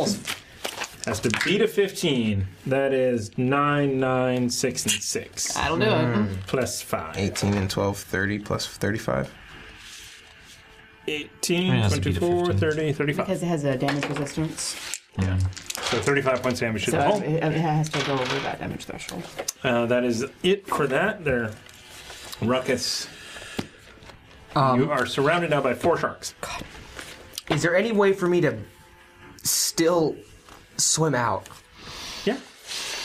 Speaker 1: Has to beat a 15. That is 9, 9, 6, and 6.
Speaker 6: That'll do it.
Speaker 7: Hmm.
Speaker 6: Mm.
Speaker 1: Plus 5.
Speaker 7: 18 and 12, 30 plus 35.
Speaker 1: 18,
Speaker 7: It has to beat a
Speaker 1: 24, 30, 35.
Speaker 6: Because it has a damage resistance.
Speaker 1: Yeah. So 35 points damage to
Speaker 6: So
Speaker 1: the hole.
Speaker 2: Oh.
Speaker 6: it, it has to go over that damage threshold.
Speaker 1: Uh, that is it for that. They're ruckus. you are surrounded now by four sharks.
Speaker 4: Is there any way for me to still swim out?
Speaker 1: Yeah.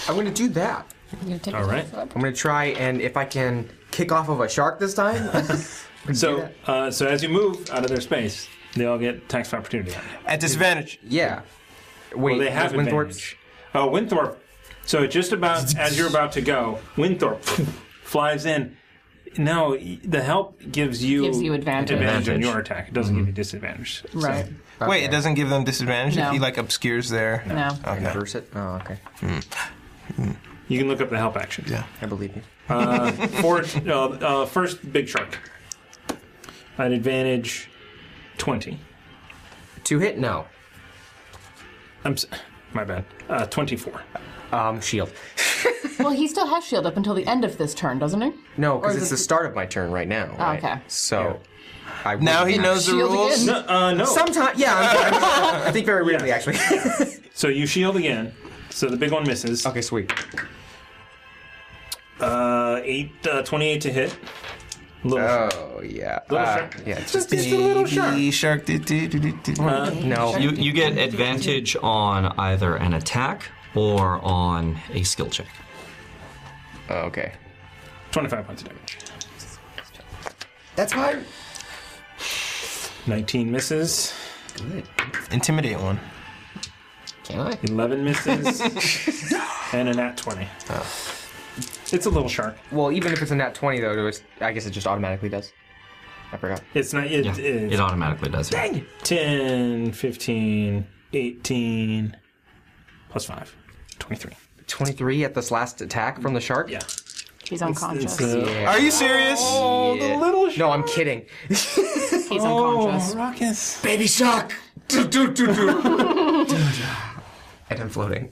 Speaker 4: I'm gonna do that.
Speaker 6: I'm gonna take
Speaker 1: All right.
Speaker 4: I'm gonna try and if I can kick off of a shark this time. [LAUGHS]
Speaker 1: So, uh, so as you move out of their space, they all get tax of opportunity.
Speaker 7: At disadvantage.
Speaker 4: yeah. Wait,
Speaker 1: well, they have
Speaker 4: does Winthorpe-
Speaker 1: advantage. Oh, Winthorpe. So just about as you're about to go, Winthorpe [LAUGHS] flies in. No, the help gives you
Speaker 6: Gives you advantage.
Speaker 1: on
Speaker 6: Advantage.
Speaker 1: your attack. It doesn't give you disadvantage. So-
Speaker 6: Right.
Speaker 7: Wait, it doesn't give them disadvantage
Speaker 6: No.
Speaker 7: if he like obscures their.
Speaker 6: No.
Speaker 7: Okay.
Speaker 4: Reverse it. Oh, okay.
Speaker 1: You can look up the help action. [LAUGHS]
Speaker 7: Yeah.
Speaker 4: I believe you.
Speaker 1: Uh, four, uh, uh, first big shark. At advantage, twenty.
Speaker 4: Two hit? No.
Speaker 1: I'm s- my bad. Uh, Twenty-four.
Speaker 4: Um, shield.
Speaker 6: Well, he still has shield up until the end of this turn, doesn't he?
Speaker 4: No,
Speaker 6: Or
Speaker 4: because
Speaker 6: is
Speaker 4: it's
Speaker 6: it-
Speaker 4: the start of my turn right now.
Speaker 6: Oh,
Speaker 4: right?
Speaker 6: okay.
Speaker 4: So, I
Speaker 7: Now he
Speaker 4: wouldn't
Speaker 7: knows the
Speaker 6: Shield
Speaker 7: rules.
Speaker 6: again.
Speaker 1: No, uh, no.
Speaker 4: Sometimes, yeah. I'm- I think very weirdly, actually. [LAUGHS]
Speaker 1: So you shield again. So the big one misses.
Speaker 4: okay, sweet.
Speaker 1: Uh, eight, uh, 28 to hit. Little shark.
Speaker 4: Oh yeah.
Speaker 1: Little
Speaker 4: Uh,
Speaker 1: shark.
Speaker 4: Yeah, it's just
Speaker 7: Baby shark. do, do, do, do, do.
Speaker 4: no.
Speaker 10: You, you get advantage on either an attack or on a skill check.
Speaker 4: Oh, okay.
Speaker 1: 25 points of damage.
Speaker 4: That's why.
Speaker 1: 19 misses.
Speaker 7: Intimidate one.
Speaker 4: Can I?
Speaker 1: 11 misses.
Speaker 7: [LAUGHS]
Speaker 1: and a nat 20.
Speaker 7: Oh.
Speaker 1: It's a little shark.
Speaker 4: Well, even if it's a nat twenty though, it was, I guess it just automatically does. I forgot.
Speaker 1: It's not. It,
Speaker 10: Yeah,
Speaker 1: it's
Speaker 10: it automatically does. it.
Speaker 1: 10, 15, 18, plus 5. 23.
Speaker 4: Twenty-three at this last attack from the shark.
Speaker 1: Yeah.
Speaker 6: He's unconscious.
Speaker 1: It's, uh,
Speaker 4: Yeah.
Speaker 7: Are you serious?
Speaker 4: Oh, the little shark. No, I'm kidding.
Speaker 6: He's unconscious.
Speaker 1: Ruckus.
Speaker 4: Baby shark. Do, do, do,
Speaker 6: [LAUGHS]
Speaker 4: do. and I'm floating.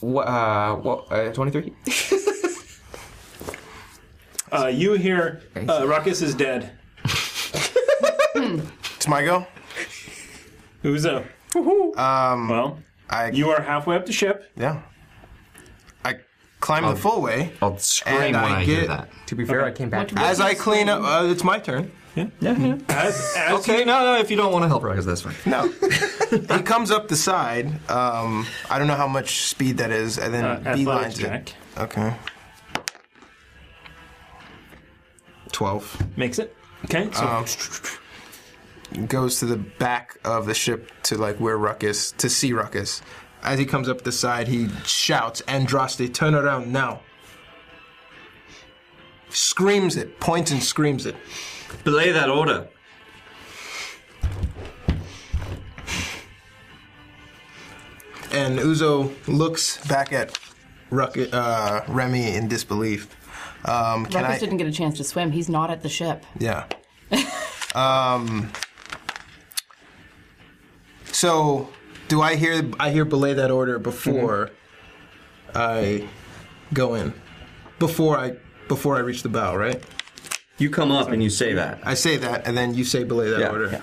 Speaker 4: What? Uh, what? Uh, twenty-three.
Speaker 1: Uh, you hear uh, Ruckus is dead.
Speaker 7: It's my go.
Speaker 1: Uzo.
Speaker 7: Um,
Speaker 1: Well,
Speaker 7: I
Speaker 1: you are halfway up the ship.
Speaker 7: yeah. I climb the full way.
Speaker 10: I'll scream
Speaker 7: And
Speaker 10: when
Speaker 7: I
Speaker 10: I, hear
Speaker 7: get-
Speaker 10: that.
Speaker 4: To be fair, I came back.
Speaker 7: As I clean up, uh, it's my turn.
Speaker 1: As, as
Speaker 10: Okay, no, no, if you don't want to help Ruckus, that's fine.
Speaker 7: [LAUGHS] No, he comes up the side. Um, I don't know how much speed that is, and then
Speaker 1: Uh, athletics
Speaker 7: beelines
Speaker 1: check.
Speaker 7: it. Okay. Twelve.
Speaker 1: Makes it. Okay, so
Speaker 7: Um, goes to the back of the ship to like where Ruckus to see Ruckus. As he comes up the side, he shouts, "Andraste, turn around now!" Screams it, points and screams it.
Speaker 10: Belay that order.
Speaker 7: And Uzo looks back at Ruckus, uh, Remy in disbelief. Um, can
Speaker 6: Ruckus
Speaker 7: I?
Speaker 6: didn't get a chance to swim. He's not at the ship.
Speaker 7: Yeah. um, So, do I hear? I hear belay that order before I go in, before I before I reach the bow, right?
Speaker 10: You come up and you say that.
Speaker 7: I say that, and then you say belay that
Speaker 10: Yeah,
Speaker 7: order.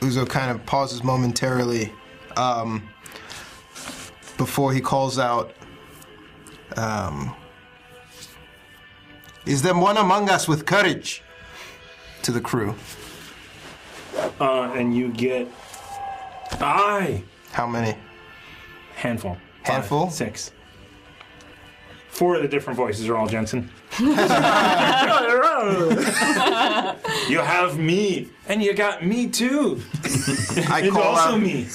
Speaker 7: Uzo kind of pauses momentarily um, before he calls out. Um, Is there one among us with courage? To the crew.
Speaker 1: Uh, and you get. I.
Speaker 7: How many?
Speaker 1: Handful. Handful? six. Four of the different voices are all Jensen. [LAUGHS] You have me, and you got me too.
Speaker 7: I
Speaker 1: and
Speaker 7: call
Speaker 1: also
Speaker 7: out- [LAUGHS]
Speaker 1: me.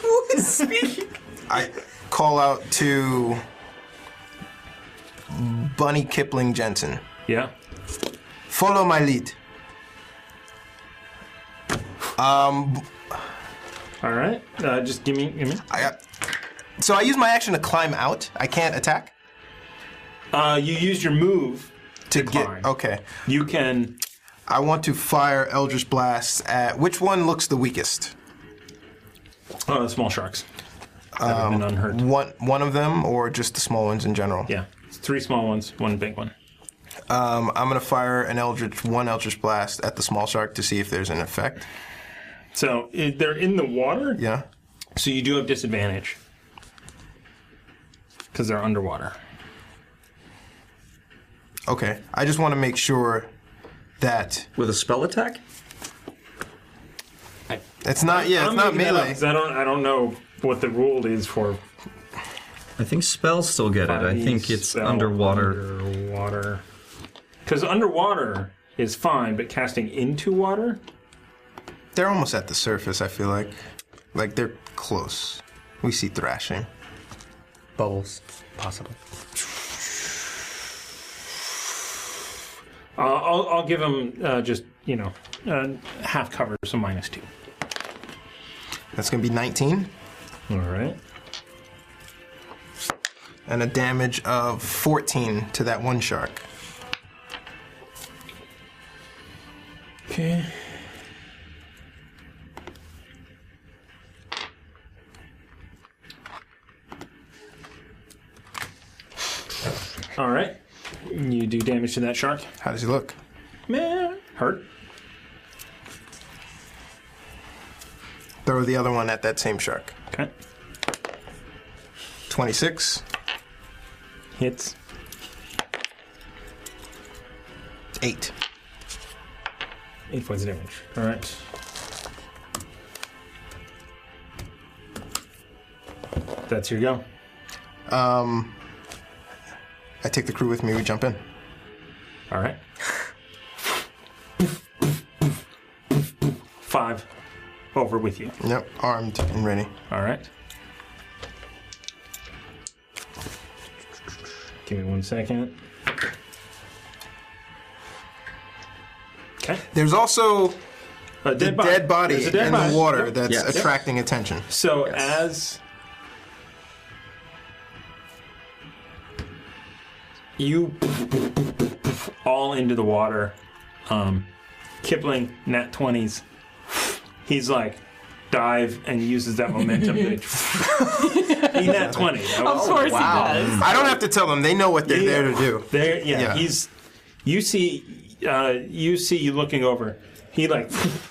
Speaker 7: Who is speaking? I call out to Bunny Kipling Jensen.
Speaker 1: Yeah.
Speaker 7: Follow my lead. Um.
Speaker 1: All right. Uh, just give me. Give me.
Speaker 7: I got. So I use my action to climb out. I can't attack.
Speaker 1: Uh, you used your move
Speaker 7: to, get. Okay.
Speaker 1: You can.
Speaker 7: I want to fire Eldritch Blast at which one looks the weakest?
Speaker 1: Oh, the small sharks.
Speaker 7: Um, One one of them, or just the small ones in general?
Speaker 1: Yeah, three small ones, one big one.
Speaker 7: Um, I'm gonna fire an Eldritch one Eldritch Blast at the small shark to see if there's an effect.
Speaker 1: So i- they're in the water.
Speaker 7: Yeah.
Speaker 1: So you do have disadvantage because they're underwater.
Speaker 7: Okay. I just want to make sure that
Speaker 10: with a spell attack.
Speaker 7: It's not. Yeah, it's
Speaker 1: I'm
Speaker 7: not
Speaker 1: making that up
Speaker 7: melee.
Speaker 1: 'cause I don't. I don't know what the rule is for
Speaker 10: I think spells still get it. I think it's
Speaker 1: spell
Speaker 10: underwater.
Speaker 1: underwater. Because underwater is fine, but casting into water.
Speaker 7: They're almost at the surface. I feel like, like they're close. We see thrashing. Bubbles, possible.
Speaker 1: Uh, I'll, I'll give him uh, just you know uh, half cover, so minus two.
Speaker 7: That's gonna be 19.
Speaker 1: All right.
Speaker 7: And a damage of 14 to that one shark.
Speaker 1: Okay. All right. You do damage to that shark.
Speaker 7: How does he look?
Speaker 1: Man, hurt.
Speaker 7: Throw the other one at that same shark.
Speaker 1: Okay.
Speaker 7: 26.
Speaker 1: Hits.
Speaker 7: Eight.
Speaker 1: Eight points of damage. All right. That's your go.
Speaker 7: Um, I take the crew with me. We jump in.
Speaker 1: All right. Five. Over with you.
Speaker 7: Yep, armed and ready.
Speaker 1: All right. Give me one second. Okay.
Speaker 7: There's also
Speaker 1: a
Speaker 7: the
Speaker 1: Uh, dead body.
Speaker 7: dead body
Speaker 1: There's a dead
Speaker 7: in
Speaker 1: body.
Speaker 7: the water
Speaker 1: Yep.
Speaker 7: that's
Speaker 1: Yes. Yep.
Speaker 7: attracting attention.
Speaker 1: So as you all into the water, um, Kipling nat twenties. He's like dive and uses that momentum.
Speaker 7: [LAUGHS]
Speaker 1: to, he nat twenty. Oh,
Speaker 7: Of course he [LAUGHS] does. I don't have to tell them. They know what they're there to do.
Speaker 1: They're, yeah,
Speaker 7: Yeah.
Speaker 1: he's. You see, uh, you see, you looking over. He like,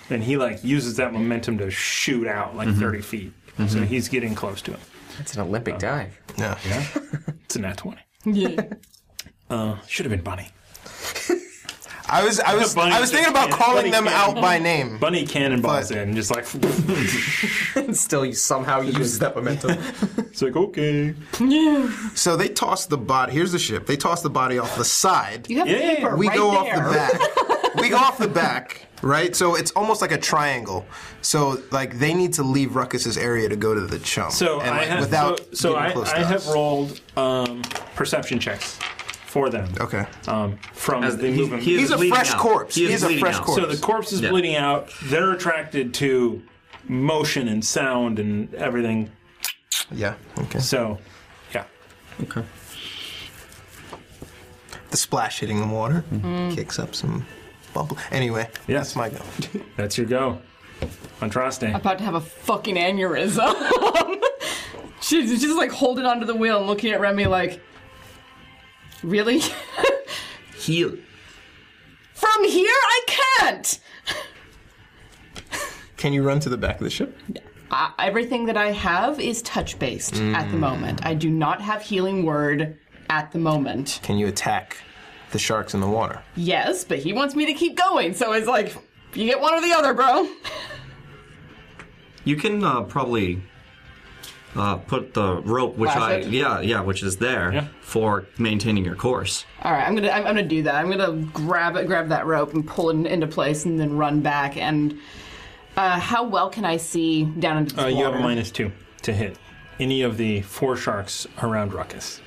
Speaker 1: and he like uses that momentum to shoot out like
Speaker 7: Mm-hmm.
Speaker 4: Mhm.
Speaker 1: thirty feet. So
Speaker 4: Mhm.
Speaker 1: he's getting close to him.
Speaker 4: That's an Olympic dive.
Speaker 7: Yeah.
Speaker 1: Yeah. it's a nat twenty.
Speaker 6: Yeah.
Speaker 7: Oh,
Speaker 1: Uh, should have been Bunny.
Speaker 7: I was I was I was thinking about calling them out by name.
Speaker 1: Bunny cannonballs in, just like. [LAUGHS]
Speaker 4: Still, you somehow use that [LAUGHS] momentum.
Speaker 1: it's like okay.
Speaker 7: So they toss the body. Here's the ship. They toss the body off the side.
Speaker 6: You have Yeah. paper
Speaker 7: We
Speaker 6: right
Speaker 7: go
Speaker 6: there.
Speaker 7: off the
Speaker 6: [LAUGHS]
Speaker 7: back. we go off the back, right? So it's almost like a triangle. So like they need to leave Ruckus's area to go to the chump.
Speaker 1: So
Speaker 7: and,
Speaker 1: I
Speaker 7: like,
Speaker 1: have
Speaker 7: without
Speaker 1: so, so
Speaker 7: getting
Speaker 1: I,
Speaker 7: close
Speaker 1: I
Speaker 7: to
Speaker 1: have
Speaker 7: us.
Speaker 1: rolled um, perception checks for them.
Speaker 7: Okay.
Speaker 1: Um, from
Speaker 7: As-
Speaker 1: the
Speaker 7: he-
Speaker 1: movement.
Speaker 7: he is He's a bleeding fresh out. corpse. He is He is a bleeding fresh out. corpse.
Speaker 1: So the corpse is
Speaker 7: Yeah.
Speaker 1: bleeding out. They're attracted to motion and sound and everything.
Speaker 7: Yeah. Okay.
Speaker 1: So, yeah.
Speaker 7: Okay. The splash hitting the water kicks up some bubble. Anyway, that's my go.
Speaker 1: That's your go. on Troste.
Speaker 6: about to have a fucking aneurysm. [LAUGHS] she's she's just like holding onto the wheel and looking at Remy like, really? [LAUGHS]
Speaker 10: Heal.
Speaker 6: From here, I can't.
Speaker 7: Can you run to the back of the ship?
Speaker 6: I, everything that I have is touch based at the
Speaker 7: Mm.
Speaker 6: moment. I do not have healing word at the moment.
Speaker 7: Can you attack the sharks in the water?
Speaker 1: [LAUGHS]
Speaker 6: Yes, but he wants me to keep going, so it's like, you get one or the other, bro.
Speaker 10: You can uh, probably uh, put the rope, which
Speaker 6: Lasso
Speaker 10: I
Speaker 6: it?
Speaker 10: yeah yeah, which is there for maintaining your course.
Speaker 6: All right, I'm gonna I'm, I'm gonna do that. I'm gonna grab it, grab that rope, and pull it in- into place, and then run back. And uh, how well can I see down into the
Speaker 1: Uh, you have a
Speaker 6: water?
Speaker 1: minus two to hit any of the four sharks around Ruckus.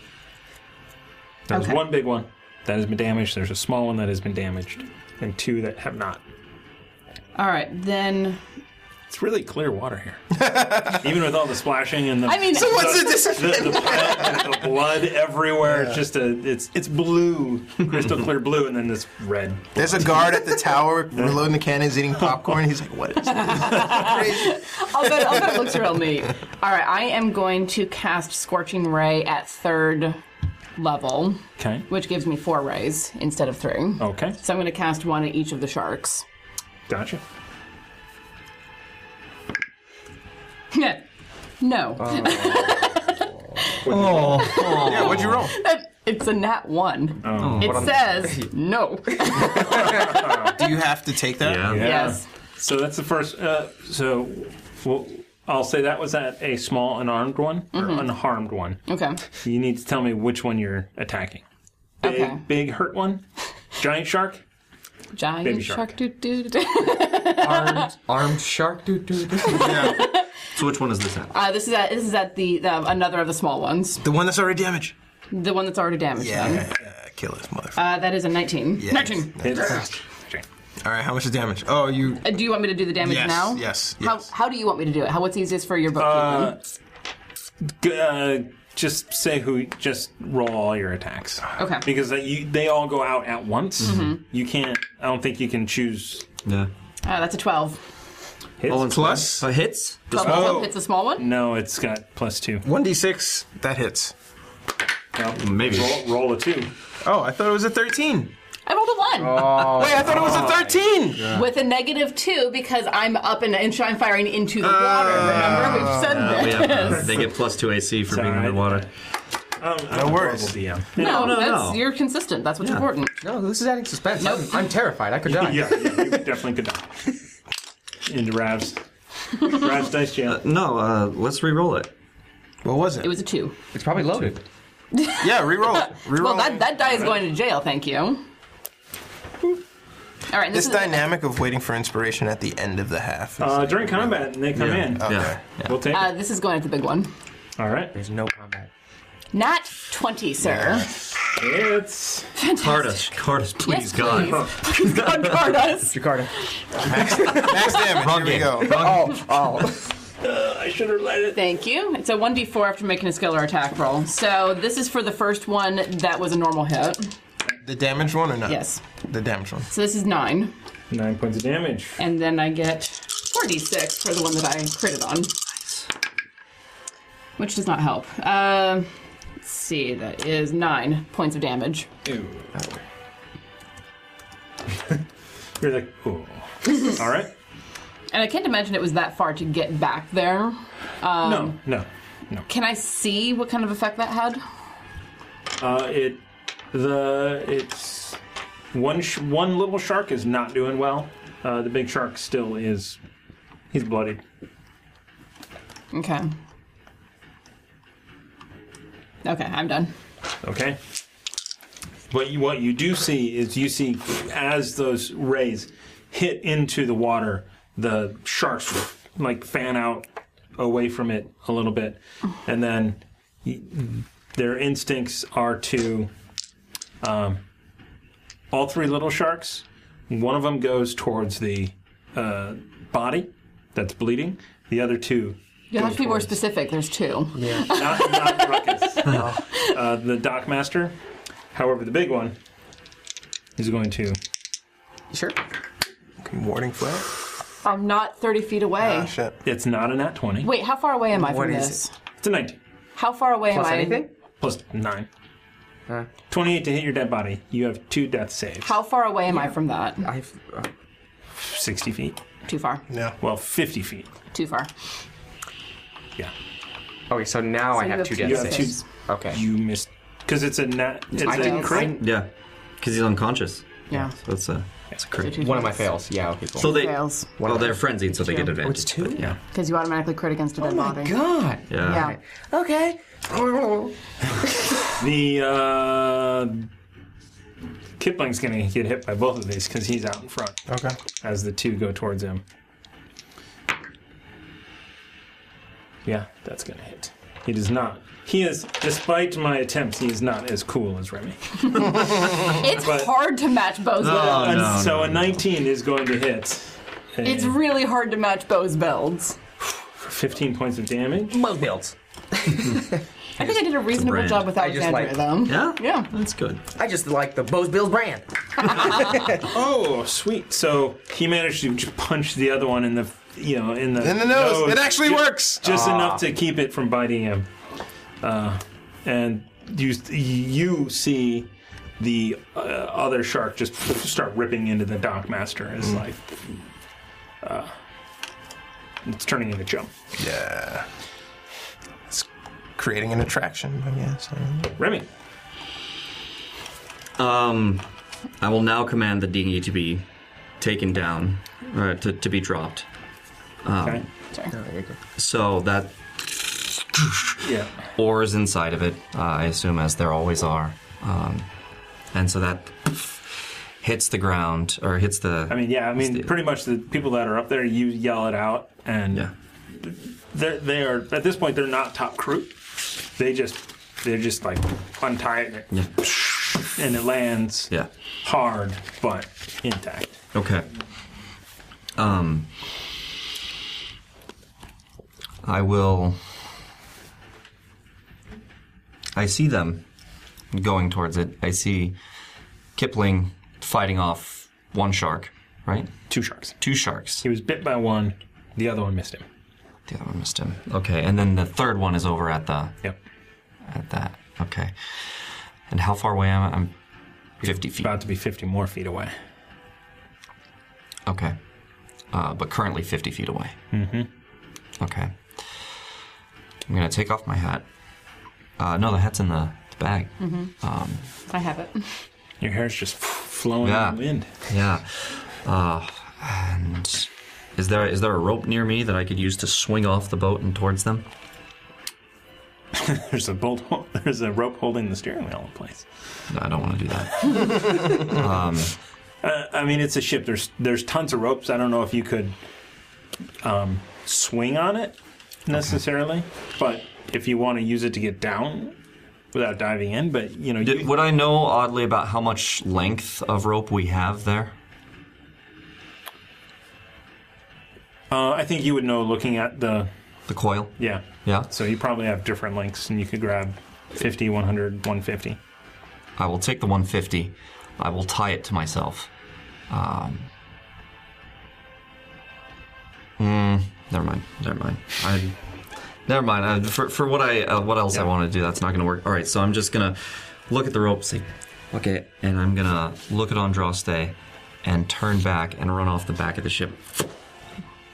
Speaker 1: There's
Speaker 6: Okay.
Speaker 1: one big one that has been damaged. There's a small one that has been damaged, and two that have not.
Speaker 6: All right, then.
Speaker 1: It's really clear water
Speaker 6: [LAUGHS]
Speaker 1: here, even with all the splashing and the.
Speaker 6: I mean- So
Speaker 7: [LAUGHS]
Speaker 6: what's the
Speaker 1: the, the, blood, the blood everywhere? It's just a. It's it's blue, crystal clear blue, and then this red.
Speaker 7: There's a guard at the tower reloading the cannons, eating popcorn. He's like, "What is this?"
Speaker 6: I'll bet, I'll bet it looks real neat. All right, I am going to cast Scorching Ray at third level.
Speaker 1: Okay.
Speaker 6: Which gives me four rays instead of three.
Speaker 1: Okay.
Speaker 6: So I'm going to cast one at each of the sharks. [LAUGHS]
Speaker 1: Gotcha.
Speaker 6: no.
Speaker 10: Oh.
Speaker 7: Yeah, what'd you roll?
Speaker 6: It's a nat one.
Speaker 7: Oh. What
Speaker 6: It
Speaker 7: on- [LAUGHS]
Speaker 6: says no.
Speaker 7: Do you have to take that?
Speaker 1: Yeah. So that's the first. Uh, so well, I'll say that was at a small unarmed one or
Speaker 6: Mhm.
Speaker 1: unharmed one.
Speaker 6: Okay.
Speaker 1: You need to tell me which one you're attacking. Big, big hurt one, giant shark,
Speaker 6: Giant
Speaker 1: Baby
Speaker 6: shark.
Speaker 1: shark.
Speaker 6: doo, doo, doo.
Speaker 10: Armed shark, dude, dude. So which one is this at?
Speaker 6: Uh, this is at this is at the, the another of the small ones.
Speaker 7: The one that's already damaged.
Speaker 6: The one that's already damaged.
Speaker 7: Yeah.
Speaker 6: then.
Speaker 7: Yeah, kill his mother.
Speaker 6: Uh, that is a 19. 19.
Speaker 7: All right, how much is damage? Oh, you.
Speaker 6: Uh, do you want me to do the damage
Speaker 7: Yes,
Speaker 6: now?
Speaker 7: yes,
Speaker 6: How, how do you want me to do it? How what's easiest for your bookkeeping?
Speaker 1: Uh, g- uh, just say who. Just roll all your attacks.
Speaker 6: Okay.
Speaker 1: Because that you, they all go out at once.
Speaker 6: Mhm.
Speaker 1: You can't. I don't think you can choose.
Speaker 10: Yeah.
Speaker 6: Uh, that's a 12.
Speaker 1: Hits.
Speaker 10: All in
Speaker 1: plus
Speaker 10: uh, hits.
Speaker 6: 12, 12 hits a small one.
Speaker 1: No, it's got plus two.
Speaker 7: One d six. That hits.
Speaker 10: Maybe.
Speaker 1: Roll, roll a two.
Speaker 7: Oh, I thought it was a thirteen.
Speaker 6: I rolled a 1.
Speaker 7: Wait, I thought it was a thirteen.
Speaker 6: With a negative 2 because I'm up and, and I'm firing into the water. Remember? We've said
Speaker 10: Uh, we
Speaker 6: this.
Speaker 10: have, uh, they get plus two AC for being underwater.
Speaker 1: no worries. DM.
Speaker 6: No,
Speaker 10: no,
Speaker 6: that's,
Speaker 10: no.
Speaker 6: You're consistent. That's what's important.
Speaker 8: No, this is adding suspense. I'm, I'm terrified. I could die.
Speaker 1: yeah, yeah, you definitely could die. [LAUGHS] Into Rav's. Rav's dice jam.
Speaker 10: no, uh, let's re-roll it.
Speaker 7: What was it?
Speaker 6: It was a 2.
Speaker 10: It's probably loaded.
Speaker 7: yeah, re-roll [LAUGHS] it. Reroll.
Speaker 6: Well, that, that die is going to jail, thank you. All right, this,
Speaker 7: This
Speaker 6: is
Speaker 7: dynamic of waiting for inspiration at the end of the half. is-
Speaker 1: Uh, during combat, and they come
Speaker 7: Yeah,
Speaker 1: in.
Speaker 7: okay,
Speaker 1: Yeah. We'll take
Speaker 6: uh, this is going at the big one.
Speaker 1: it. All right. There's no combat.
Speaker 6: Not 20, sir.
Speaker 1: It's
Speaker 7: [LAUGHS]
Speaker 10: Cardus, Cardus,
Speaker 6: Yes,
Speaker 10: please,
Speaker 6: [LAUGHS]
Speaker 10: God.
Speaker 6: Please God guard us.
Speaker 10: Jakarta.
Speaker 7: Max damage.
Speaker 10: Wrong
Speaker 7: Here
Speaker 10: game.
Speaker 7: we go. Oh,
Speaker 1: Uh, I should have let it.
Speaker 6: Thank you. It's a 1d4 after making a skill or attack roll. So this is for the first one that was a normal hit.
Speaker 7: The damaged one or not?
Speaker 6: Yes.
Speaker 7: The damaged one.
Speaker 6: So this is 9.
Speaker 1: Nine points of damage.
Speaker 6: And then I get 4d6 for the one that I critted on. Which does not help. Uh, let's see, that is 9 points of damage.
Speaker 1: You're like, [LAUGHS] oh. All right.
Speaker 6: And I can't imagine it was that far to get back there. Um,
Speaker 1: No, no.
Speaker 6: Can I see what kind of effect that had?
Speaker 1: Uh, it, the it's one sh- one little shark is not doing well. Uh, the big shark still is. He's bloodied.
Speaker 6: Okay. Okay, I'm done.
Speaker 1: Okay. But you, what you do see is you see as those rays hit into the water, the sharks like fan out away from it a little bit, and then y- their instincts are to um, all three little sharks. One of them goes towards the uh, body that's bleeding. The other two.
Speaker 6: You'll have to
Speaker 1: go
Speaker 6: be more
Speaker 1: towards-
Speaker 6: specific. There's two.
Speaker 1: Yeah. not, not Ruckus.
Speaker 4: [LAUGHS]
Speaker 1: Uh, the Dockmaster. However, the big one is going to.
Speaker 8: sure?
Speaker 7: Warding Oh, flare.
Speaker 6: I'm not 30 feet away.
Speaker 1: It's not a nat 20.
Speaker 6: Wait, how far away am I from this?
Speaker 1: it? It's a 19.
Speaker 6: How far away am I?
Speaker 1: Plus 9. 28 to hit your dead body. You have two death saves.
Speaker 6: How far away am I from that?
Speaker 4: I've
Speaker 1: 60 feet.
Speaker 6: Too far.
Speaker 1: Yeah. Well, 50 feet.
Speaker 6: Too far.
Speaker 1: Yeah.
Speaker 4: Okay, so now
Speaker 6: So I you have have two two death death saves.
Speaker 4: Okay.
Speaker 1: You missed. Because it's a nat. It's
Speaker 4: I
Speaker 1: a
Speaker 4: didn't-
Speaker 1: crit.
Speaker 10: Yeah, because he's unconscious.
Speaker 6: Yeah.
Speaker 10: So it's a, it's a
Speaker 6: So two
Speaker 10: crit.
Speaker 6: One of my dice.
Speaker 4: fails. Yeah. Okay.
Speaker 10: So they
Speaker 6: Fails.
Speaker 10: well they're frenzied, so they get
Speaker 6: Two.
Speaker 10: advantage.
Speaker 6: Oh, it's
Speaker 10: two. Yeah.
Speaker 6: Because you automatically crit against a dead body. Oh
Speaker 4: my god.
Speaker 10: Yeah.
Speaker 6: Okay.
Speaker 1: The uh, Kipling's gonna get hit by both of these because he's out in front.
Speaker 7: Okay.
Speaker 1: As the two go towards him. Yeah, that's gonna hit. He does not. He is, despite my attempts, he is not as cool as Remy.
Speaker 6: it's
Speaker 1: But-
Speaker 6: hard to match Bo's builds.
Speaker 1: And so a 19 is going to hit.
Speaker 6: It's really hard to match Bo's builds.
Speaker 1: for 15 points of damage.
Speaker 4: Both builds.
Speaker 6: I think I did a reasonable
Speaker 1: brand.
Speaker 6: job with
Speaker 4: I just
Speaker 6: Alexandria,
Speaker 4: like-
Speaker 6: though.
Speaker 10: Yeah?
Speaker 6: Yeah.
Speaker 10: That's good.
Speaker 4: I just like the Bose Bills brand.
Speaker 1: oh, sweet. So he managed to j- punch the other one in the, you know, in the
Speaker 7: In the nose. It actually
Speaker 1: ju-
Speaker 7: works.
Speaker 1: just
Speaker 7: Ah.
Speaker 1: enough to keep it from biting him. Uh, and you you see the uh, other shark just start ripping into the dockmaster as
Speaker 7: Mm.
Speaker 1: like uh, it's turning into jump.
Speaker 7: Yeah. It's creating an attraction, but yeah. So.
Speaker 1: Remy.
Speaker 10: Um, I will now command the dinghy to be taken down, or to, to be dropped. Um,
Speaker 1: Okay.
Speaker 10: So that
Speaker 1: Yeah.
Speaker 10: oars inside of it, uh, I assume, as there always are, um, and so that hits the ground or hits the.
Speaker 1: I mean, yeah. I mean, pretty much the people that are up there, you yell it out, and they're they are at this point they're not top crew. They just they're just like untie it, and, it and it lands
Speaker 10: Yeah.
Speaker 1: hard but intact.
Speaker 10: Okay. Um, I will. I see them going towards it. I see Kipling fighting off one shark, right?
Speaker 1: Two sharks.
Speaker 10: Two sharks.
Speaker 1: He was bit by one. The other one missed him.
Speaker 10: The other one missed him. Okay, and then the third one is over at the.
Speaker 1: Yep.
Speaker 10: At that. Okay. And how far away am I? I'm 50 feet.
Speaker 1: About to be 50 more feet away.
Speaker 10: Okay. Uh, but currently 50 feet away.
Speaker 1: Mm-hmm.
Speaker 10: Okay. I'm gonna take off my hat. Uh, no, the hat's in the, the bag.
Speaker 6: hmm
Speaker 10: Um,
Speaker 6: I have it.
Speaker 1: Your hair's just flowing
Speaker 10: yeah,
Speaker 1: in the wind. [LAUGHS]
Speaker 10: yeah. Uh, and is there is there a rope near me that I could use to swing off the boat and towards them?
Speaker 1: there's a bolt. [LAUGHS] There's a rope holding the steering wheel in place.
Speaker 10: No, I don't want to do that. um,
Speaker 1: Uh, I mean, it's a ship. There's there's tons of ropes. I don't know if you could um, swing on it necessarily, but if you want to use it to get down without diving in, but you know,
Speaker 10: did, would I know oddly about how much length of rope we have there?
Speaker 1: uh, I think you would know looking at the
Speaker 10: the coil.
Speaker 1: Yeah,
Speaker 10: Yeah.
Speaker 1: So you probably have different lengths, and you could grab 50, 100, 150.
Speaker 10: I will take the 150. I will tie it to myself. Um, mm, never mind. Never mind. I, never mind. I, for, for what I uh, what else I want to do, that's not going to work. All right. So I'm just gonna look at the rope, see, okay, and I'm gonna look at on draw stay, and turn back and run off the back of the ship,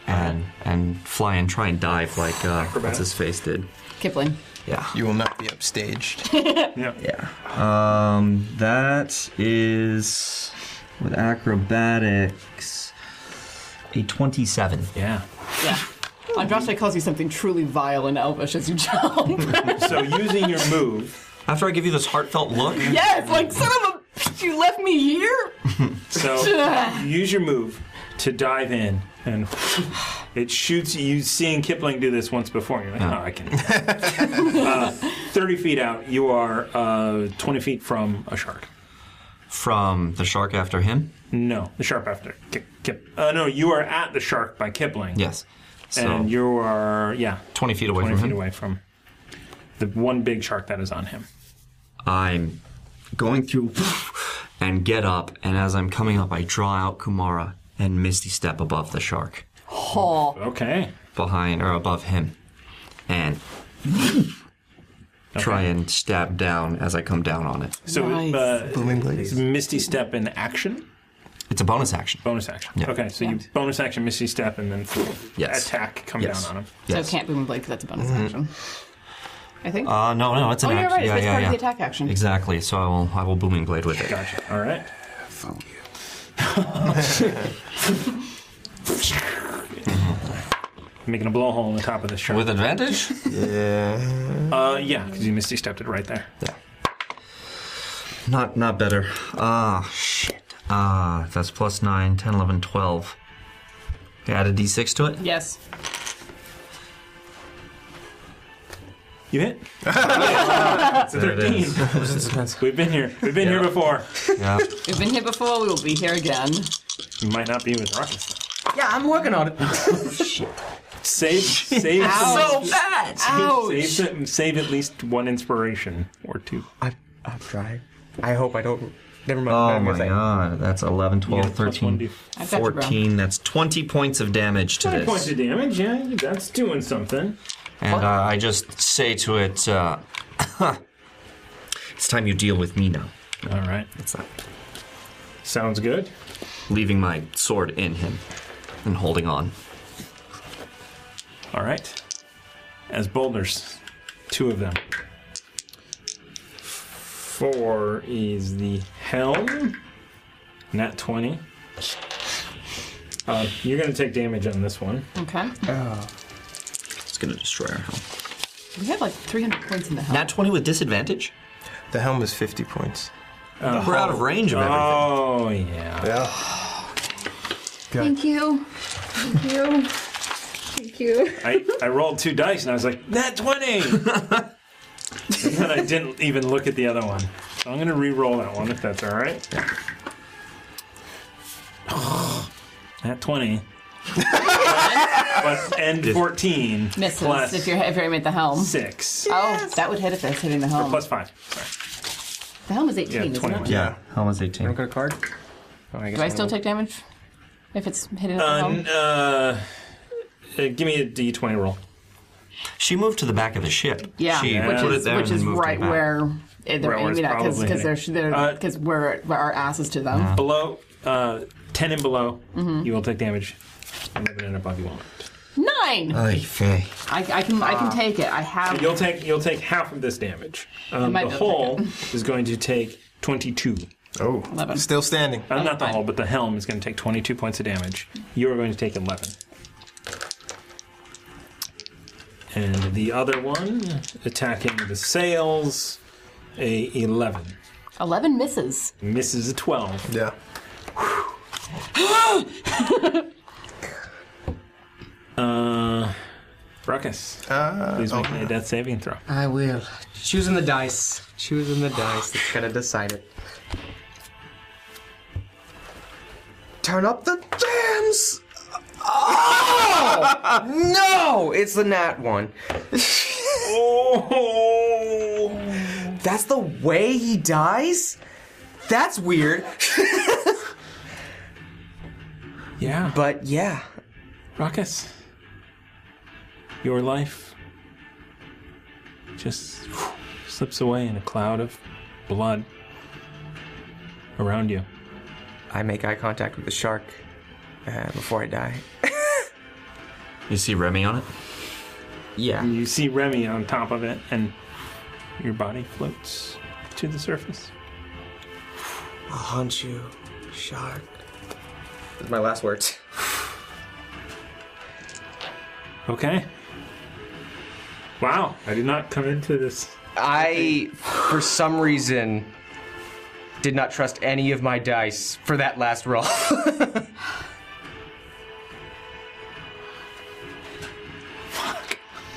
Speaker 10: and and fly and try and dive like uh, what's his face did.
Speaker 6: Kipling.
Speaker 10: Yeah.
Speaker 7: You will not be upstaged.
Speaker 14: [LAUGHS]
Speaker 1: yeah.
Speaker 10: Yeah. Um, that is with acrobatics a twenty-seven.
Speaker 1: Yeah.
Speaker 6: Yeah. Andraste calls you something truly vile and elvish as you jump.
Speaker 1: [LAUGHS] so using your move.
Speaker 10: After I give you this heartfelt look.
Speaker 6: yes, like son of a bitch, you left me here.
Speaker 1: So you use your move to dive in, and it shoots you. You've seen Kipling do this once before. and You're like,
Speaker 10: Yeah.
Speaker 1: oh, I can. uh, Thirty feet out, you are uh, twenty feet from a shark.
Speaker 10: From the shark after him.
Speaker 1: No, the shark after Kip. Kip. Uh, no, you are at the shark by Kipling.
Speaker 10: Yes.
Speaker 1: and you are yeah,
Speaker 10: twenty feet away
Speaker 1: twenty
Speaker 10: from
Speaker 1: feet
Speaker 10: him.
Speaker 1: away from the one big shark that is on him.
Speaker 10: I'm going through and get up, and as I'm coming up, I draw out Kumara and Misty Step above the shark.
Speaker 6: Haw.
Speaker 1: Okay.
Speaker 10: Behind or above him. And try and stab down as I come down on it.
Speaker 1: So uh, it's Misty Step in action?
Speaker 10: It's a bonus action.
Speaker 1: Bonus action. Okay, so you bonus action Misty Step and then
Speaker 10: Yes.
Speaker 1: attack, come
Speaker 10: Yes.
Speaker 1: down on him.
Speaker 6: So it can't boom blade because that's a bonus
Speaker 10: Mhm.
Speaker 6: action. I think.
Speaker 10: Uh, no, no, it's an
Speaker 6: oh,
Speaker 10: action.
Speaker 6: you're right.
Speaker 10: Yeah,
Speaker 6: so it's
Speaker 10: yeah,
Speaker 6: part
Speaker 10: yeah.
Speaker 6: of the attack action.
Speaker 10: Exactly. So I will, I will booming blade with it.
Speaker 1: Gotcha. All right. [LAUGHS] Making a blowhole in the top of this shark.
Speaker 10: With advantage?
Speaker 1: yeah. Uh, yeah, because you misty stepped it right there.
Speaker 10: Yeah. Not not better. Ah, shit. Ah, that's plus 9, 10, 11, 12. You add a d6 to it?
Speaker 6: Yes.
Speaker 1: You hit?
Speaker 10: It's
Speaker 1: a 13. We've been here. We've been here before.
Speaker 10: Yeah.
Speaker 6: We've been here before. We will be here again.
Speaker 1: You might not be with rockets.
Speaker 6: Yeah, I'm working on it.
Speaker 1: Save, save,
Speaker 6: Ouch. So bad.
Speaker 1: Save, save, save at least one inspiration or two.
Speaker 14: I've, I've tried. I hope I don't. Never
Speaker 10: Oh
Speaker 14: mind.
Speaker 10: my god, that's 11, 12, 13,
Speaker 1: I've got you, bro.
Speaker 10: 14. That's 20 points of damage to
Speaker 1: Twenty points
Speaker 10: this.
Speaker 1: of damage. Yeah, that's doing something.
Speaker 10: And uh, I just say to it, uh, [LAUGHS] it's time you deal with me now.
Speaker 1: All right.
Speaker 10: That's that.
Speaker 1: Sounds good.
Speaker 10: Leaving my sword in him and holding on.
Speaker 1: All right. As boulders, two of them. Four is the helm. Nat 20. Uh, you're going to take damage on this one.
Speaker 6: Okay.
Speaker 10: It's going to destroy our helm.
Speaker 6: We have like 300 points in the helm.
Speaker 10: Nat 20 with disadvantage?
Speaker 7: The helm is 50 points.
Speaker 1: Oh.
Speaker 10: We're out of range of everything.
Speaker 1: Oh, yeah.
Speaker 15: Thank you. Thank you. Thank you.
Speaker 1: I, I rolled two dice and I was like, Nat 20! and then I didn't even look at the other one. So I'm going to re roll that one if that's all right. [SIGHS] Nat 20. But- and 14.
Speaker 6: Misses
Speaker 1: plus
Speaker 6: if you're if you're aiming at the helm.
Speaker 1: Six.
Speaker 6: Oh, that would hit if it's hitting the helm.
Speaker 1: plus five.
Speaker 6: The helm is 18, isn't it?
Speaker 10: Yeah, helm is 18.
Speaker 14: Got a card. Oh,
Speaker 6: Do I still take damage if it's hitting at the
Speaker 1: Uh,
Speaker 6: helm?
Speaker 1: n- uh, uh, give me a d20 roll.
Speaker 10: She moved to the back of the ship.
Speaker 6: Yeah, which is which is right where eh, they're
Speaker 1: Right where it's
Speaker 6: aiming at because
Speaker 1: probably Uh,
Speaker 6: they're
Speaker 1: hitting.
Speaker 6: they're because we're, we're our asses to them.
Speaker 1: Below, uh, 10 and below,
Speaker 6: Mhm.
Speaker 1: you will take damage. 11 and above, you won't.
Speaker 6: Nine.
Speaker 1: Uh,
Speaker 10: fey.
Speaker 6: I, I can I can
Speaker 1: Ah.
Speaker 6: take it. I have.
Speaker 1: You'll take you'll take half of this damage.
Speaker 6: I
Speaker 1: Um,
Speaker 6: might
Speaker 1: the
Speaker 6: be able
Speaker 1: hull is going to take 22.
Speaker 7: Oh, still standing.
Speaker 1: Uh, not the hull, but the helm is going to take 22 points of damage. You are going to take 11. And the other one attacking the sails, a 11
Speaker 6: Eleven misses.
Speaker 1: misses a 12.
Speaker 7: Yeah.
Speaker 1: Uh, Ruckus, please make me a death saving throw.
Speaker 14: I will. Choosing the dice. Choosing the dice. It's gonna decide it. Turn up the jams.
Speaker 4: Oh! no! It's the nat one. Oh. That's the way he dies? That's weird.
Speaker 1: yeah.
Speaker 4: But yeah.
Speaker 1: Ruckus, your life just slips away in a cloud of blood around you.
Speaker 4: I make eye contact with the shark uh, before I die.
Speaker 10: You see Remy on it?
Speaker 4: Yeah.
Speaker 1: You see Remy on top of it, and your body floats to the surface.
Speaker 4: I'll hunt you, shark. That's my last words.
Speaker 1: Okay. Wow, I did not come into this.
Speaker 4: [LAUGHS] I, for some reason, did not trust any of my dice for that last roll. [LAUGHS]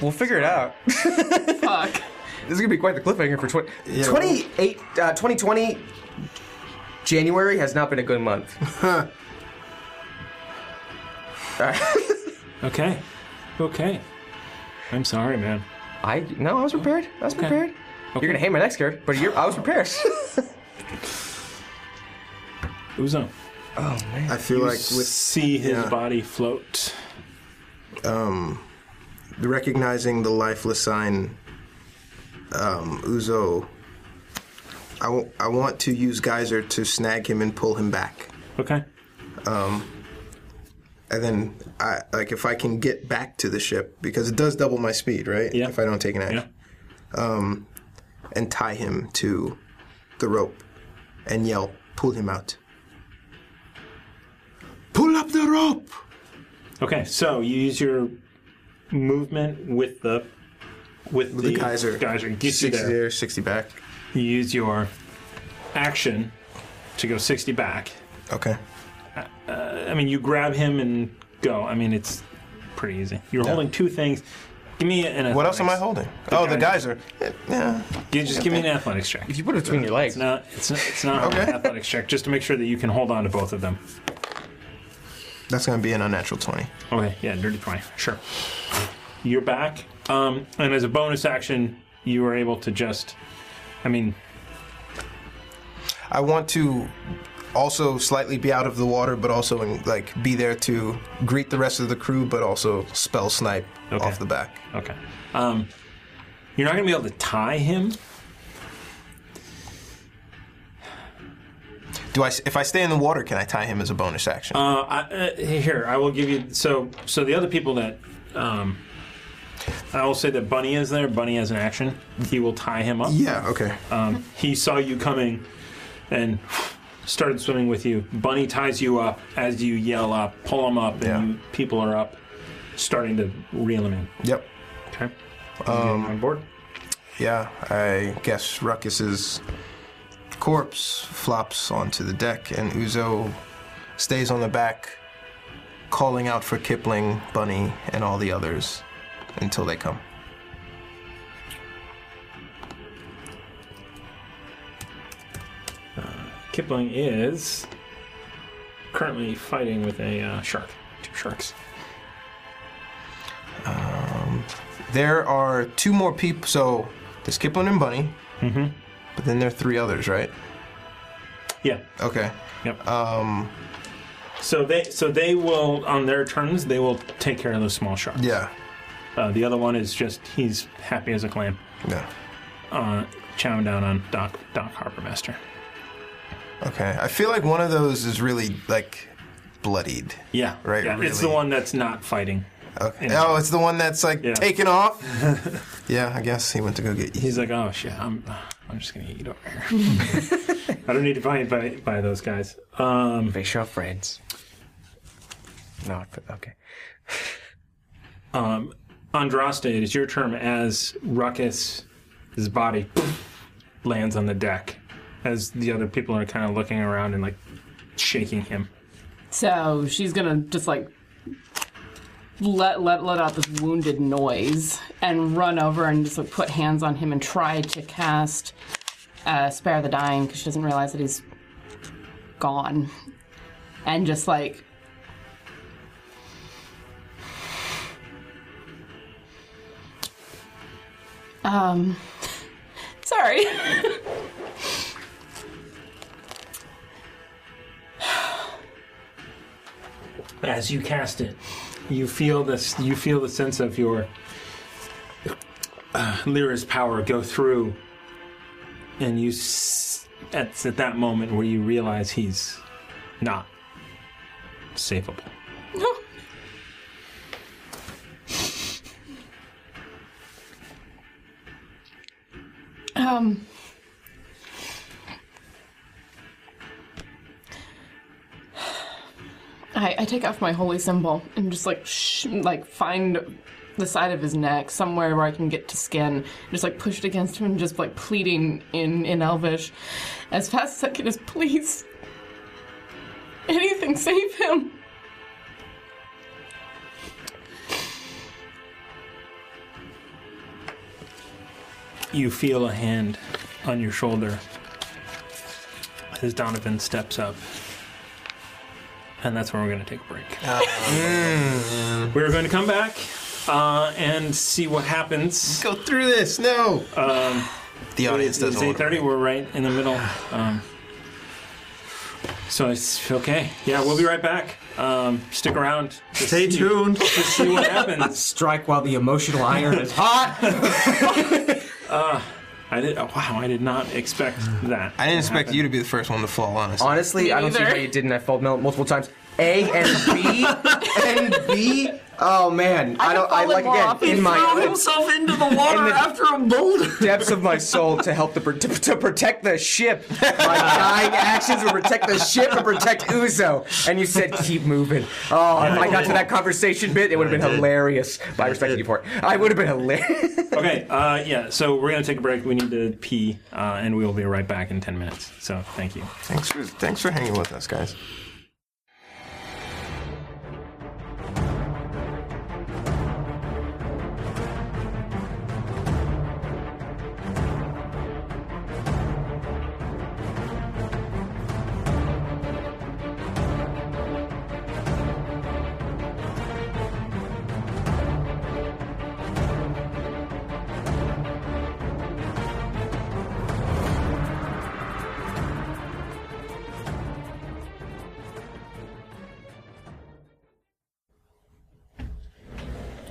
Speaker 4: We'll figure it out. [LAUGHS]
Speaker 6: Fuck.
Speaker 4: This is gonna be quite the cliffhanger for 20,
Speaker 7: Yeah,
Speaker 4: 28, uh, 2020. January has not been a good month. All right.
Speaker 1: Okay. Okay. I'm sorry, man.
Speaker 4: I no, I was prepared. I was prepared. You're gonna hate my next card, but you're, I was [LAUGHS] prepared.
Speaker 1: Uzo.
Speaker 4: Oh man.
Speaker 7: I feel
Speaker 1: You
Speaker 7: like with-
Speaker 1: see his
Speaker 7: yeah.
Speaker 1: body float
Speaker 7: um, recognizing the lifeless sign, um, Uzo, I, w- I want to use Geyser to snag him and pull him back.
Speaker 1: Okay.
Speaker 7: Um, and then, I like, if I can get back to the ship, because it does double my speed, right? Yeah. If I don't take an action. Um, and tie him to the rope and yell, pull him out. Pull up the rope!
Speaker 1: Okay, so you use your movement with the with,
Speaker 7: With the geyser.
Speaker 1: Geyser gets you
Speaker 7: 60
Speaker 1: there.
Speaker 7: there, sixty back.
Speaker 1: You use your action to go sixty back.
Speaker 7: Okay.
Speaker 1: Uh, I mean, you grab him and go. I mean, it's pretty easy. You're holding two things. Give me an.
Speaker 7: What else am I
Speaker 1: athletics.
Speaker 7: holding? Oh, the geyser. Yeah.
Speaker 1: You just give me an athletics check. If you put it between your legs, it's not. It's not, it's not an athletics check. Just to make sure that you can hold on to both of them.
Speaker 7: That's going to be an unnatural 20.
Speaker 1: Okay, yeah, dirty 20. Sure. You're back. Um, and as a bonus action, you were able to just. I mean,
Speaker 7: I want to also slightly be out of the water, but also in, like be there to greet the rest of the crew, but also spell snipe off the back.
Speaker 1: Okay. Um, you're not going to be able to tie him.
Speaker 7: Do I? If I stay in the water, can I tie him as a bonus action?
Speaker 1: Uh, I, uh, here, I will give you. So, so the other people that. Um, I will say that Bunny is there. Bunny has an action. He will tie him up.
Speaker 7: Yeah, okay.
Speaker 1: Um, he saw you coming and started swimming with you. Bunny ties you up as you yell up, pull him up, and you, people are up, starting to reel him in.
Speaker 7: Yep.
Speaker 1: Okay.
Speaker 7: Um,
Speaker 1: on board.
Speaker 7: Yeah, I guess Ruckus's corpse flops onto the deck, and Uzo stays on the back, calling out for Kipling, Bunny, and all the others until they come.
Speaker 1: Kipling is currently fighting with a uh, shark. Two sharks.
Speaker 7: Um, there are two more people. So there's Kipling and Bunny.
Speaker 1: Mm-hmm.
Speaker 7: But then there are three others, right?
Speaker 1: Yeah.
Speaker 7: Okay.
Speaker 1: Yep.
Speaker 7: Um,
Speaker 1: so they so they will on their turns they will take care of those small sharks.
Speaker 7: Yeah.
Speaker 1: Uh, the other one is just he's happy as a clam.
Speaker 7: Yeah.
Speaker 1: Uh, chowing down on Doc Doc Harbormaster.
Speaker 7: Okay. I feel like one of those is really like bloodied.
Speaker 1: Yeah.
Speaker 7: Right,
Speaker 1: Yeah, It's the
Speaker 7: really.
Speaker 1: one that's not fighting.
Speaker 7: Okay.
Speaker 1: And-
Speaker 7: Oh, it's the one that's like
Speaker 1: Yeah.
Speaker 7: taken
Speaker 1: [LAUGHS]
Speaker 7: off. yeah, I guess he went to go get.
Speaker 1: He's like, oh shit, I'm I'm just gonna eat over here.
Speaker 7: [LAUGHS]
Speaker 1: I don't need to buy by by those guys. Um, they show friends. No, okay. Um, Andraste, it is your turn as Ruckus, his body lands on the deck, as the other people are kind of looking around and like shaking him.
Speaker 6: So she's gonna just like let let let out this wounded noise and run over and just like put hands on him and try to cast uh, spare the dying because she doesn't realize that he's gone and just like um [LAUGHS] sorry
Speaker 1: As you cast it, you feel this. You feel the sense of your uh, Lyra's power go through, and you. S- it's at that moment where you realize he's not savable.
Speaker 6: Um. I, I take off my holy symbol and just like sh- like find the side of his neck somewhere where I can get to skin. Just like push it against him and just like pleading in in Elvish, as fast as I can. Just please, anything save him.
Speaker 1: You feel a hand on your shoulder as Donovan steps up. And that's when we're going to take a break. we're going to come back uh, and see what happens.
Speaker 7: Go through this, no!
Speaker 1: Um,
Speaker 7: The audience doesn't
Speaker 1: It's
Speaker 7: want to
Speaker 1: 8.30, we're right in the middle. Um, So it's okay. Yeah, we'll be right back. Um, stick around. Stay
Speaker 10: tuned
Speaker 1: to see what happens.
Speaker 16: Strike while the emotional iron is hot.
Speaker 1: Uh, I did. Wow, I did not expect that.
Speaker 7: I didn't expect you to be the first one to fall, honestly.
Speaker 4: Honestly, I don't see why you didn't. I felt mul- multiple times. A and B [LAUGHS] and B.
Speaker 16: Oh man, I,
Speaker 4: don't. I like again in my
Speaker 10: himself into the
Speaker 4: water
Speaker 10: after a boulder.
Speaker 4: depths of my soul to help the pro- to, to protect the ship. My dying actions would protect the ship and protect Uzo. And you said keep moving. Oh, if I got to that conversation bit, it would have been hilarious. But I respect you for it. I would have been hilarious. [LAUGHS]
Speaker 1: okay. Uh, yeah. So we're gonna take a break. We need to pee, uh, and we will be right back in ten minutes. So thank you.
Speaker 7: Thanks for thanks for hanging with us, guys.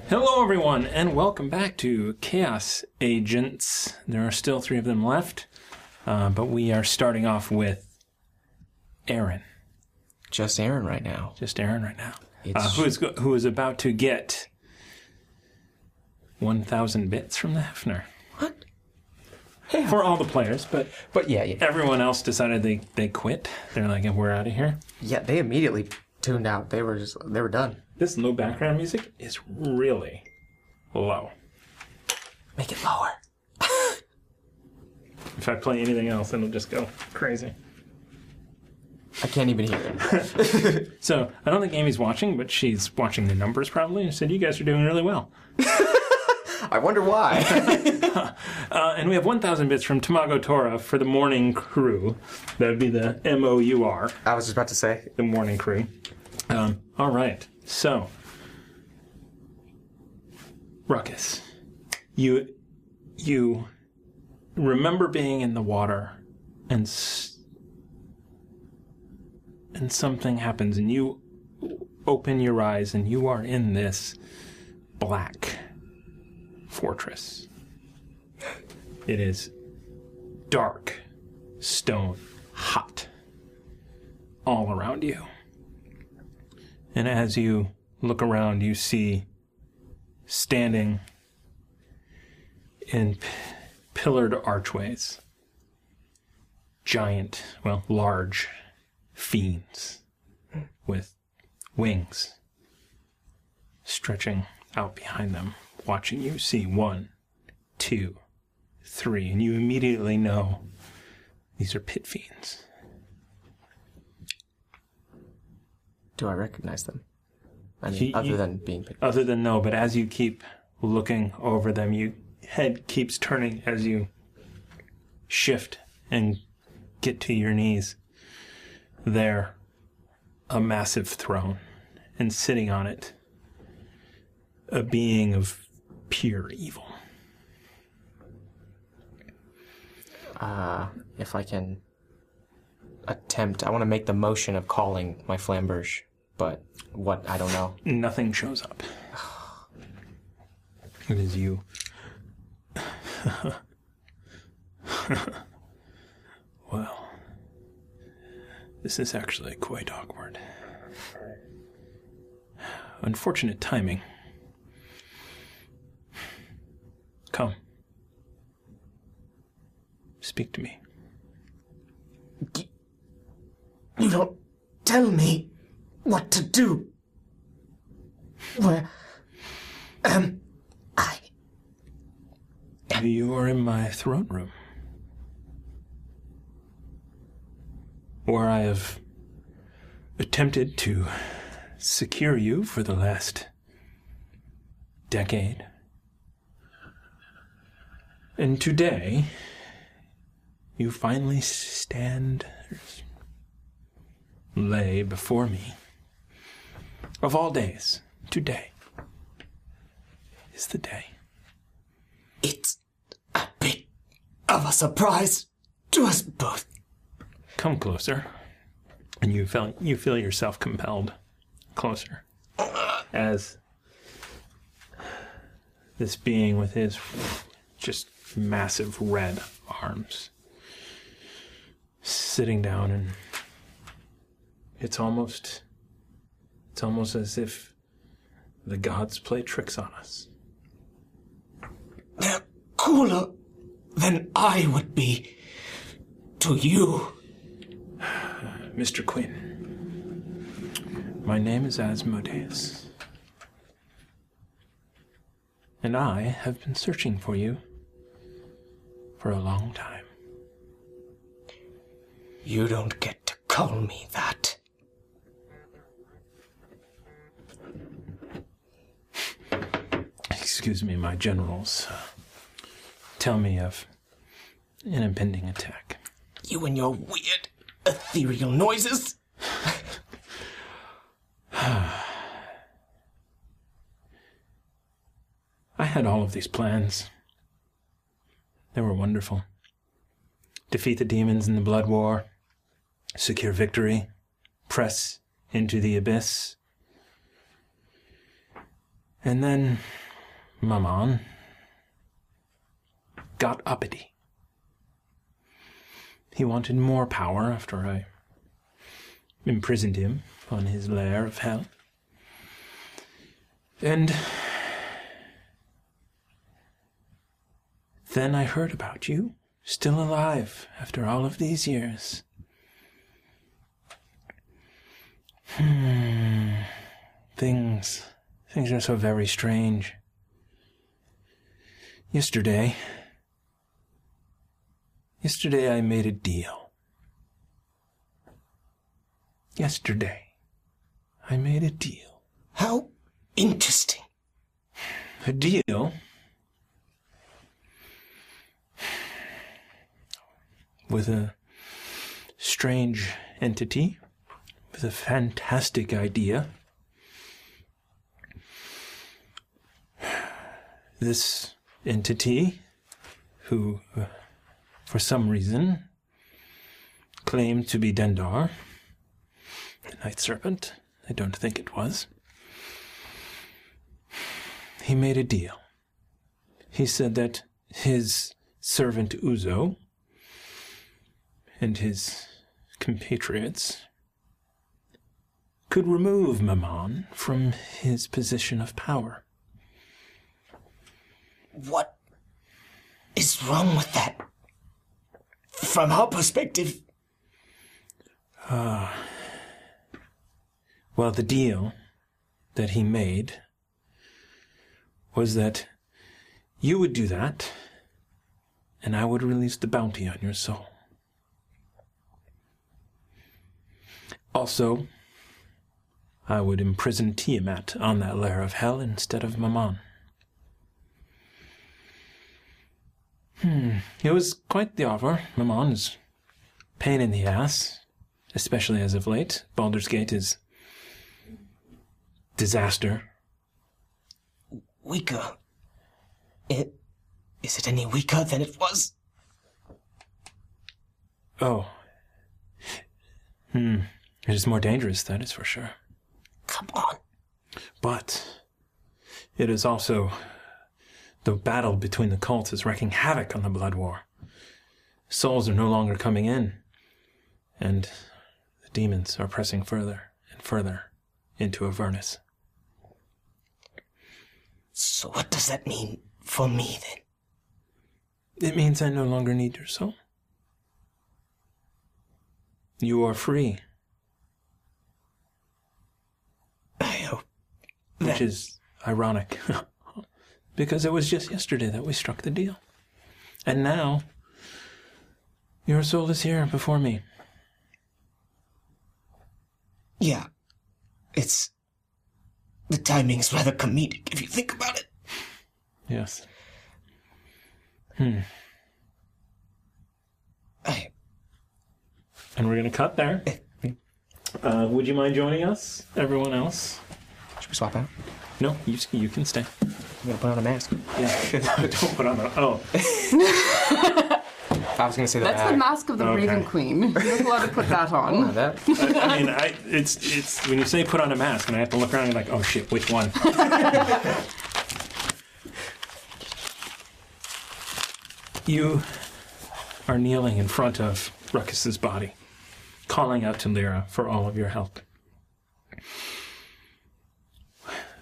Speaker 1: Hello, everyone, and welcome back to Chaos Agents. There are still three of them left, uh, but we are starting off with Aaron.
Speaker 4: Just Aaron right now.
Speaker 1: Just Aaron right now. Uh,
Speaker 4: It's-
Speaker 1: who is go- who is about to get one thousand bits from the Hefner? What? For all the players, but
Speaker 4: but yeah, yeah,
Speaker 1: everyone else decided they they quit. They're like, we're out of here.
Speaker 4: Yeah, they immediately tuned out. They were just they were done.
Speaker 1: This low background music is really low.
Speaker 4: Make it lower.
Speaker 1: If I play anything else, it'll just go crazy.
Speaker 4: I can't even hear it.
Speaker 1: [LAUGHS] So I don't think Amy's watching, but she's watching the numbers probably, and said, "You guys are doing really well."
Speaker 4: I wonder why. [LAUGHS]
Speaker 1: uh, and we have 1,000 bits from Tamago Tora for the morning crew. That would be the M O U R.
Speaker 4: I was about to say
Speaker 1: the morning crew. Um, all right, so Ruckus, you you remember being in the water, and s- and something happens, and you open your eyes, and you are in this black fortress. It is dark, stone, hot, all around you. And as you look around, you see standing in p- pillared archways giant, well, large fiends with wings stretching out behind them, watching you see one, two, three, and you immediately know these are pit fiends.
Speaker 4: Do I recognize them? I mean,
Speaker 1: You-
Speaker 4: other
Speaker 1: you-
Speaker 4: than being picked.
Speaker 1: Other than no, but as you keep looking over them, your head keeps turning as you shift and get to your knees. There, a massive throne, and sitting on it, a being of pure evil.
Speaker 4: Uh, if I can attempt, I want to make the motion of calling my flamberge, but what I don't know.
Speaker 1: Nothing shows up. It is you. [LAUGHS] well, this is actually quite awkward. Unfortunate timing. Come. Speak to me.
Speaker 17: You don't tell me what to do. Where am
Speaker 1: You are in my throne room. Where I have attempted to secure you for the last decade. And today, you finally stand, lay before me. Of all days, today is the day.
Speaker 17: It's a bit of a surprise to us both.
Speaker 1: Come closer. and you feel you feel yourself compelled closer as this being with his just massive red arms sitting down and it's almost it's almost as if the gods play tricks on us
Speaker 17: They're cooler than I would be to you.
Speaker 1: Mr. Quinn. My name is Asmodeus. And I have been searching for you for a long time.
Speaker 17: You don't get to call me that.
Speaker 1: Excuse me, my generals. uh, Tell me of an impending attack.
Speaker 17: You and your weird ethereal noises.
Speaker 1: I had all of these plans. They were wonderful. Defeat the demons in the Blood War, secure victory, press into the abyss. And then Maman got uppity. He wanted more power after I imprisoned him on his lair of hell. And Then I heard about you, still alive after all of these years. Hmm. Things. Things are so very strange. Yesterday. Yesterday I made a deal. Yesterday. I made a deal.
Speaker 17: How interesting.
Speaker 1: A deal? with a strange entity with a fantastic idea. This entity, who uh, for some reason claimed to be Dendar, the Night Serpent, I don't think it was, he made a deal. He said that his servant Uzo, and his compatriots could remove Maman from his position of power.
Speaker 17: What is wrong with that? From our perspective,
Speaker 1: Ah. well, the deal that he made was that you would do that, and I would release the bounty on your soul. Also, I would imprison Tiamat on that lair of hell instead of Maman. Hmm. It was quite the offer. Maman is pain in the ass, especially as of late. Baldur's Gate is disaster.
Speaker 17: weaker. It, is it any weaker than it was?
Speaker 1: Oh. Hmm. It is more dangerous, that is for sure.
Speaker 17: Come on.
Speaker 1: But it is also the battle between the cults is wreaking havoc on the Blood War. Souls are no longer coming in, and the demons are pressing further and further into Avernus.
Speaker 17: So what does that mean for me then?
Speaker 1: It means I no longer need your soul. You are free. Which is ironic, [LAUGHS] because it was just yesterday that we struck the deal. And now, your soul is here before me.
Speaker 17: Yeah. It's. The timing's rather comedic if you think about it.
Speaker 1: Yes. Hmm. And we're going to cut there. Uh, would you mind joining us, everyone else?
Speaker 16: Should we swap out?
Speaker 1: No, you, you can [LAUGHS] stay.
Speaker 16: I'm gonna put on a mask.
Speaker 1: Yeah. Don't put on the. Oh.
Speaker 16: I was gonna say
Speaker 6: That's the mask of the
Speaker 1: Okay.
Speaker 6: Raven Queen. You're not allowed to put that on.
Speaker 1: I, I mean, I, it's it's when you say put on a mask, and I have to look around and be like, oh shit, which one? [LAUGHS] you are kneeling in front of Ruckus's body, calling out to Lyra for all of your help. [SIGHS]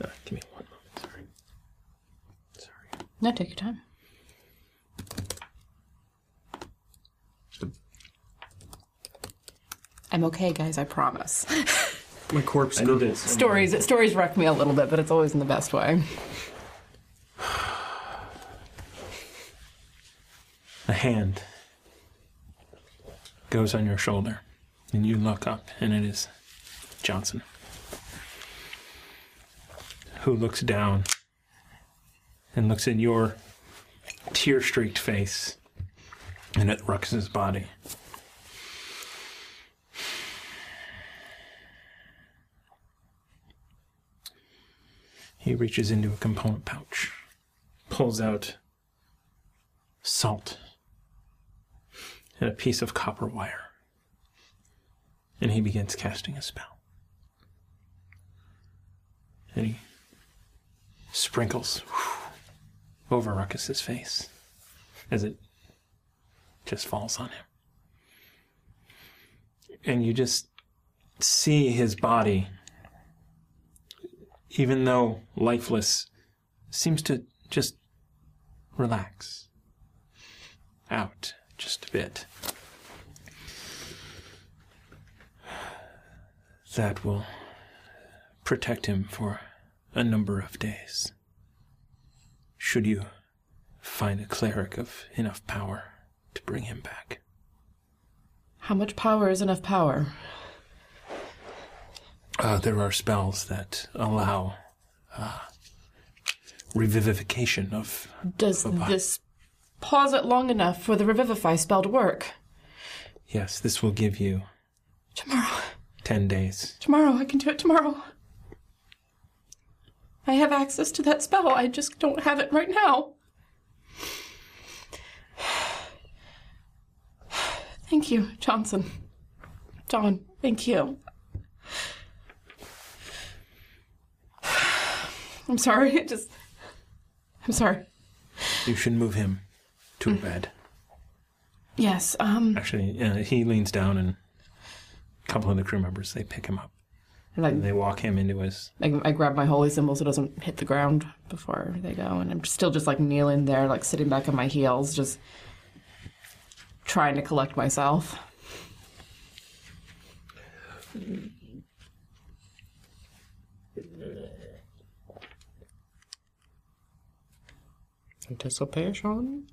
Speaker 1: Uh, give me one moment. Sorry.
Speaker 6: [LAUGHS] No, take your time. I'm okay, guys. I promise.
Speaker 16: My corpse.
Speaker 1: I need to-
Speaker 6: stories stories wreck me a little bit, but it's always in the best way.
Speaker 1: A hand goes on your shoulder, and you look up, and it is Johnson, who looks down and looks at your tear streaked face and at Rux's body. He reaches into a component pouch, pulls out salt and a piece of copper wire. And he begins casting a spell. And he sprinkles over Ruckus's face as it just falls on him. And you just see his body, even though lifeless, seems to just relax out just a bit. That will protect him for a number of days. Should you find a cleric of enough power to bring him back.
Speaker 6: How much power is enough power?
Speaker 1: Uh, there are spells that allow uh, revivification of.
Speaker 6: Does
Speaker 1: of a-
Speaker 6: this pause it long enough for the revivify spell to work?
Speaker 1: Yes, this will give you
Speaker 6: Tomorrow,
Speaker 1: ten days.
Speaker 6: tomorrow, I can do it tomorrow. I have access to that spell. I just don't have it right now. Thank you, Johnson. John, thank you. I'm sorry. [LAUGHS] It just. I'm sorry.
Speaker 1: You should move him to a bed.
Speaker 6: Yes. Um.
Speaker 1: Actually, uh, he leans down, and a couple of the crew members they pick him up.
Speaker 6: Like-
Speaker 1: and they walk him into his.
Speaker 6: I, I grab my holy symbol so it doesn't hit the ground before they go, and I'm still just like kneeling there, like sitting back on my heels, just trying to collect myself.
Speaker 16: Anticipation.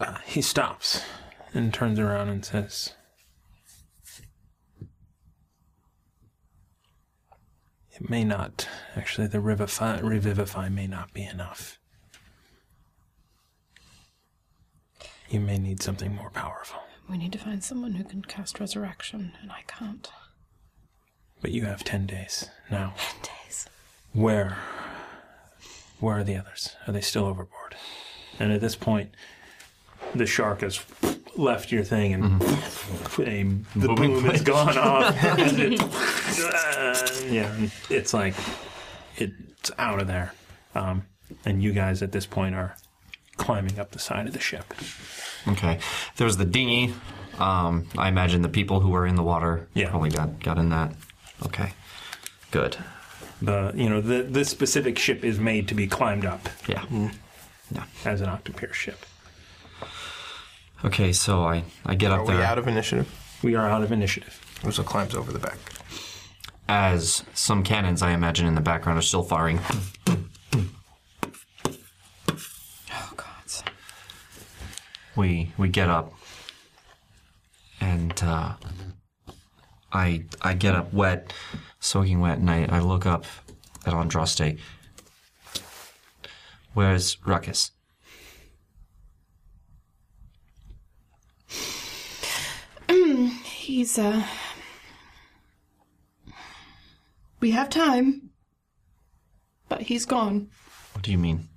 Speaker 1: Uh, he stops and turns around and says, "It may not. Actually, the revivify, revivify may not be enough. You may need something more powerful.
Speaker 6: We need to find someone who can cast resurrection, and I can't.
Speaker 1: But you have ten days now.
Speaker 6: Ten days.
Speaker 1: Where? Where are the others? Are they still overboard? And at this point, the shark has left your thing, and
Speaker 6: Mm-hmm.
Speaker 1: a, the boom has gone off. and it- uh, yeah, it's like it's out of there. Um, and you guys at this point are climbing up the side of the ship.
Speaker 10: Okay. There was the dinghy. Um, I imagine the people who were in the water probably got, got in that. Okay. Good.
Speaker 1: The you know the, this specific ship is made to be climbed up.
Speaker 10: Yeah. Yeah.
Speaker 1: As an octopure ship.
Speaker 10: Okay, so I, I get up
Speaker 4: Oh,
Speaker 1: Are we
Speaker 10: there.
Speaker 1: out
Speaker 10: of initiative?
Speaker 1: We are out of initiative.
Speaker 10: Uzo climbs over the back. As some cannons, I imagine, in the background are still firing.
Speaker 6: Oh God.
Speaker 10: we we get up and uh, I I get up wet, soaking wet, and I, I look up at Andraste. Where's Ruckus?
Speaker 6: He's uh. We have time, but he's gone.
Speaker 10: What do you mean?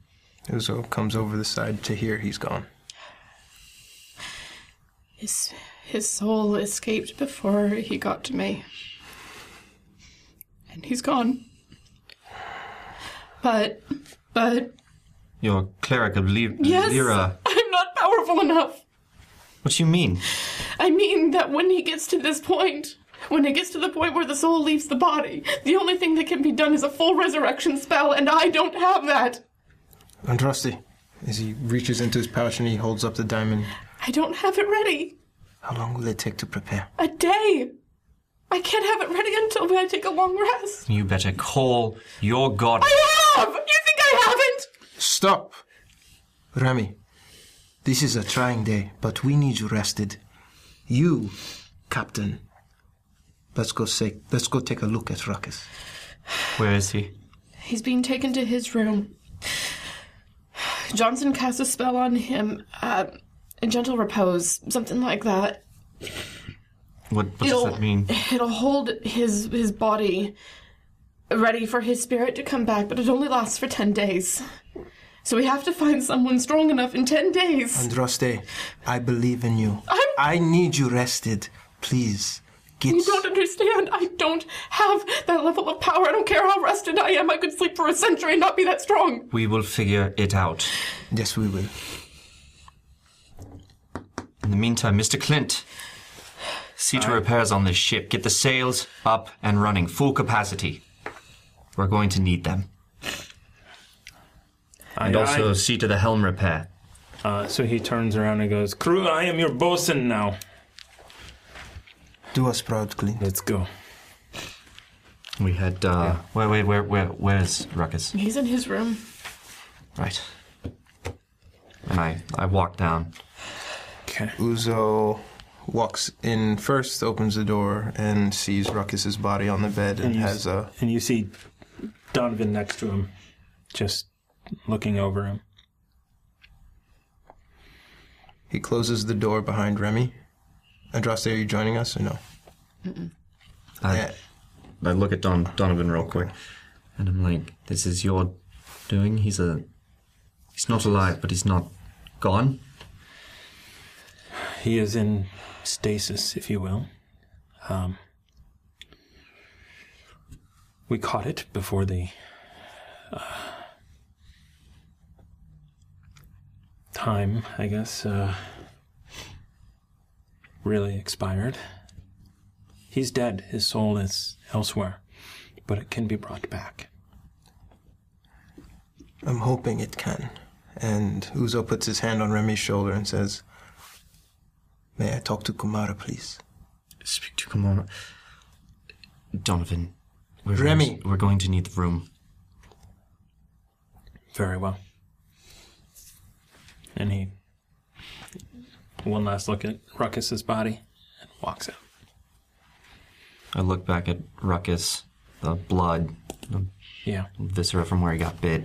Speaker 7: Uzo comes over the side to here. He's gone.
Speaker 6: His his soul escaped before he got to me. And he's gone. But but
Speaker 10: Your cleric of Le-
Speaker 6: yes,
Speaker 10: Lyra.
Speaker 6: I'm not powerful enough.
Speaker 10: What do you mean?
Speaker 6: I mean that when he gets to this point, when it gets to the point where the soul leaves the body, the only thing that can be done is a full resurrection spell, and I don't have that.
Speaker 7: Andraste, as he reaches into his pouch and he holds up the diamond,
Speaker 6: I don't have it ready.
Speaker 7: how long will it take to prepare?
Speaker 6: A day. I can't have it ready until I take a long rest.
Speaker 10: You better call your god.
Speaker 6: I have. You think I haven't?
Speaker 7: Stop! Remy, this is a trying day, but we need you rested. You, Captain. Let's go say, let's go take a look at Ruckus.
Speaker 10: Where is he?
Speaker 6: He's being taken to his room. [SIGHS] Johnson casts a spell on him, uh, a gentle repose, something like that.
Speaker 10: What, what does that mean?
Speaker 6: It'll hold his his body ready for his spirit to come back, but it only lasts for ten days. So we have to find someone strong enough in ten days.
Speaker 7: Andraste, I believe in you. i need you rested. Please, get
Speaker 6: You don't understand. I don't have that level of power. I don't care how rested I am. I could sleep for a century and not be that strong.
Speaker 10: We will figure it out.
Speaker 7: Yes, we will.
Speaker 10: In the meantime, Mr. Clint, see to repairs on this ship. Get the sails up and running, full capacity. We're going to need them. and
Speaker 1: Aye,
Speaker 10: also
Speaker 1: aye.
Speaker 10: see to the helm repair.
Speaker 1: Uh, so he turns around and goes, Crew, I am your bosun now.
Speaker 7: Do us proud, Clint.
Speaker 1: Let's go.
Speaker 10: We had. Uh, Wait, wait, where, where, where's Ruckus?
Speaker 6: He's in his room.
Speaker 10: Right. And I, I walk down.
Speaker 1: Okay.
Speaker 7: Uzo walks in first, opens the door, and sees Ruckus's body on the bed and,
Speaker 1: you,
Speaker 7: has a.
Speaker 1: and you see Donovan next to him, just looking over him.
Speaker 7: He closes the door behind Remy. Andraste, are you joining us or no?
Speaker 10: I, I look at Don Donovan real quick, and I'm like, "This is your doing. He's a, he's not alive, but he's not gone."
Speaker 1: He is in stasis, if you will. Um, we caught it before the uh, time, I guess, uh, really expired. He's dead. His soul is elsewhere, but it can be brought back.
Speaker 7: I'm hoping it can. And Uzo puts his hand on Remy's shoulder and says, May I talk to Kumara, please?
Speaker 10: Speak to Kumara. Donovan, we're
Speaker 7: Remy.
Speaker 10: Going to, we're going to need the room.
Speaker 1: Very well. And he one last look at Ruckus's body and walks out.
Speaker 10: I look back at Ruckus, the blood, the
Speaker 1: Yeah.
Speaker 10: viscera from where he got bit.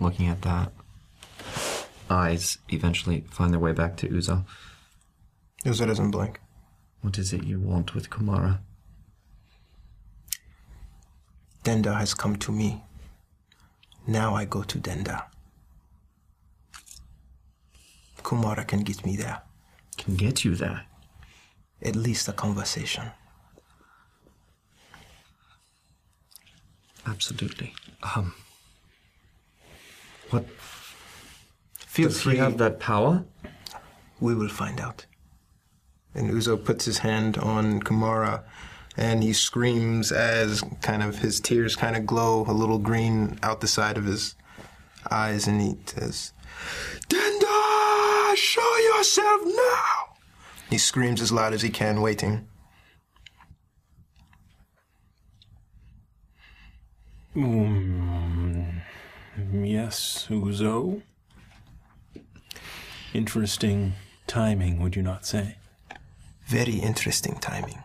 Speaker 10: Looking at that, eyes eventually find their way back to Uzo.
Speaker 7: Uzo doesn't blink.
Speaker 10: What is it you want with Kumara?
Speaker 7: Denda has come to me. Now I go to Denda. Kumara can get me there.
Speaker 10: Can get you there?
Speaker 7: At least a conversation.
Speaker 10: Absolutely. Um, what?
Speaker 7: Feel
Speaker 10: Does
Speaker 7: free.
Speaker 10: he have that power?
Speaker 7: We will find out. And Uzo puts his hand on Kumara and he screams as kind of his tears kind of glow a little green out the side of his eyes and he says, Denda, show yourself now! He screams as loud as he can, waiting.
Speaker 1: Mm, yes, Uzo. Interesting timing, would you not say?
Speaker 7: Very interesting timing.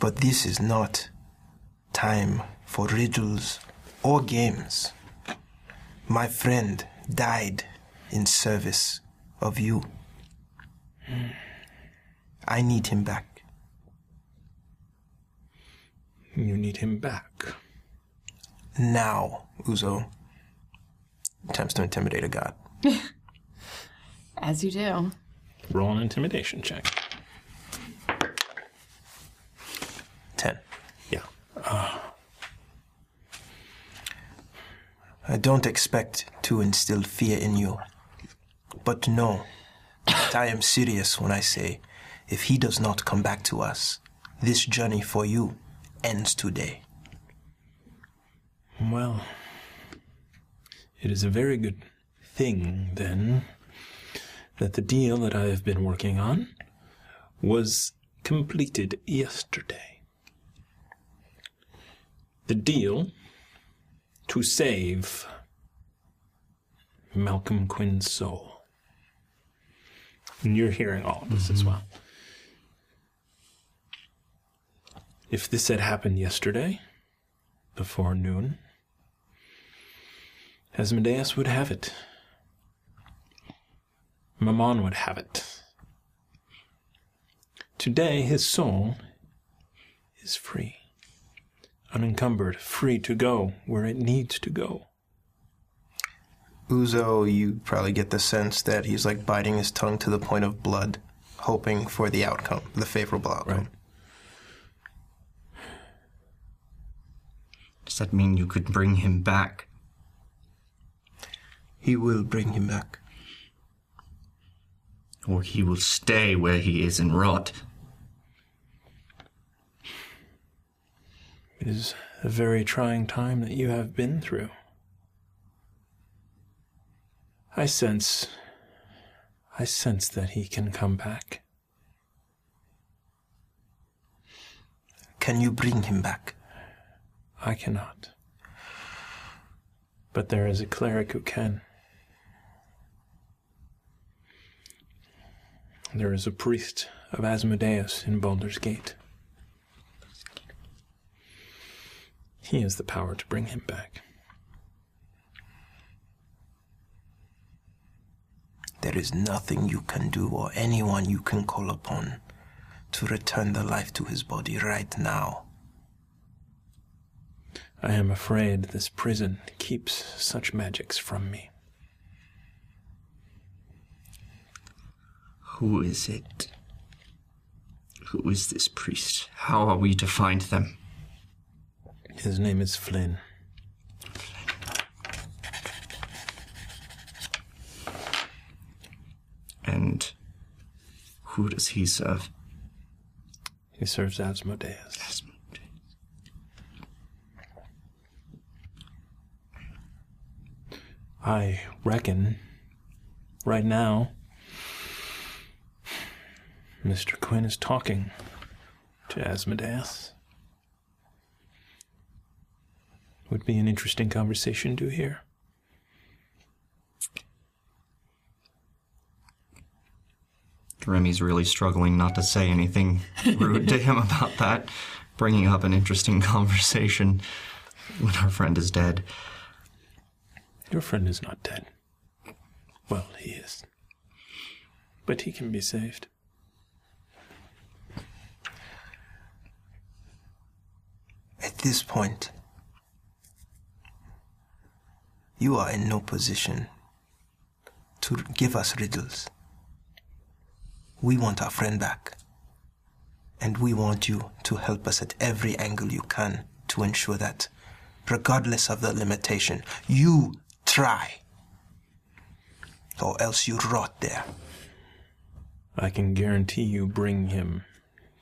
Speaker 7: But this is not time for riddles or games. My friend died in service of you. I need him back.
Speaker 1: You need him back.
Speaker 7: Now, Uzo. Attempts to intimidate a god.
Speaker 2: As you do.
Speaker 1: Roll an intimidation check.
Speaker 7: Ten.
Speaker 1: Yeah.
Speaker 7: I don't expect to instill fear in you, but know that I am serious when I say if he does not come back to us, this journey for you ends today.
Speaker 1: Well, it is a very good thing, then, that the deal that I have been working on was completed yesterday. The deal to save Malcolm Quinn's soul. And you're hearing all of this as well. If this had happened yesterday, before noon, Asmodeus would have it. Mammon would have it. Today, his soul is free, unencumbered, free to go where it needs to go.
Speaker 7: Uzo, you probably get the sense that he's like biting his tongue to the point of blood, hoping for the outcome, the favorable outcome.
Speaker 5: Does that mean you could bring him back?
Speaker 7: He will bring him back.
Speaker 5: Or he will stay where he is and rot.
Speaker 1: It is a very trying time that you have been through. I sense. I sense that he can come back.
Speaker 7: Can you bring him back?
Speaker 1: I cannot. But there is a cleric who can. There is a priest of Asmodeus in Baldur's Gate. He has the power to bring him back.
Speaker 7: There is nothing you can do or anyone you can call upon to return the life to his body right now.
Speaker 1: I am afraid this prison keeps such magics from me.
Speaker 5: Who is it? Who is this priest? How are we to find them?
Speaker 1: His name is Flynn.
Speaker 5: And who does he serve?
Speaker 1: He serves Asmodeus. I reckon right now Mr. Quinn is talking to Asmodeus. Would be an interesting conversation to hear.
Speaker 5: Remy's really struggling not to say anything rude to him about that, bringing up an interesting [LAUGHS] conversation when our friend is dead.
Speaker 1: Your friend is not dead. Well, he is. But he can be saved.
Speaker 7: At this point, you are in no position to give us riddles. We want our friend back. And we want you to help us at every angle you can to ensure that, regardless of the limitation, you try. Or else you rot there.
Speaker 1: I can guarantee you bring him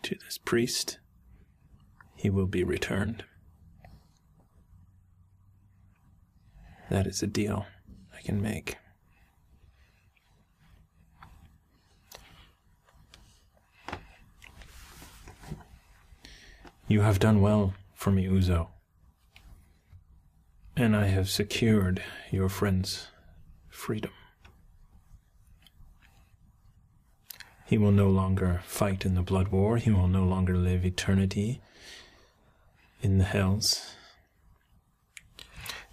Speaker 1: to this priest, he will be returned. That is a deal I can make. You have done well for me, Uzo. And I have secured your friend's freedom. He will no longer fight in the blood war. He will no longer live eternity in the hells.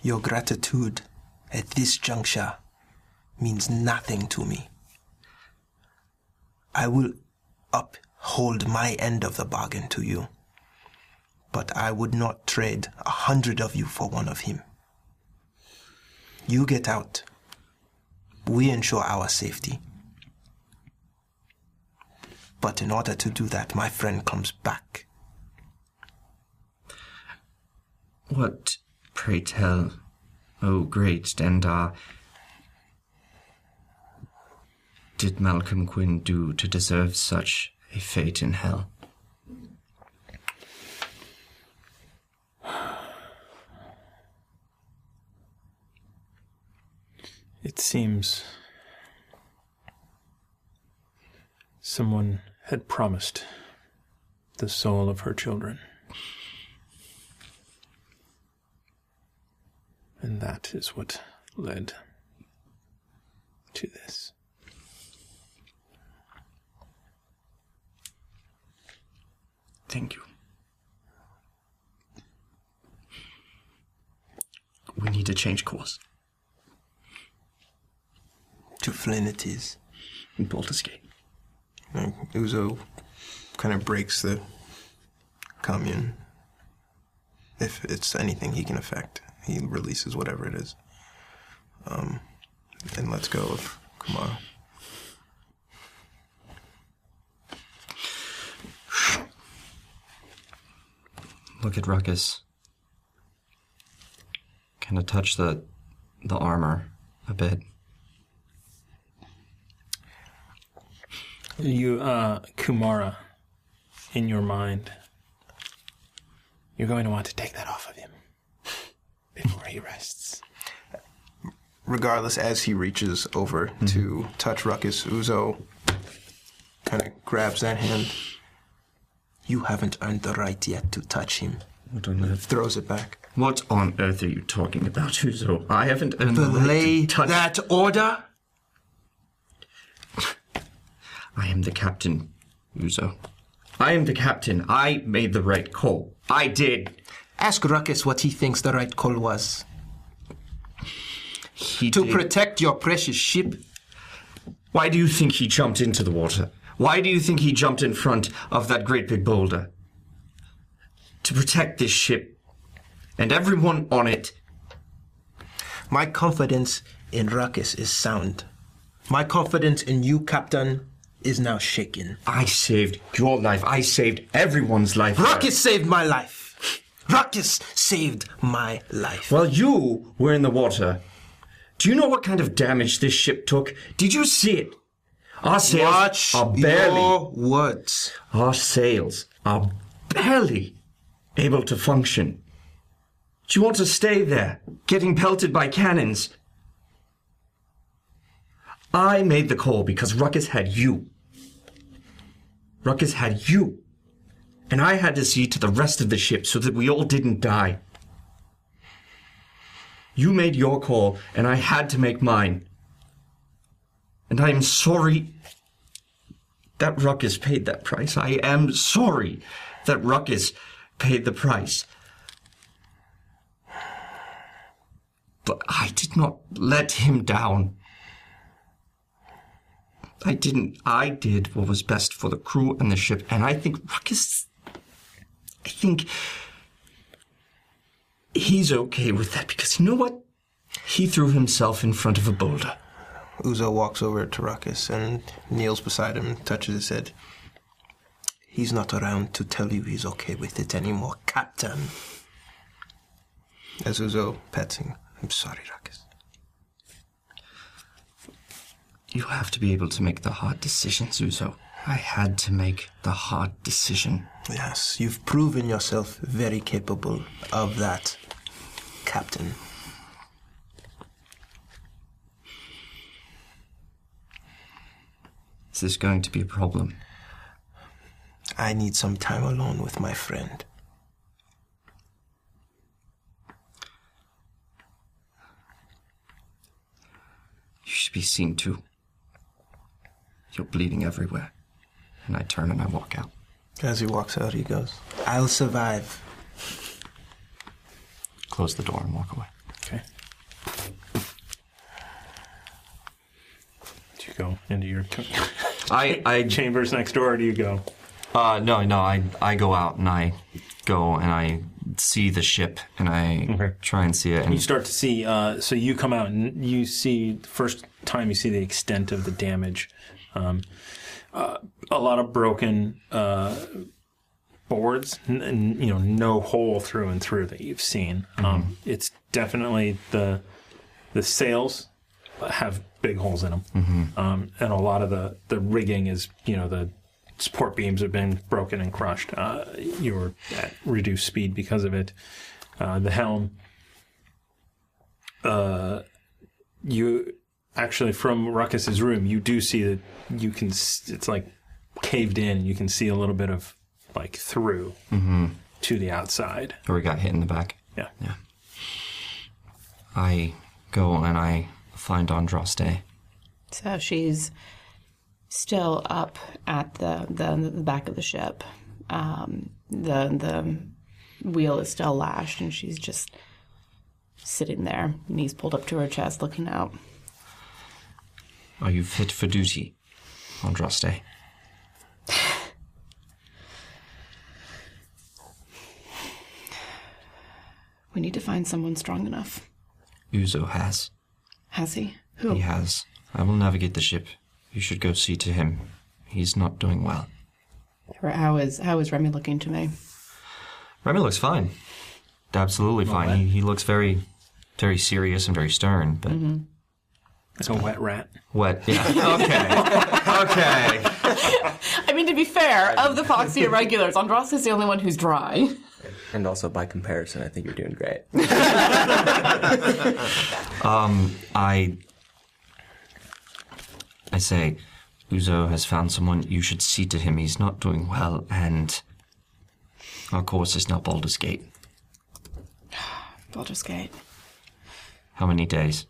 Speaker 7: Your gratitude at this juncture means nothing to me. I will uphold my end of the bargain to you, but I would not trade a hundred of you for one of him. You get out. We ensure our safety. But in order to do that, my friend comes back.
Speaker 10: What, pray tell, oh great Dendar, did Malcolm Quinn do to deserve such a fate in hell?
Speaker 1: It seems someone had promised the soul of her children. And that is what led to this.
Speaker 10: Thank you. We need to change course.
Speaker 7: To Flynn it is.
Speaker 10: Baldur's Gate.
Speaker 7: And Uzo kind of breaks the commune. If it's anything he can affect, he releases whatever it is. Um, and lets go of Kamara.
Speaker 10: Look at Ruckus. Kind of touch the the armor a bit.
Speaker 1: You, uh, Kumara, in your mind, you're going to want to take that off of him before he rests.
Speaker 7: Regardless, as he reaches over
Speaker 10: Mm-hmm.
Speaker 7: to touch Ruckus, Uzo kind of grabs that hand. You haven't earned the right yet to touch him.
Speaker 10: What on earth?
Speaker 7: Throws it back.
Speaker 10: What on earth are you talking about, Uzo? I haven't earned the right
Speaker 7: Belay that order?
Speaker 10: I am the captain, Uzo. I am the captain. I made the right call. I did.
Speaker 7: Ask Ruckus what he thinks the right call was.
Speaker 10: to
Speaker 7: protect your precious ship.
Speaker 10: Why do you think he jumped into the water? Why do you think he jumped in front of that great big boulder? To protect this ship and everyone on it.
Speaker 7: My confidence in Ruckus is sound. My confidence in you, Captain, is now shaken.
Speaker 10: I saved your life. I saved everyone's life.
Speaker 7: Ruckus saved my life. Ruckus saved my life.
Speaker 10: While you were in the water, do you know what kind of damage this ship took? Did you see it? Our sails
Speaker 7: Watch
Speaker 10: are barely
Speaker 7: your words.
Speaker 10: Our sails are barely able to function. Do you want to stay there, getting pelted by cannons? I made the call because Ruckus had you. Ruckus had you. And I had to see to the rest of the ship so that we all didn't die. You made your call, and I had to make mine. And I am sorry that Ruckus paid that price. I am sorry that Ruckus paid the price. But I did not let him down. I didn't. I did what was best for the crew and the ship, and I think Ruckus. I think he's okay with that because you know what? He threw himself in front of a boulder.
Speaker 7: Uzo walks over to Ruckus and kneels beside him, touches his head. He's not around to tell you he's okay with it anymore, Captain. As Uzo pets him, I'm sorry, Ruckus.
Speaker 10: You have to be able to make the hard decisions, Uzo. I had to make the hard decision.
Speaker 7: Yes, you've proven yourself very capable of that, Captain.
Speaker 10: Is this going to be a problem?
Speaker 7: I need some time alone with my friend.
Speaker 10: You should be seen to. You're bleeding everywhere. And I turn and I walk out.
Speaker 7: As he walks out, he goes, I'll survive.
Speaker 10: Close the door and walk away.
Speaker 1: Okay. Do you go into your
Speaker 10: I,
Speaker 1: [LAUGHS]
Speaker 10: I
Speaker 1: chambers next door? Or do you go?
Speaker 10: Uh, no, no. I I go out and I go and I see the ship and I try and see it.
Speaker 1: You
Speaker 10: And
Speaker 1: start to see. Uh, so you come out and you see the first time you see the extent of the damage. Um, uh, a lot of broken uh, boards, n- n- you know, no hole through and through that you've seen. Um, it's definitely the the sails have big holes in them,
Speaker 10: Mhm.
Speaker 1: um, and a lot of the the rigging is, you know, the support beams have been broken and crushed. Uh, you were at reduced speed because of it. Uh, the helm uh, you actually from Ruckus's room, you do see that you can. s- It's like caved in. You can see a little bit of like through
Speaker 10: Mm-hmm.
Speaker 1: to the outside.
Speaker 10: Or we got hit in the back.
Speaker 1: Yeah.
Speaker 10: Yeah. I go and I find Andraste.
Speaker 6: So Oh, she's still up at the the, the back of the ship. Um, the the wheel is still lashed, and she's just sitting there, knees pulled up to her chest, looking out.
Speaker 10: Are you fit for duty, Andraste?
Speaker 6: We need to find someone strong enough.
Speaker 10: Uzo has.
Speaker 6: Has he? Who?
Speaker 10: He has. I will navigate the ship. You should go see to him. He's not doing well.
Speaker 6: How is how is Remy looking to me?
Speaker 10: Remy looks fine. Absolutely fine. He, he looks very, very serious and very stern, but
Speaker 1: it's a wet rat.
Speaker 10: Wet, yeah. okay. Okay.
Speaker 6: I mean, to be fair, of the [LAUGHS] Foxy irregulars, Andros is the only one who's dry.
Speaker 4: And also, by comparison, I think you're doing great.
Speaker 10: [LAUGHS] Um, I. I say, Uzo has found someone. You should see to him. He's not doing well, and our course is now Baldur's Gate.
Speaker 6: Baldur's Gate.
Speaker 10: How many days?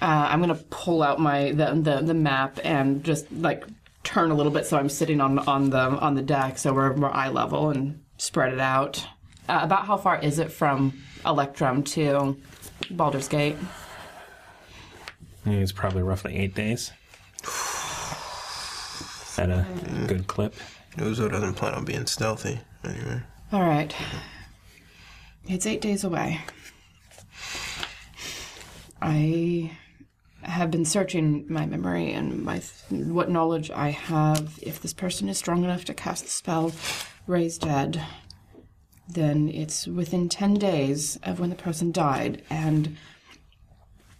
Speaker 6: Uh, I'm gonna pull out my the, the the map and just like turn a little bit so I'm sitting on on the on the deck so we're, we're eye level and spread it out. Uh, about how far is it from Electrum to Baldur's Gate?
Speaker 1: I think it's probably roughly eight days. [SIGHS] At a good clip.
Speaker 7: Uzo doesn't plan on being stealthy anyway.
Speaker 6: All right, it's eight days away. I have been searching my memory and my what knowledge I have. If this person is strong enough to cast the spell, raise dead, then it's within ten days of when the person died, and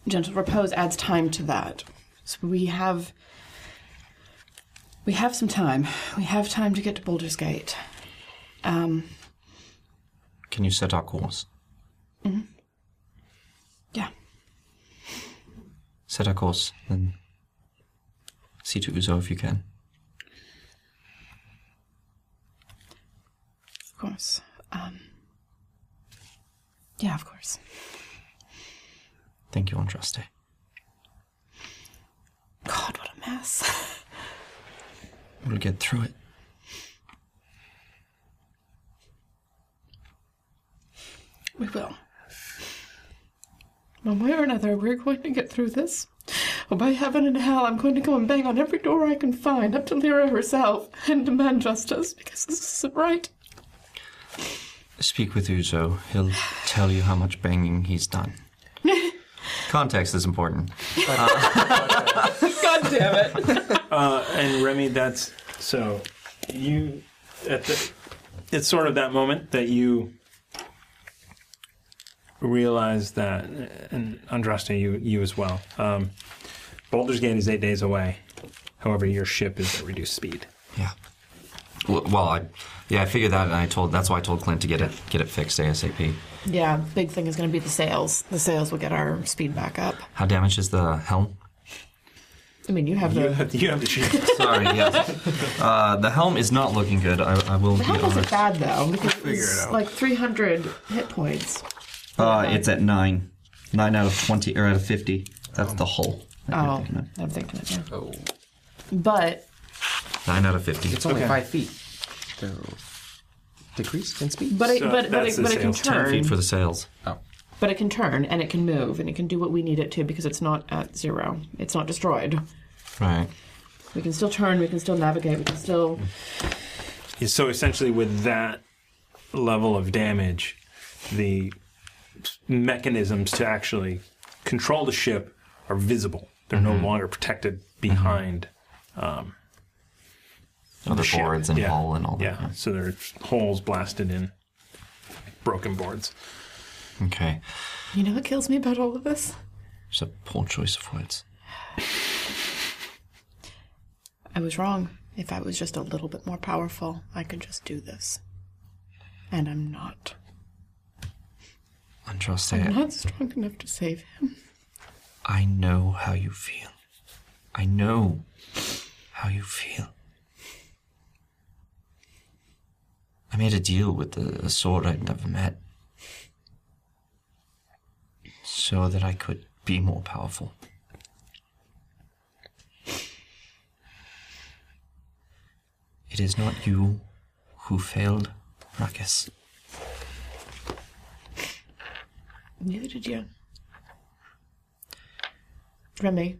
Speaker 6: gentle repose adds time to that. So we have we have some time. We have time to get to Baldur's Gate. Um,
Speaker 10: Can you set our course?
Speaker 6: mhm. yeah.
Speaker 10: Set our course, then see to Uzo if you can.
Speaker 6: Of course. Um, yeah, of course.
Speaker 10: Thank you, Andraste.
Speaker 6: God, what a mess.
Speaker 10: We'll get through it.
Speaker 18: [LAUGHS] We will. One way or another, we're going to get through this. Oh, by heaven and hell, I'm going to go and bang on every door I can find, up to Lyra herself, and demand justice, because this isn't right.
Speaker 10: Speak with Uzo. He'll tell you how much banging
Speaker 6: [LAUGHS]
Speaker 10: he's done. Context is important.
Speaker 1: God damn it. uh, and Remy, that's so you at the it's sort of that moment that you realize that and Andraste you you as well. Um, Boulder's Gate is eight days away. However, your ship is at reduced speed.
Speaker 10: Well, well, I, yeah, I figured that, and I told that's why I told Clint to get it get it fixed asap.
Speaker 6: Yeah, big thing is going to be the sales. The sales will get our speed back up.
Speaker 10: How damaged is the helm?
Speaker 6: I mean, you have the.
Speaker 1: you have the ship.
Speaker 6: [LAUGHS]
Speaker 10: Sorry, yes. Uh, the helm is not looking good. I, I will
Speaker 6: the
Speaker 10: be
Speaker 6: hell wasn't
Speaker 10: honest.
Speaker 6: bad though, because it
Speaker 10: Figure it
Speaker 6: was
Speaker 10: out.
Speaker 6: like 300 hit points.
Speaker 10: Uh, it's at nine, nine out of twenty or out of fifty. That's the hull.
Speaker 6: Oh, I'm thinking it. Yeah.
Speaker 4: Oh,
Speaker 6: But
Speaker 10: Nine out of fifty.
Speaker 16: It's only five feet. So decrease in speed.
Speaker 6: But it- So but- but that's it- the but it can sails. Ten turn.
Speaker 10: feet for the sails.
Speaker 16: Oh.
Speaker 6: but it can turn and it can move and it can do what we need it to because it's not at zero. It's not destroyed.
Speaker 10: Right.
Speaker 6: We can still turn. We can still navigate. We can still.
Speaker 1: Yeah, [LAUGHS] So essentially, with that level of damage, the mechanisms to actually control the ship are visible. They're no longer protected behind um,
Speaker 10: Other
Speaker 1: ship.
Speaker 10: boards and
Speaker 1: yeah.
Speaker 10: hull and all that.
Speaker 1: Yeah, so there's holes blasted in, broken boards.
Speaker 10: Okay.
Speaker 6: You know what kills me about all of this?
Speaker 10: It's a poor choice of words.
Speaker 6: I was wrong. If I was just a little bit more powerful, I could just do this. And I'm not.
Speaker 10: Andraste,
Speaker 6: I'm not strong enough to save him.
Speaker 10: I know how you feel. I know how you feel. I made a deal with the a sword I'd never met so that I could be more powerful. It is not you who failed, Ruckus.
Speaker 6: Neither did you. Remy.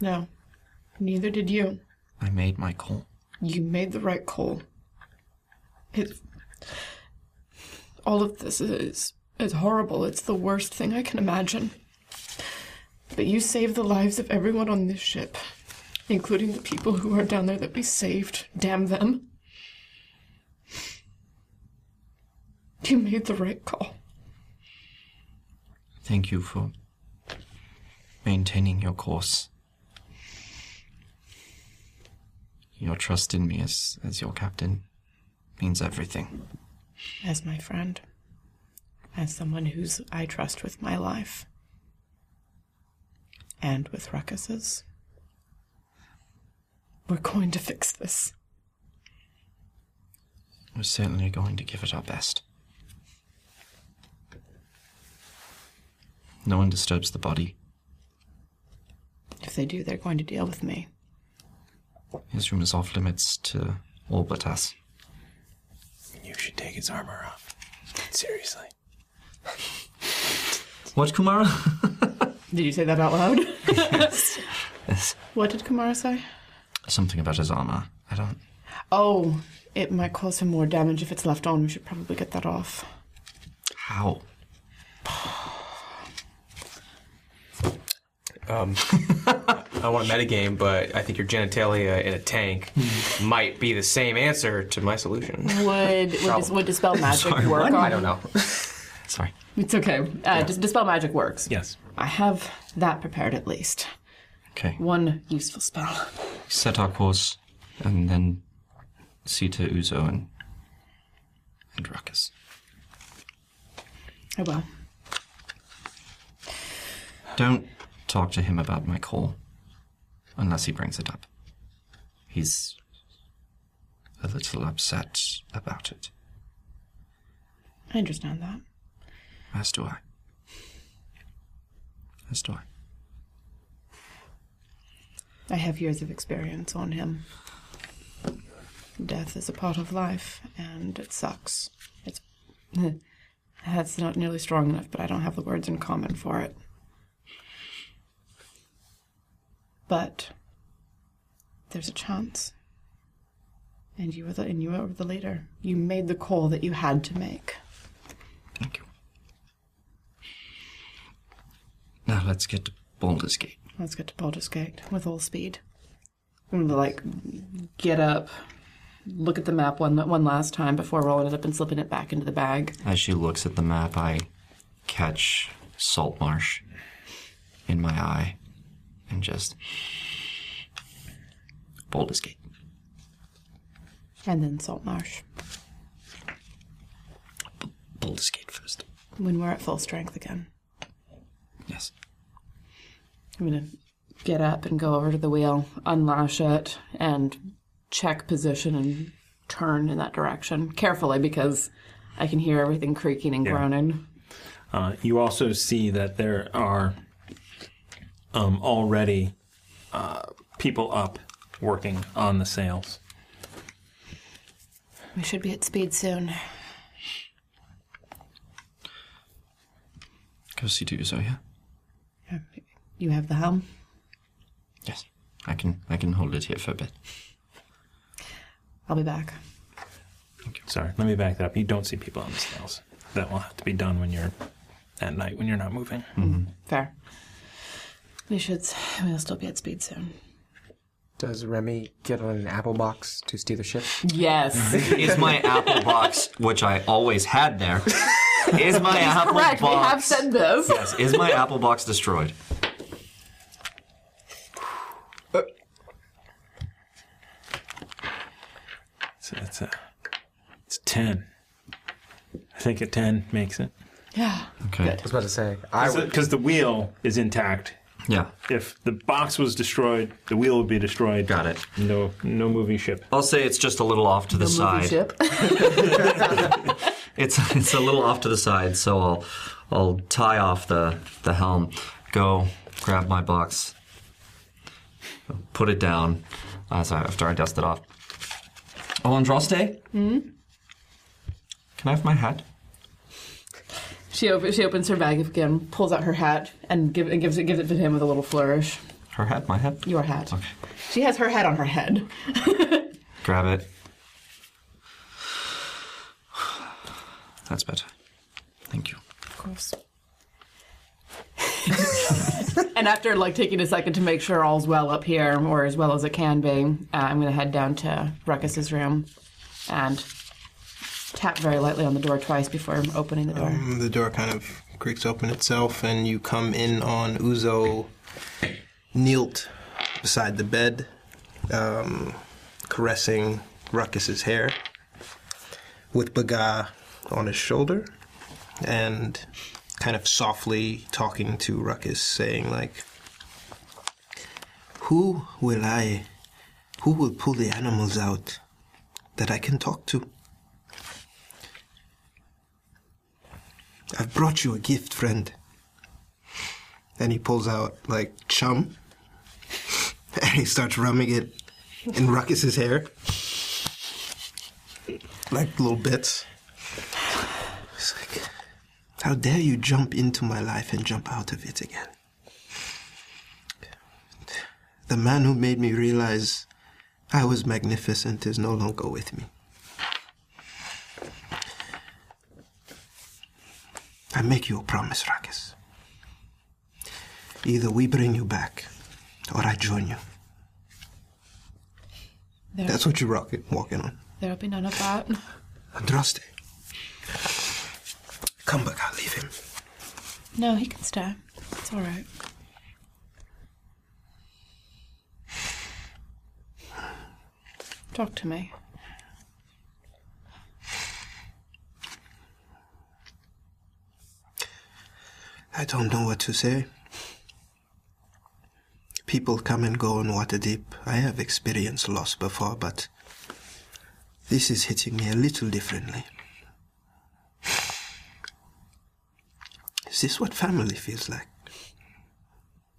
Speaker 6: No. Neither did you.
Speaker 10: I made my call.
Speaker 6: You made the right call. It, all of this is is horrible. It's the worst thing I can imagine. But you saved the lives of everyone on this ship, including the people who are down there that we saved. Damn them. You made the right call.
Speaker 10: Thank you for maintaining your course. Your trust in me as, as your captain means everything.
Speaker 6: As my friend. As someone who's I trust with my life. And with ruckuses. We're going to fix this.
Speaker 10: We're certainly going to give it our best. No one disturbs the body.
Speaker 6: If they do, they're going to deal with me.
Speaker 10: His room is off limits to all but us.
Speaker 19: You should take his armor off. Seriously.
Speaker 10: What, Kumara?
Speaker 6: Did you say that out loud? [LAUGHS] What did Kamara say?
Speaker 10: Something about his armor. I don't.
Speaker 6: Oh, it might cause him more damage if it's left on. We should probably get that off.
Speaker 10: How?
Speaker 4: Um, I want a metagame, but I think your genitalia in a tank might be the same answer to my solution.
Speaker 20: Would would, dis- would dispel magic
Speaker 4: [LAUGHS] Sorry,
Speaker 20: work?
Speaker 6: Oh
Speaker 4: what?
Speaker 20: On?
Speaker 4: I don't know.
Speaker 10: Sorry.
Speaker 20: It's okay. Uh, dis- dispel magic works.
Speaker 1: Yes.
Speaker 20: I have that prepared at least.
Speaker 10: Okay.
Speaker 20: One useful spell.
Speaker 10: Set our course and then see to Uzo and, and Ruckus.
Speaker 6: Oh well.
Speaker 10: Don't talk to him about my call unless he brings it up. He's a little upset about it,
Speaker 6: I understand that.
Speaker 10: as do I. As do I.
Speaker 6: I have years of experience on him. Death is a part of life, and it sucks. It's [LAUGHS] that's not nearly strong enough, but I don't have the words in common for it. But there's a chance, and you were the and you were the leader. You made the call that you had to make.
Speaker 10: Now let's get to Baldur's Gate.
Speaker 6: Let's get to Baldur's Gate with all speed. I'm gonna like get up, look at the map one one last time before rolling it up and slipping it back into the bag.
Speaker 10: As she looks at the map, I catch Saltmarsh in my eye and just. Baldur's Gate.
Speaker 6: And then Salt Marsh
Speaker 10: Baldur's Gate first.
Speaker 6: when we're at full strength again.
Speaker 10: Yes.
Speaker 20: I'm gonna get up and go over to the wheel, unlash it, and check position and turn in that direction carefully because I can hear everything creaking and
Speaker 1: Yeah.
Speaker 20: groaning.
Speaker 1: Uh, you also see that there are um, already uh, people up working on the sails.
Speaker 6: We should be at speed soon.
Speaker 10: Go see to Uzo, yeah?
Speaker 6: You have the helm.
Speaker 10: Yes. I can I can hold it here for a bit.
Speaker 6: I'll be back.
Speaker 1: Sorry, let me back that up. You don't see people on the sails. That will have to be done when you're at night when you're not moving.
Speaker 6: Fair. We should. We'll still be at speed soon.
Speaker 16: Does Remy get on an apple box to steer the ship?
Speaker 10: [LAUGHS]
Speaker 6: Yes. [LAUGHS]
Speaker 10: is my apple box, which I always
Speaker 6: [LAUGHS]
Speaker 10: had there, is my
Speaker 6: That is
Speaker 10: apple
Speaker 6: correct.
Speaker 10: box.
Speaker 6: We have said this.
Speaker 10: Yes, is my apple box destroyed?
Speaker 1: So that's a, it's a 10. I think a 10 makes it.
Speaker 18: Yeah.
Speaker 10: Okay.
Speaker 16: I was about to say. I would-
Speaker 1: Because the wheel is intact.
Speaker 10: Yeah.
Speaker 1: If the box was destroyed, the wheel would be destroyed.
Speaker 10: Got it.
Speaker 1: No, no moving ship.
Speaker 10: I'll say it's just a little off to the, side. [LAUGHS] It's [LAUGHS] it's a little off to the side, so I'll I'll tie off the the helm, go grab my box, put it down as I, after I dust it off. Oh, Andraste,
Speaker 6: Hmm?
Speaker 10: can I have my hat?
Speaker 6: She op- she opens her bag again, pulls out her hat, and, give- and gives it gives it to him with a little flourish.
Speaker 10: Her hat, my hat.
Speaker 6: Your hat.
Speaker 10: Okay.
Speaker 6: She has her hat on her head.
Speaker 10: Grab it. [SIGHS] That's better. Thank you.
Speaker 6: Of course. and after like taking a second to make sure all's well up here, or as well as it can be, uh, I'm gonna head down to Ruckus's room and tap very lightly on the door twice before opening the door.
Speaker 10: Oh.
Speaker 7: Um, the door kind of creaks open itself, and you come in on Uzo, knelt beside the bed, um, caressing Ruckus's hair, with Baga on his shoulder, and kind of softly talking to Ruckus, saying like, "Who will I? Who will pull the animals out that I can talk to?" I've brought you a gift, friend. And he pulls out like chum, [LAUGHS] and he starts rubbing it in Ruckus's hair, like little bits. It's like, how dare you jump into my life and jump out of it again? The man who made me realize I was magnificent is no longer with me. I make you a promise, Rakis. Either we bring you back, or I join you.
Speaker 18: There,
Speaker 7: That's what you're rocking, walking on.
Speaker 18: There'll be none of that.
Speaker 7: Andraste. Come back, I'll leave him.
Speaker 18: No, he can stay. It's all right.
Speaker 6: Talk to me.
Speaker 7: I don't know what to say. People come and go in Waterdeep. I have experienced loss before, but this is hitting me a little differently. Is this what family feels like?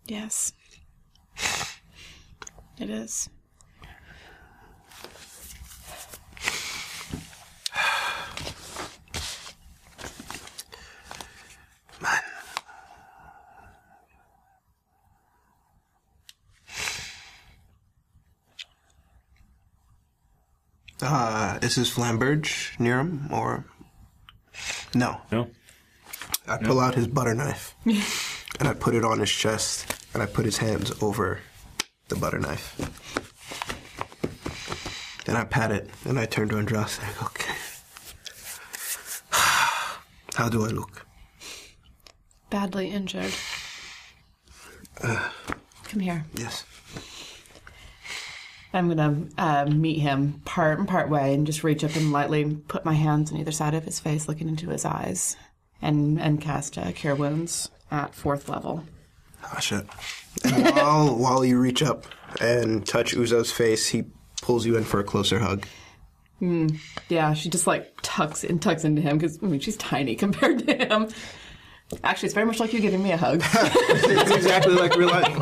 Speaker 18: Yes. It is.
Speaker 7: Ah, is this Flamberge near him, or no?
Speaker 1: No.
Speaker 7: I pull out his butter [LAUGHS] knife, and I put it on his chest, and I put his hands over the butter knife. Then I pat it, and I turn to Andras and I go, "Okay, [SIGHS] how do I look?"
Speaker 18: Badly injured.
Speaker 6: Come here.
Speaker 7: Yes.
Speaker 6: I'm gonna uh, meet him part part way and just reach up and lightly put my hands on either side of his face, looking into his eyes, and and cast uh, cure wounds at fourth level.
Speaker 7: Ah, shit. [LAUGHS] And while while you reach up and touch Uzo's face, he pulls you in for a closer hug.
Speaker 6: Mm, yeah, she just like tucks and tucks into him because I mean she's tiny [LAUGHS] compared to him. Actually, it's very much like you giving me a hug.
Speaker 7: [LAUGHS] it's exactly like real life.
Speaker 6: [LAUGHS]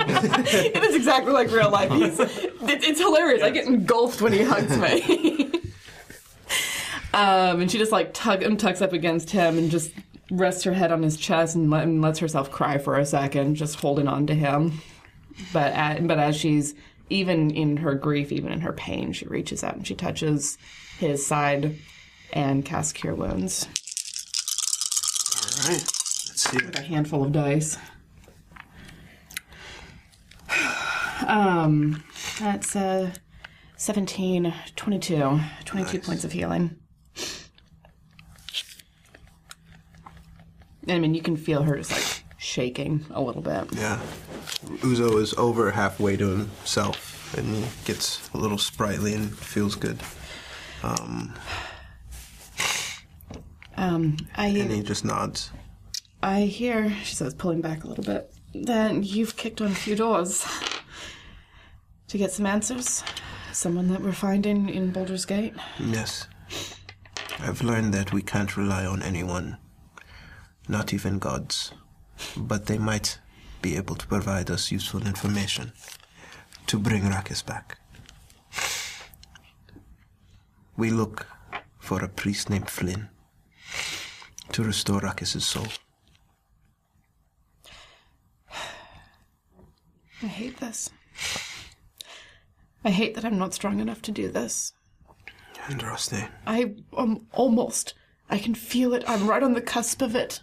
Speaker 6: it is exactly like real life. He's, it, it's hilarious. I get engulfed when he hugs me. [LAUGHS] um, and she just like tug and tucks up against him and just rests her head on his chest and, let, and lets herself cry for a second, just holding on to him. But at, but as she's even in her grief, even in her pain, she reaches out and she touches his side and casts cure wounds.
Speaker 7: All right, let's see.
Speaker 6: With a handful of dice. Um, That's uh, 17, 22. 22 points of healing. And I mean, you can feel her just like shaking a little bit.
Speaker 7: Yeah. Uzo is over halfway to himself and he gets a little sprightly and feels good. Um,
Speaker 6: Um,
Speaker 7: and he
Speaker 6: I,
Speaker 7: just nods.
Speaker 6: I hear, she says, pulling back a little bit, that you've kicked on a few doors to get some answers. Someone that we're finding in Boulder's Gate.
Speaker 7: Yes. I've learned that we can't rely on anyone, not even gods, but they might be able to provide us useful information to bring Rakis back. We look for a priest named Flynn to restore Rakis' soul.
Speaker 18: I hate this. I hate that I'm not strong enough to do this.
Speaker 7: And Roste,
Speaker 18: I am almost. I can feel it. I'm right on the cusp of it.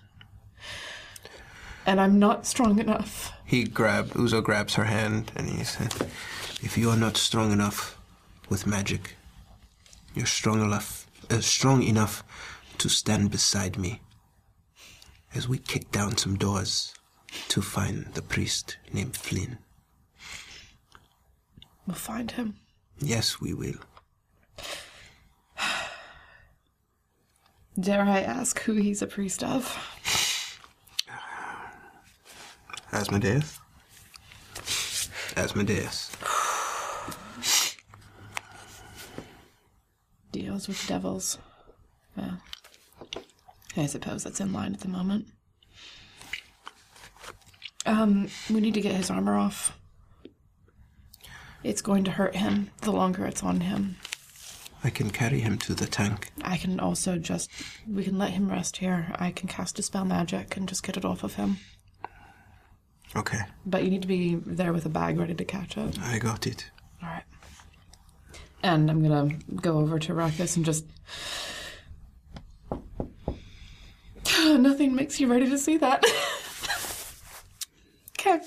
Speaker 18: And I'm not strong enough.
Speaker 7: He grab Uzo grabs her hand and he said, "If you are not strong enough with magic, you're strong enough, uh, strong enough to stand beside me as we kick down some doors to find the priest named Flynn.
Speaker 18: We'll find him.
Speaker 7: Yes, we will.
Speaker 18: Dare I ask who he's a priest of?
Speaker 7: Asmodeus. Asmodeus.
Speaker 18: Deals with devils. Well, I suppose that's in line at the moment. Um, we need to get his armor off. It's going to hurt him the longer it's on him.
Speaker 7: I can carry him to the tank.
Speaker 18: I can also just. We can let him rest here. I can cast a spell magic and just get it off of him.
Speaker 7: Okay,
Speaker 18: But you need to be there with a bag ready to catch it.
Speaker 7: I got it.
Speaker 18: All right. And I'm gonna go over to Ruckus and
Speaker 6: [SIGHS]
Speaker 18: just. Nothing makes you ready to see
Speaker 6: [LAUGHS]
Speaker 18: that. okay.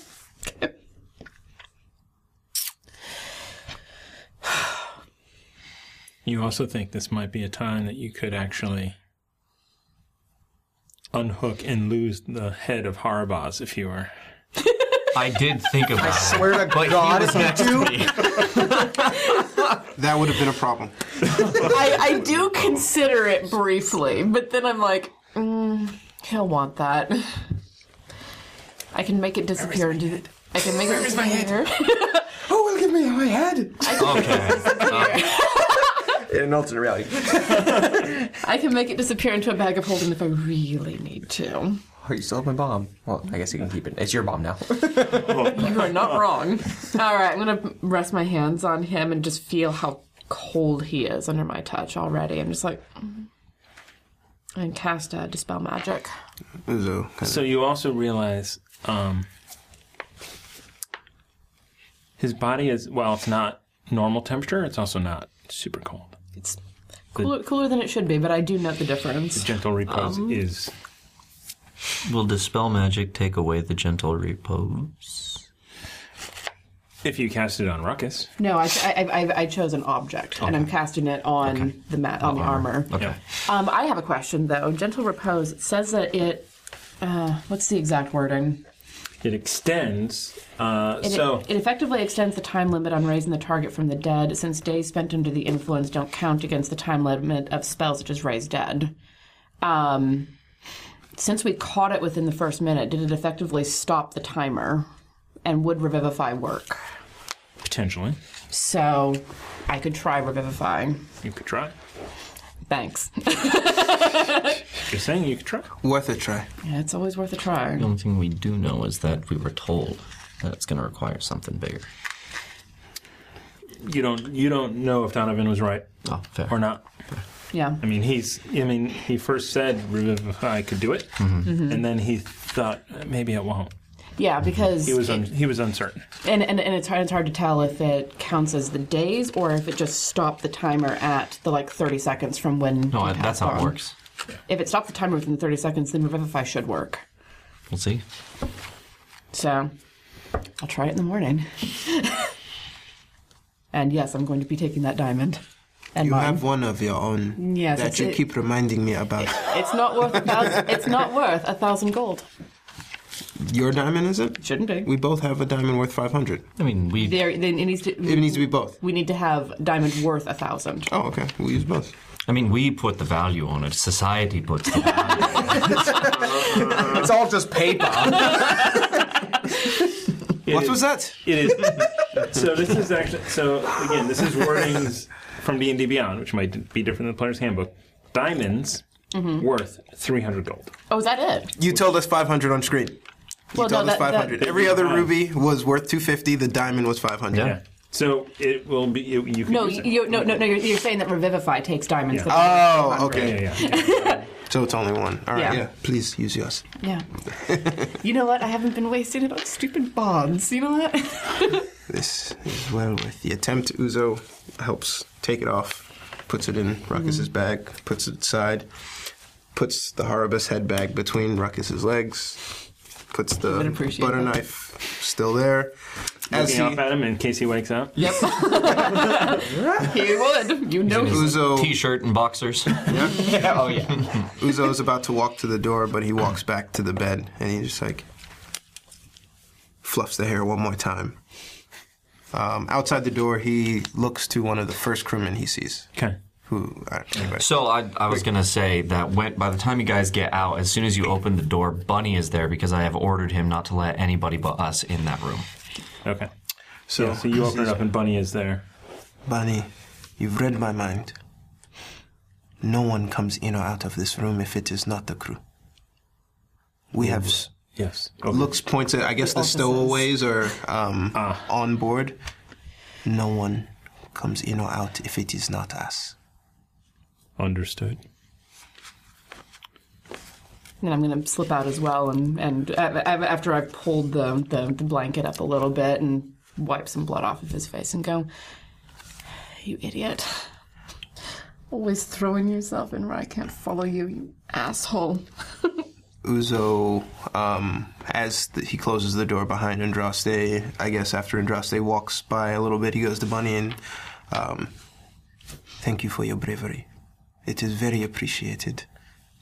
Speaker 1: You also think this might be a time that you could actually unhook and lose the head of Harbaz if you were.
Speaker 10: [LAUGHS] I did think about it.
Speaker 7: swear to
Speaker 10: but
Speaker 7: God,
Speaker 10: he was
Speaker 7: if you
Speaker 10: next to
Speaker 7: do-
Speaker 10: me.
Speaker 7: That would have been a problem.
Speaker 6: I, I do consider it briefly, but then I'm like, mm, he'll want that. I can make it disappear and do it. I can make it
Speaker 17: Where is my head?
Speaker 6: disappear.
Speaker 4: Who will give Oh, me my head?
Speaker 8: In an alternate reality.
Speaker 6: I can make it disappear into a bag of holding if I really need to.
Speaker 8: Oh, you still have my bomb. Well, I guess you can keep it. It's your bomb now.
Speaker 6: You [LAUGHS] are not wrong. All right, I'm gonna rest my hands on him and just feel how cold he is under my touch already. I'm just like, mm. and cast uh, dispel magic.
Speaker 7: Uzo.
Speaker 1: So you also realize um, his body is well. It's not normal temperature. It's also not super cold.
Speaker 6: It's
Speaker 1: The-
Speaker 6: cooler, cooler than it should be, but I do note the difference.
Speaker 1: The gentle repose
Speaker 6: Um,
Speaker 1: is
Speaker 5: Will dispel magic take away the gentle repose?
Speaker 1: if you cast it on Ruckus.
Speaker 6: No, I, I, I, I chose an object, and I'm casting it on the ma- on the armor.
Speaker 1: Okay.
Speaker 6: Um, I have a question though. Gentle repose it says that it. Uh, what's the exact wording?
Speaker 1: It extends. Uh,
Speaker 6: It,
Speaker 1: so
Speaker 6: it effectively extends the time limit on raising the target from the dead, since days spent under the influence don't count against the time limit of spells such as raise dead. Um, since we caught it within the first minute, did it effectively stop the timer, and would revivify work?
Speaker 1: potentially
Speaker 6: So, I could try revivify.
Speaker 1: you could try.
Speaker 6: Thanks. [LAUGHS]
Speaker 1: Just saying, you could try.
Speaker 7: Worth a try.
Speaker 6: Yeah, it's always worth a try.
Speaker 5: The only thing we do know is that we were told that it's going to require something bigger.
Speaker 1: You don't. You don't know if Donovan was right
Speaker 10: Oh,
Speaker 1: or not.
Speaker 6: Yeah.
Speaker 1: I mean, he's. I mean, he first said Revivify could do it,
Speaker 6: Mhm.
Speaker 1: and then he thought "Eh, maybe it won't.
Speaker 6: Yeah, because
Speaker 1: he was
Speaker 6: it-
Speaker 1: un- he was uncertain.
Speaker 6: and, and and it's hard, it's hard to tell if it counts as the days or if it just stopped the timer at the like 30 seconds from when.
Speaker 5: No,
Speaker 6: he
Speaker 5: I- that's
Speaker 6: passed
Speaker 5: how it
Speaker 6: on.
Speaker 5: works.
Speaker 6: If it stopped the timer within 30 seconds, then Revivify should work.
Speaker 5: We'll see.
Speaker 6: So I'll try it in the morning. [LAUGHS] And yes, I'm going to be taking that diamond. And
Speaker 7: You
Speaker 6: mine.
Speaker 7: have one of your own
Speaker 6: Yes,
Speaker 7: that
Speaker 6: it's-
Speaker 7: you
Speaker 6: it-
Speaker 7: keep reminding me about.
Speaker 6: It's not worth a thousand. it's not worth a thousand gold.
Speaker 7: Your diamond, is it?
Speaker 6: Shouldn't be.
Speaker 7: We both have a diamond worth 500.
Speaker 10: I mean, we.
Speaker 6: There, then it needs to.
Speaker 7: It needs to be both.
Speaker 6: We need to have diamond worth a thousand.
Speaker 7: Oh, okay. We'll use both.
Speaker 10: I mean, we put the value on it. Society puts the value.
Speaker 4: it's all just paper.
Speaker 1: What was that? It
Speaker 6: [LAUGHS]
Speaker 1: is. so this is actually. So again, this is wordings from D and D Beyond, which might be different than Player's Handbook. Diamonds
Speaker 6: Mhm.
Speaker 1: worth three hundred gold.
Speaker 6: Oh, is that it?
Speaker 7: You told us 500 on screen. You
Speaker 6: Well, no,
Speaker 7: told us
Speaker 6: that- that-
Speaker 7: 500. Every other ruby was worth 250. The diamond was 500.
Speaker 1: Yeah. So it will be. You, you can
Speaker 6: No,
Speaker 1: use it.
Speaker 6: you, no, no, no. You're, you're saying that Revivify takes diamonds. but that's
Speaker 7: Oh,
Speaker 6: not
Speaker 7: okay.
Speaker 6: right.
Speaker 7: so it's only one. All right.
Speaker 6: Yeah.
Speaker 7: yeah. Please use yours.
Speaker 6: Yeah. you know what? I haven't been wasting it on stupid bonds. You know what?
Speaker 7: This is well worth the attempt. Uzo helps take it off, puts it in Ruckus's
Speaker 6: Mm-hmm.
Speaker 7: bag, puts it aside, puts the Horibus head bag between Ruckus's legs, puts the
Speaker 1: would appreciate
Speaker 7: butter
Speaker 1: that.
Speaker 7: knife still there.
Speaker 1: Looking up at him in case he wakes up.
Speaker 7: Yep.
Speaker 6: he would. [LAUGHS] You know.
Speaker 7: Uzo
Speaker 10: T-shirt and boxers.
Speaker 7: Oh yeah. Uzo's about to walk to the door, but he walks back to the bed, and he just like fluffs the hair one more time. Um, outside the door, he looks to one of the first crewmen he sees.
Speaker 1: Okay.
Speaker 7: Who? I, anyway.
Speaker 10: So I, I was gonna say that when by the time you guys get out, as soon as you open the door, Bunny is there because I have ordered him not to let anybody but us in that room.
Speaker 1: Okay. So, so you open it up and Bunny is there.
Speaker 7: Bunny, you've read my mind. No one comes in or out of this room if it is not the crew. We have. s-
Speaker 1: Yes.
Speaker 7: Looks points at I guess the,
Speaker 1: The officers.
Speaker 7: stowaways are um, on board. No one comes in or out if it is not us.
Speaker 1: Understood.
Speaker 6: And I'm going to slip out as well, and and a- a- after I've pulled the, the the blanket up a little bit and wipe some blood off of his face, and go, you idiot!
Speaker 21: Always throwing yourself in where I can't follow you, you asshole.
Speaker 7: Uzo, um, as the, he closes the door behind Andraste, I guess after Andraste walks by a little bit, he goes to Bunny and, um, thank you for your bravery. It is very appreciated,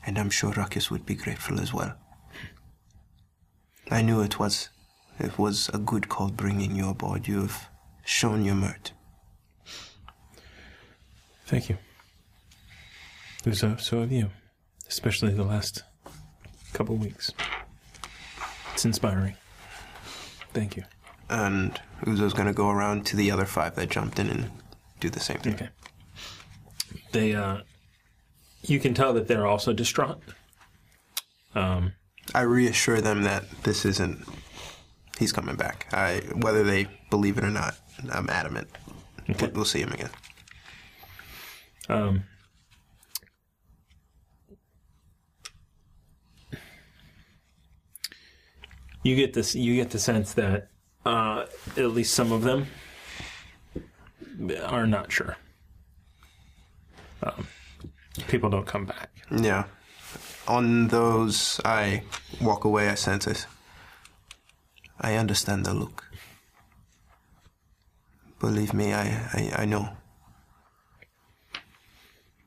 Speaker 7: and I'm sure Ruckus would be grateful as well. I knew it was, it was a good call bringing you aboard. You have shown your merit.
Speaker 1: Thank you. Uzo, so have you, especially the last couple weeks. It's inspiring. Thank you.
Speaker 7: And Uzo's gonna go around to the other five that jumped in and do the same thing.
Speaker 1: Okay. They, uh, you can tell that they're also distraught. Um,
Speaker 7: I reassure them that this isn't. He's coming back. I whether they believe it or not, I'm adamant. We'll- We'll see him again.
Speaker 1: Um, you get this. You get the sense that uh, at least some of them are not sure. Um, people don't come back.
Speaker 7: Yeah. On those, I walk away. I sense it. I understand the look. Believe me, I, I, I know.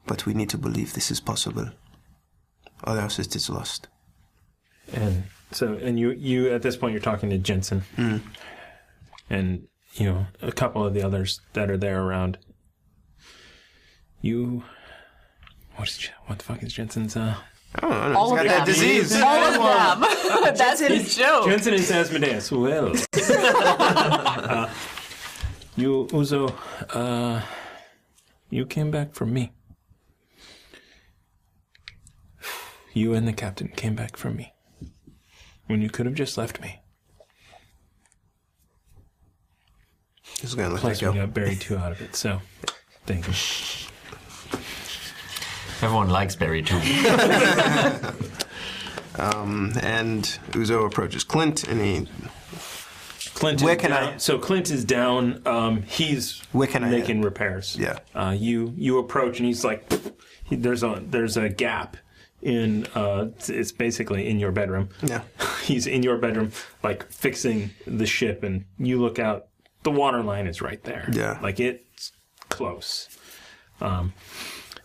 Speaker 7: But we need to believe this is possible, or else it is lost.
Speaker 1: And so, and you, you at this point, you're talking to Jensen,
Speaker 7: Mm-hmm.
Speaker 1: and you know a couple of the others that are there around. You, what is what the fuck is Jensen's? Uh,
Speaker 7: know. All He's of got that them. disease. All
Speaker 6: of them. [LAUGHS] That's his joke.
Speaker 1: Jensen is Asmodeus.
Speaker 6: [LAUGHS]
Speaker 1: Well, Uh, you Uzo, uh, you came back from me. You and the captain came back from me when you could have just left me.
Speaker 7: This is gonna let
Speaker 1: Plus,
Speaker 7: that
Speaker 1: we
Speaker 7: go.
Speaker 1: got buried two out of it. So, thank you.
Speaker 10: Everyone likes Barry too.
Speaker 7: Um, and Uzo approaches Clint, and he.
Speaker 1: Clint.
Speaker 7: Where
Speaker 1: is
Speaker 7: can
Speaker 1: down- So Clint is down. Um, he's
Speaker 7: Where can I
Speaker 1: making repairs. Yeah. Uh, you you approach and he's like, he, there's a there's a gap in uh, it's- it's basically in your bedroom. [LAUGHS]
Speaker 7: Yeah.
Speaker 1: he's in your bedroom, like fixing the ship, and you look out the water line is right there.
Speaker 22: Yeah.
Speaker 1: Like it's close. Um,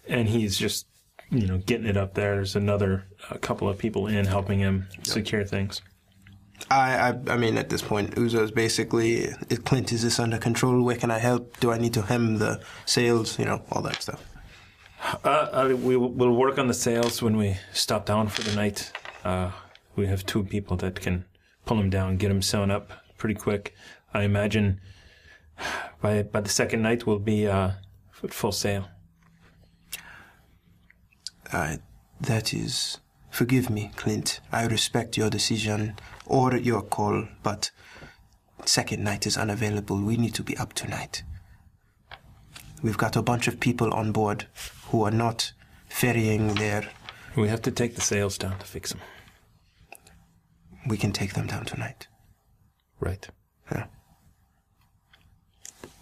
Speaker 1: and he's just, you know, getting it up there. There's another a couple of people in helping him secure things.
Speaker 7: I, I, I mean, at this point, Uzo's basically, Clint, is this under control? Where can I help? Do I need to hem the sails? You know, all that stuff.
Speaker 1: Uh, uh, we will we'll work on the sails when we stop down for the night. Uh, we have two people that can pull him down, get him sewn up pretty quick. I imagine [SIGHS] by by the second night we'll be uh, at full sail.
Speaker 7: Uh, that is. Forgive me, Clint. I respect your decision or your call, but second night is unavailable. We need to be up tonight. We've got a bunch of people on board who are not ferrying their.
Speaker 1: We have to take the sails down to fix them.
Speaker 7: We can take them down tonight.
Speaker 1: Right.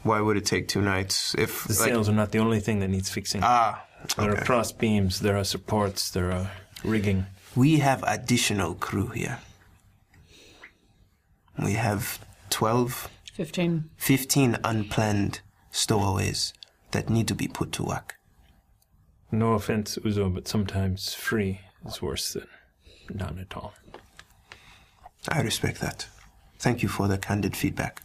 Speaker 7: Why would it take two nights if
Speaker 1: The sails are not the only thing that needs fixing.
Speaker 7: Ah,
Speaker 1: there are
Speaker 7: okay.
Speaker 1: cross beams, there are supports, there are rigging.
Speaker 7: We have additional crew here. We have 12,
Speaker 6: 15.
Speaker 7: 15 unplanned stowaways that need to be put to work.
Speaker 1: No offense, Uzo, but sometimes free is worse than none at all.
Speaker 7: I respect that. Thank you for the candid feedback.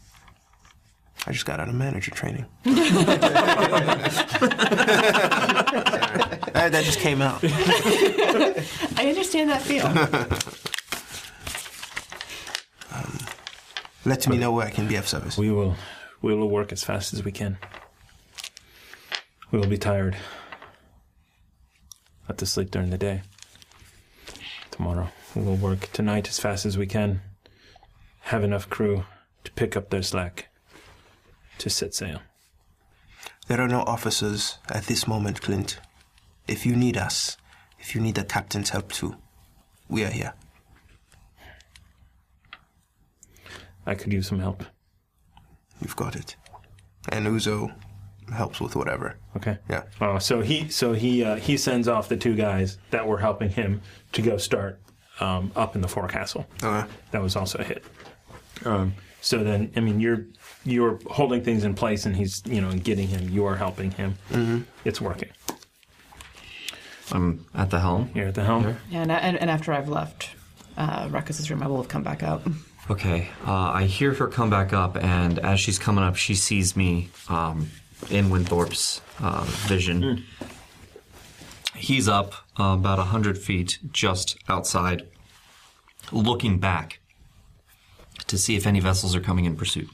Speaker 7: I just got out of manager training. [LAUGHS] Uh, that just came out.
Speaker 6: I understand that feel.
Speaker 7: Let me know where I can be of service.
Speaker 1: We will. We will work as fast as we can. We will be tired. Have to sleep during the day. Tomorrow we will work tonight as fast as we can. Have enough crew to pick up their slack. To set sail.
Speaker 7: There are no officers at this moment, Clint. If you need us, if you need the captain's help too, we are here.
Speaker 1: I could use some help.
Speaker 7: You've got it. And Uzo helps with whatever.
Speaker 1: Okay.
Speaker 7: Yeah.
Speaker 1: Oh, so he so he uh, he sends off the two guys that were helping him to go start um, up in the forecastle.
Speaker 7: Okay.
Speaker 1: That was also a hit. Um, so then, I mean, you're you're holding things in place, and he's you know getting him. You are helping him.
Speaker 7: Mm-hmm.
Speaker 10: Mhm.
Speaker 1: It's working.
Speaker 10: I'm at the helm.
Speaker 1: You're at the helm.
Speaker 6: Yeah, and, and, and after I've left uh, Ruckus's room, I will have come back up.
Speaker 10: Okay, uh, I hear her come back up, and as she's coming up, she sees me um, in Winthorpe's uh, vision. He's up uh, about 100 feet just outside, looking back to see if any vessels are coming in pursuit.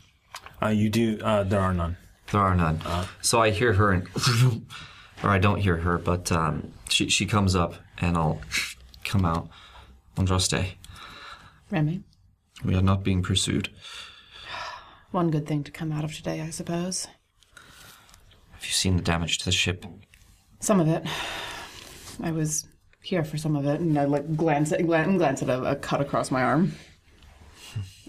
Speaker 1: Uh, you do, uh, there are none.
Speaker 10: There are none. so I hear her, and, [LAUGHS] or I don't hear her, but um, she, she comes up, and I'll come out. Andraste,
Speaker 6: Remy,
Speaker 10: we are not being pursued.
Speaker 6: one good thing to come out of today, I suppose.
Speaker 10: Have you seen the damage to the ship?
Speaker 6: Some of it. I was here for some of it, and I like glance at glance, glance at a, a cut across my arm.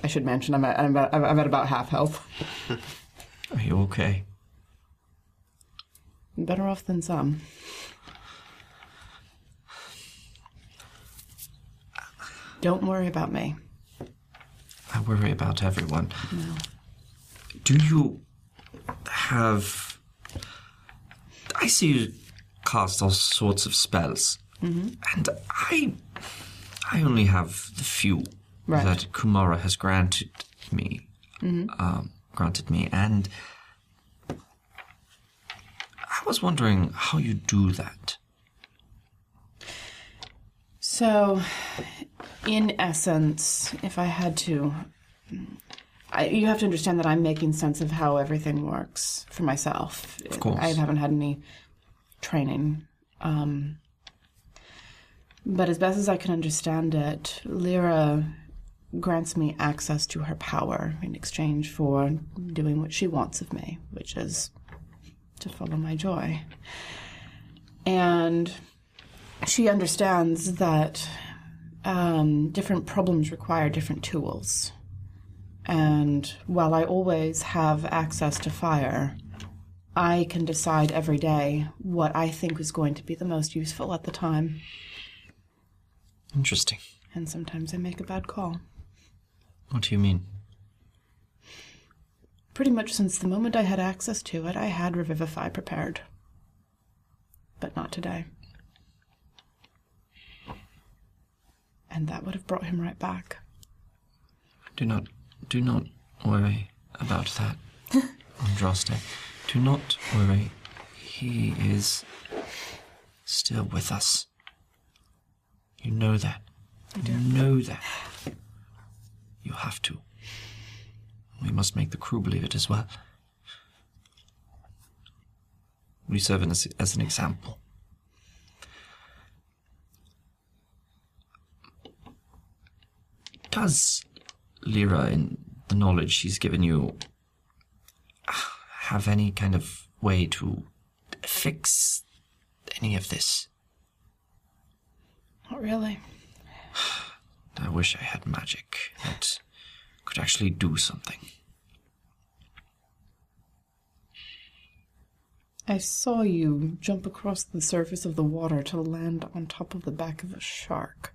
Speaker 6: I should mention I'm at, I'm at, I'm at about half health.
Speaker 10: Are you okay?
Speaker 6: Better off than some. Don't worry about me.
Speaker 10: I worry about everyone. Do you have. I see you cast all sorts of spells,
Speaker 6: Mm-hmm.
Speaker 10: and I. I only have the few
Speaker 6: Right.
Speaker 10: that Kumara has granted me.
Speaker 6: Mm-hmm.
Speaker 10: Um, granted me, and. I was wondering how you do that.
Speaker 6: So, in essence, if I had to, I, you have to understand that I'm making sense of how everything works for myself.
Speaker 10: Of course.
Speaker 6: I haven't had any training. Um, but as best as I can understand it, Lyra grants me access to her power in exchange for doing what she wants of me, which is to follow my joy. And she understands that um, different problems require different tools. And while I always have access to fire, I can decide every day what I think is going to be the most useful at the time.
Speaker 10: Interesting.
Speaker 6: And sometimes I make a bad call.
Speaker 10: What do you mean?
Speaker 6: Pretty much since the moment I had access to it, I had Revivify prepared. But not today. And that would have brought him right back.
Speaker 10: Do not, do not worry about that, Andraste. Do not worry. He is still with us. You know that. You know that. You have to. We must make the crew believe it as well. We serve as, as an example. Does Lyra, in the knowledge she's given you, have any kind of way to fix any of this?
Speaker 6: Not really.
Speaker 10: I wish I had magic that could actually do something.
Speaker 6: I saw you jump across the surface of the water to land on top of the back of a shark.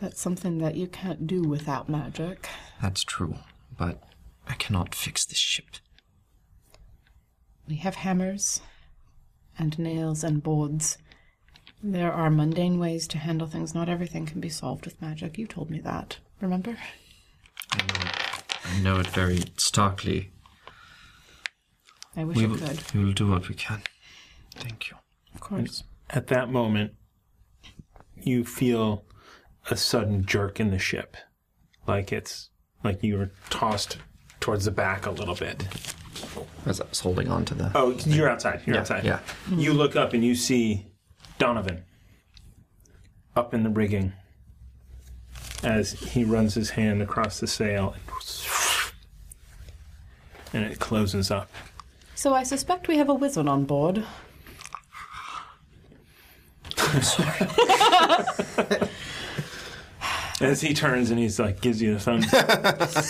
Speaker 6: That's something that you can't do without magic.
Speaker 10: That's true, but I cannot fix this ship.
Speaker 6: We have hammers and nails and boards. There are mundane ways to handle things. Not everything can be solved with magic. You told me that, remember?
Speaker 10: I know it very starkly.
Speaker 6: I wish
Speaker 10: we
Speaker 6: I
Speaker 10: will, Mm.
Speaker 6: could.
Speaker 10: we will do what we can. Thank you.
Speaker 6: Of course.
Speaker 1: At that moment, you feel a sudden jerk in the ship, like it's like you were tossed towards the back a little bit.
Speaker 10: As I was holding on to the.
Speaker 1: Oh, you're outside. You're
Speaker 10: Yeah,
Speaker 1: outside.
Speaker 10: yeah.
Speaker 1: You look up and you see Donovan up in the rigging as he runs his hand across the sail and it closes up.
Speaker 6: So I suspect we have a wizard on board.
Speaker 1: As he turns and he's like, gives you the thumbs.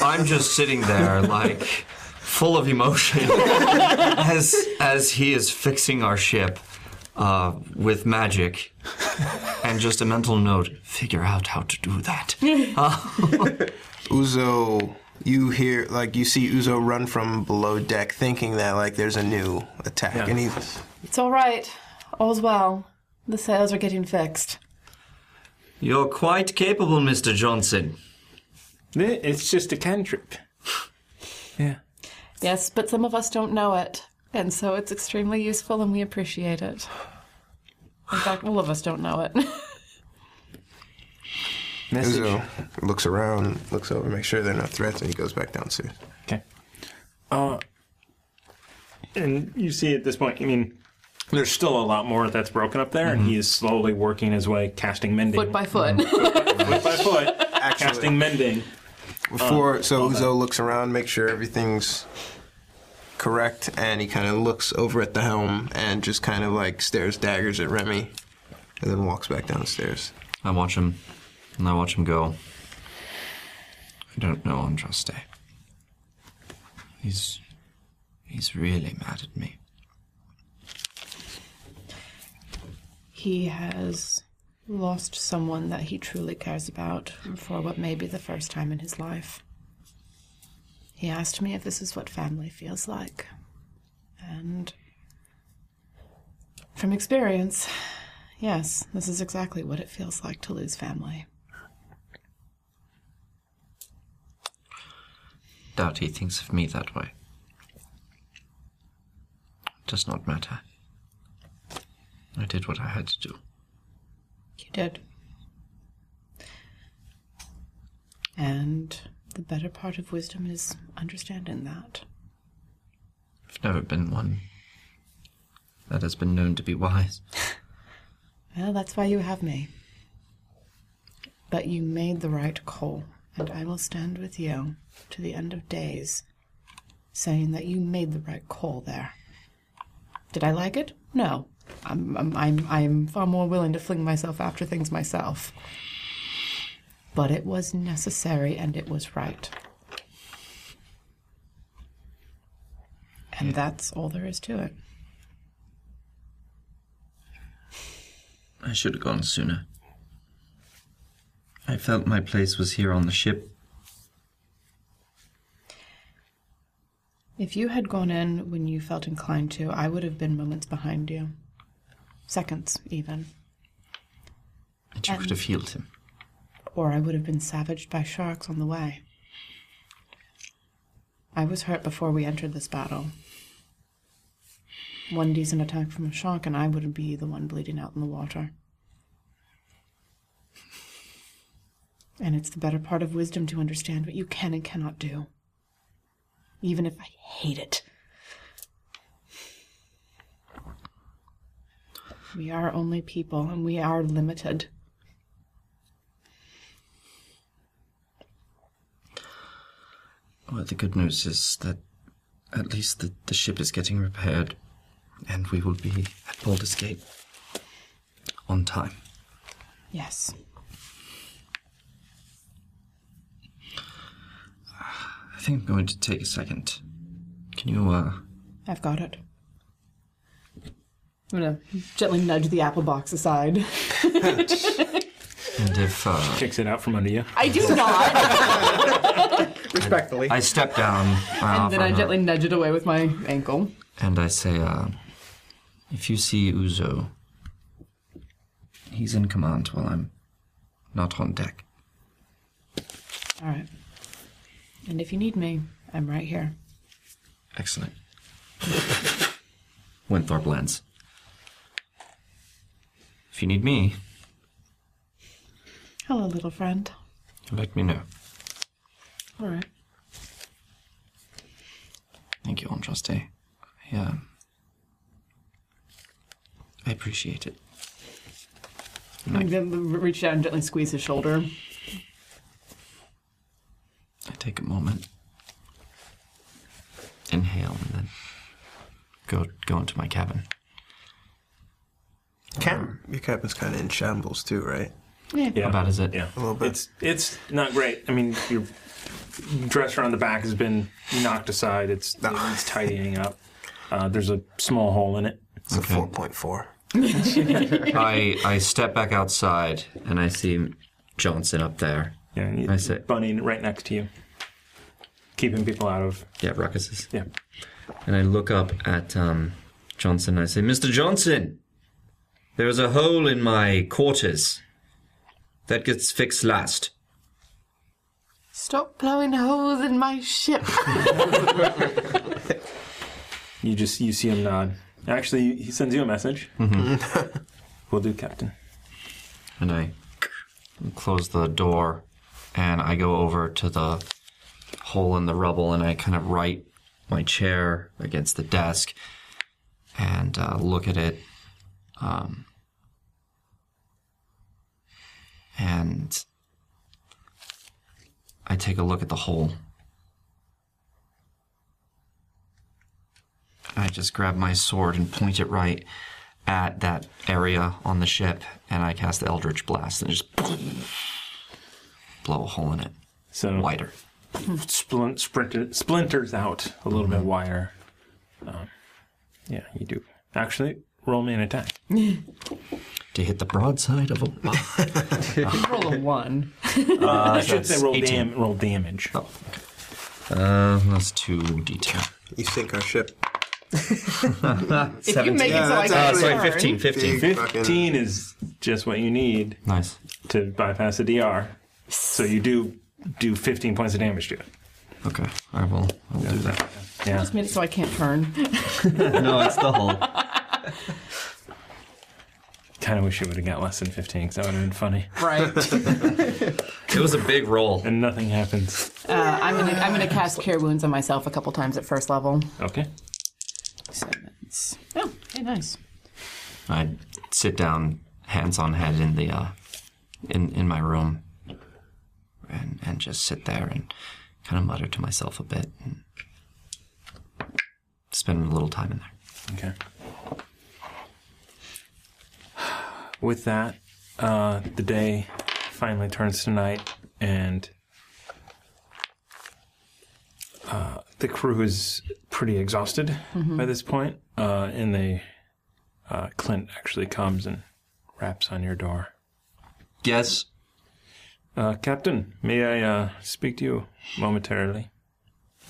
Speaker 10: [LAUGHS]
Speaker 23: I'm just sitting there, like, full of emotion as as he is fixing our ship uh, with magic, and just a mental note: figure out how to do that.
Speaker 7: Uzo, you hear like you see Uzo run from below deck, thinking that like there's a new attack, and he
Speaker 6: It's all right. All's well. The sails are getting fixed.
Speaker 23: You're quite capable, Mister Johnson.
Speaker 1: It's just a cantrip.
Speaker 6: Yes, but some of us don't know it, and so it's extremely useful and we appreciate it. In fact, all of us don't know it. [LAUGHS]
Speaker 7: Uzo looks around, looks over, makes sure they're not threats, and he goes back downstairs.
Speaker 1: Okay. Uh, and you see at this point, I mean, there's still a lot more that's broken up there,
Speaker 10: Mm-hmm.
Speaker 1: and he is slowly working his way, casting mending.
Speaker 24: foot by foot.
Speaker 1: foot by foot,
Speaker 24: [LAUGHS]
Speaker 1: casting mending.
Speaker 7: Before,
Speaker 1: Um,
Speaker 7: so
Speaker 1: all
Speaker 7: Uzo looks around, makes sure everything's correct, and he kind of looks over at the helm and just kind of like stares daggers at Remy, and then walks back downstairs.
Speaker 10: I watch him, and I watch him go. I don't know Andraste. He's. he's really mad at me.
Speaker 6: he has lost someone that he truly cares about for what may be the first time in his life. He asked me if this is what family feels like. And from experience, yes, this is exactly what it feels like to lose family.
Speaker 10: Doubt he thinks of me that way. Does not matter. I did what I had to do.
Speaker 6: You did. And the better part of wisdom is understanding that.
Speaker 10: I've never been one that has been known to be wise.
Speaker 6: Well, that's why you have me. But you made the right call, and I will stand with you to the end of days, saying that you made the right call there. Did I like it? No. I'm, I'm, I'm, I'm far more willing to fling myself after things myself. But it was necessary and it was right. And that's all there is to it.
Speaker 10: I should have gone sooner. I felt my place was here on the ship.
Speaker 6: If you had gone in when you felt inclined to, I would have been moments behind you. Seconds, even.
Speaker 10: And you could have healed him.
Speaker 6: Or I would have been savaged by sharks on the way. I was hurt before we entered this battle. One decent attack from a shark, and I would be the one bleeding out in the water. And it's the better part of wisdom to understand what you can and cannot do. Even if I hate it. We are only people, and we are limited.
Speaker 10: Well, the good news is that at least the, the ship is getting repaired, and we will be at Baldur's Gate on time.
Speaker 6: Yes.
Speaker 10: I think I'm going to take a second. Can you, uh,
Speaker 6: I've got it. I'm gonna gently nudge the apple box aside.
Speaker 10: and if, uh.
Speaker 1: Kicks it out from under you.
Speaker 5: I do not.
Speaker 10: Respectfully. I, step down.
Speaker 5: [LAUGHS]
Speaker 10: uh,
Speaker 5: and then
Speaker 10: from
Speaker 5: I
Speaker 10: her.
Speaker 5: gently nudge it away with my ankle.
Speaker 10: And I say, uh, if you see Uzo, he's in command while I'm not on deck.
Speaker 6: All right. And if you need me, I'm right here.
Speaker 10: [LAUGHS] Excellent. Winthorpe lands. If you need me,
Speaker 6: Hello, little friend.
Speaker 10: let me know.
Speaker 6: All right.
Speaker 10: Thank you, Andraste. I, uh, I appreciate it.
Speaker 5: And then reach down and gently squeeze his shoulder.
Speaker 10: I take a moment, inhale, and then go go into my cabin.
Speaker 7: Cam, your cabin's kind of in shambles too, right?
Speaker 6: Yeah.
Speaker 1: Yeah. How bad
Speaker 10: is it?
Speaker 1: Yeah.
Speaker 7: A little bit.
Speaker 1: It's it's not great. I mean, your dresser on the back has been knocked aside. It's it needs tidying up. Uh, there's a small hole in it.
Speaker 7: It's a four point four.
Speaker 25: I I step back outside and I see Johnson up there.
Speaker 1: Yeah,
Speaker 25: I say,
Speaker 1: Bunny right next to you, keeping people out of.
Speaker 25: yeah, ruckuses.
Speaker 1: Yeah.
Speaker 25: And I look up at um, Johnson. and I say, Mister Johnson, there is a hole in my quarters. That gets fixed last.
Speaker 6: Stop blowing holes in my ship.
Speaker 1: You just you see him nod. Actually, he sends you a message.
Speaker 10: Mm-hmm.
Speaker 1: Will do, Captain.
Speaker 10: And I close the door, and I go over to the hole in the rubble, and I kind of right my chair against the desk, and uh, look at it, um, and I take a look at the hole. I just grab my sword and point it right at that area on the ship, and I cast the Eldritch Blast and just blow a hole in it.
Speaker 1: So
Speaker 10: wider.
Speaker 1: Splin- sprinter- splinters out a little bit wider. Um, yeah, you do. Actually, roll me an attack.
Speaker 10: To hit the broadside of
Speaker 5: [LAUGHS]
Speaker 10: a [LAUGHS]
Speaker 5: roll a one.
Speaker 1: [LAUGHS] I should say roll, dam- roll damage.
Speaker 10: Oh, Uh, that's two d10.
Speaker 7: You sink our ship.
Speaker 5: If you make it so I
Speaker 6: Oh,
Speaker 5: can turn.
Speaker 1: 15. is just what you need.
Speaker 10: Nice.
Speaker 1: To bypass the DR. So you do do 15 points of damage to it.
Speaker 10: Okay, I will. I will do that.
Speaker 1: Yeah.
Speaker 5: Just made it so I can't turn.
Speaker 10: [LAUGHS] no, it's the hole.
Speaker 1: Kind of wish it would have got less than 15 because that would have been funny.
Speaker 5: [LAUGHS] Right.
Speaker 25: It was a big roll.
Speaker 1: And nothing happens.
Speaker 5: Uh, I'm gonna I'm gonna cast Cure Wounds on myself a couple times at first level.
Speaker 1: Okay.
Speaker 5: Sevens. Oh, hey, nice.
Speaker 10: [LAUGHS] I sit down, hands on head, in the uh, in in my room, and and just sit there and kind of mutter to myself a bit and spend a little time in there.
Speaker 1: Okay. With that, uh, the day finally turns to night, and uh, the crew is pretty exhausted
Speaker 26: Mhm.
Speaker 1: by this point. Uh, and they, uh, Clint actually comes and raps on your door.
Speaker 25: Yes.
Speaker 1: Uh, Captain, may I uh, speak to you momentarily?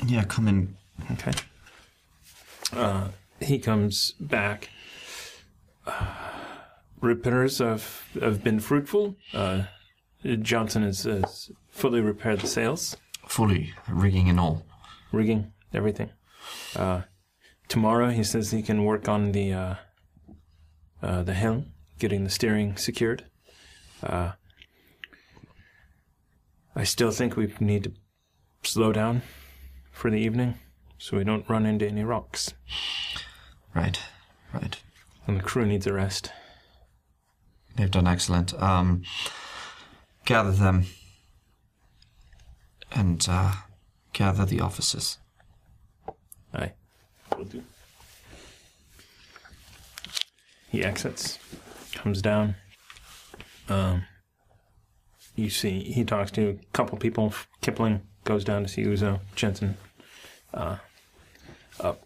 Speaker 10: Yeah, come in.
Speaker 1: Okay. uh, he comes back. Uh, repairs have, have been fruitful. Uh, Johnson has, has fully repaired the sails.
Speaker 10: Fully, rigging and all.
Speaker 1: Rigging, everything. Uh, tomorrow he says he can work on the uh, uh, the helm, getting the steering secured. Uh, I still think we need to slow down for the evening so we don't run into any rocks.
Speaker 10: Right, right.
Speaker 1: And the crew needs a rest.
Speaker 10: They've done excellent. Um, gather them and uh, gather the officers.
Speaker 1: Aye. Will do. He exits, comes down. Um, you see, he talks to a couple people. Kipling goes down to see Uzo, Jensen. Uh, up.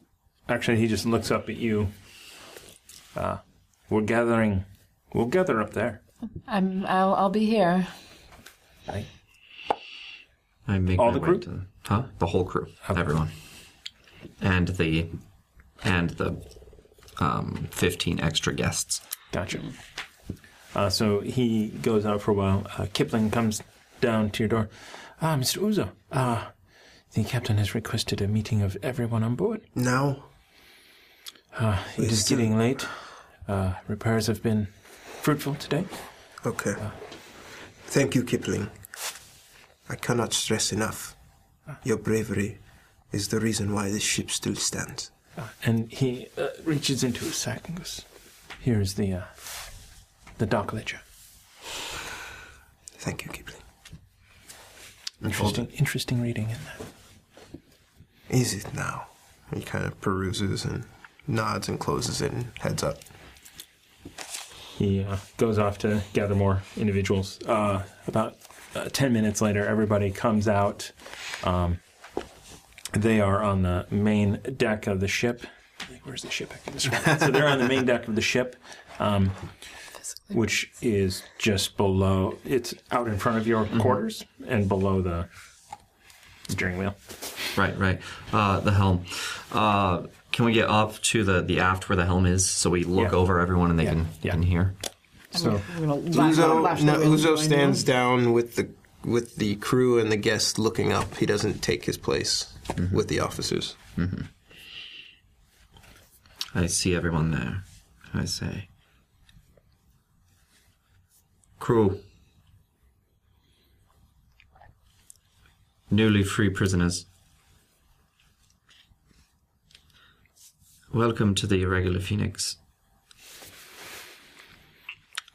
Speaker 1: Actually, he just looks up at you. Uh, we're gathering. We'll gather up there.
Speaker 6: I'm. I'll, I'll be here.
Speaker 1: Aye.
Speaker 10: I make
Speaker 1: All
Speaker 10: my
Speaker 1: the
Speaker 10: way
Speaker 1: crew?
Speaker 10: to- huh? The whole crew, everyone, and the and the um, fifteen extra guests.
Speaker 1: Gotcha. Uh, so he goes out for a while. Uh, Kipling comes down to your door. Ah, Mr. Uzo, uh, the captain has requested a meeting of everyone on board.
Speaker 27: Now?
Speaker 1: Uh, it is getting late. Uh, repairs have been fruitful today.
Speaker 28: Okay. Thank you, Kipling. I cannot stress enough. Your bravery is the reason why this ship still stands.
Speaker 1: Uh, and he uh, reaches into his sack and goes, "Here is the uh, the dock ledger."
Speaker 28: Thank you, Kipling.
Speaker 1: Interesting, interesting reading in that.
Speaker 28: Is it now?
Speaker 7: He kind of peruses and nods and closes it and heads up.
Speaker 1: He uh, goes off to gather more individuals. Uh, about uh, 10 minutes later, everybody comes out. Um, they are on the main deck of the ship. Like, Where's the ship? I can describe it. so they're on the main deck of the ship, um, which is just below, it's out in front of your quarters and below the steering wheel.
Speaker 10: Right, right. Uh, the helm. Uh, can we get up to the the aft where the helm is so we look
Speaker 7: Yeah.
Speaker 10: over everyone and they can can hear?
Speaker 7: So
Speaker 6: lash-
Speaker 7: Uzo,
Speaker 6: lash
Speaker 7: no,
Speaker 6: the wheel
Speaker 7: Uzo
Speaker 6: behind
Speaker 7: stands down with the with the crew and the guests looking up. He doesn't take his place with the officers.
Speaker 10: I see everyone there. I say, crew, newly free prisoners. Welcome to the Irregular Phoenix.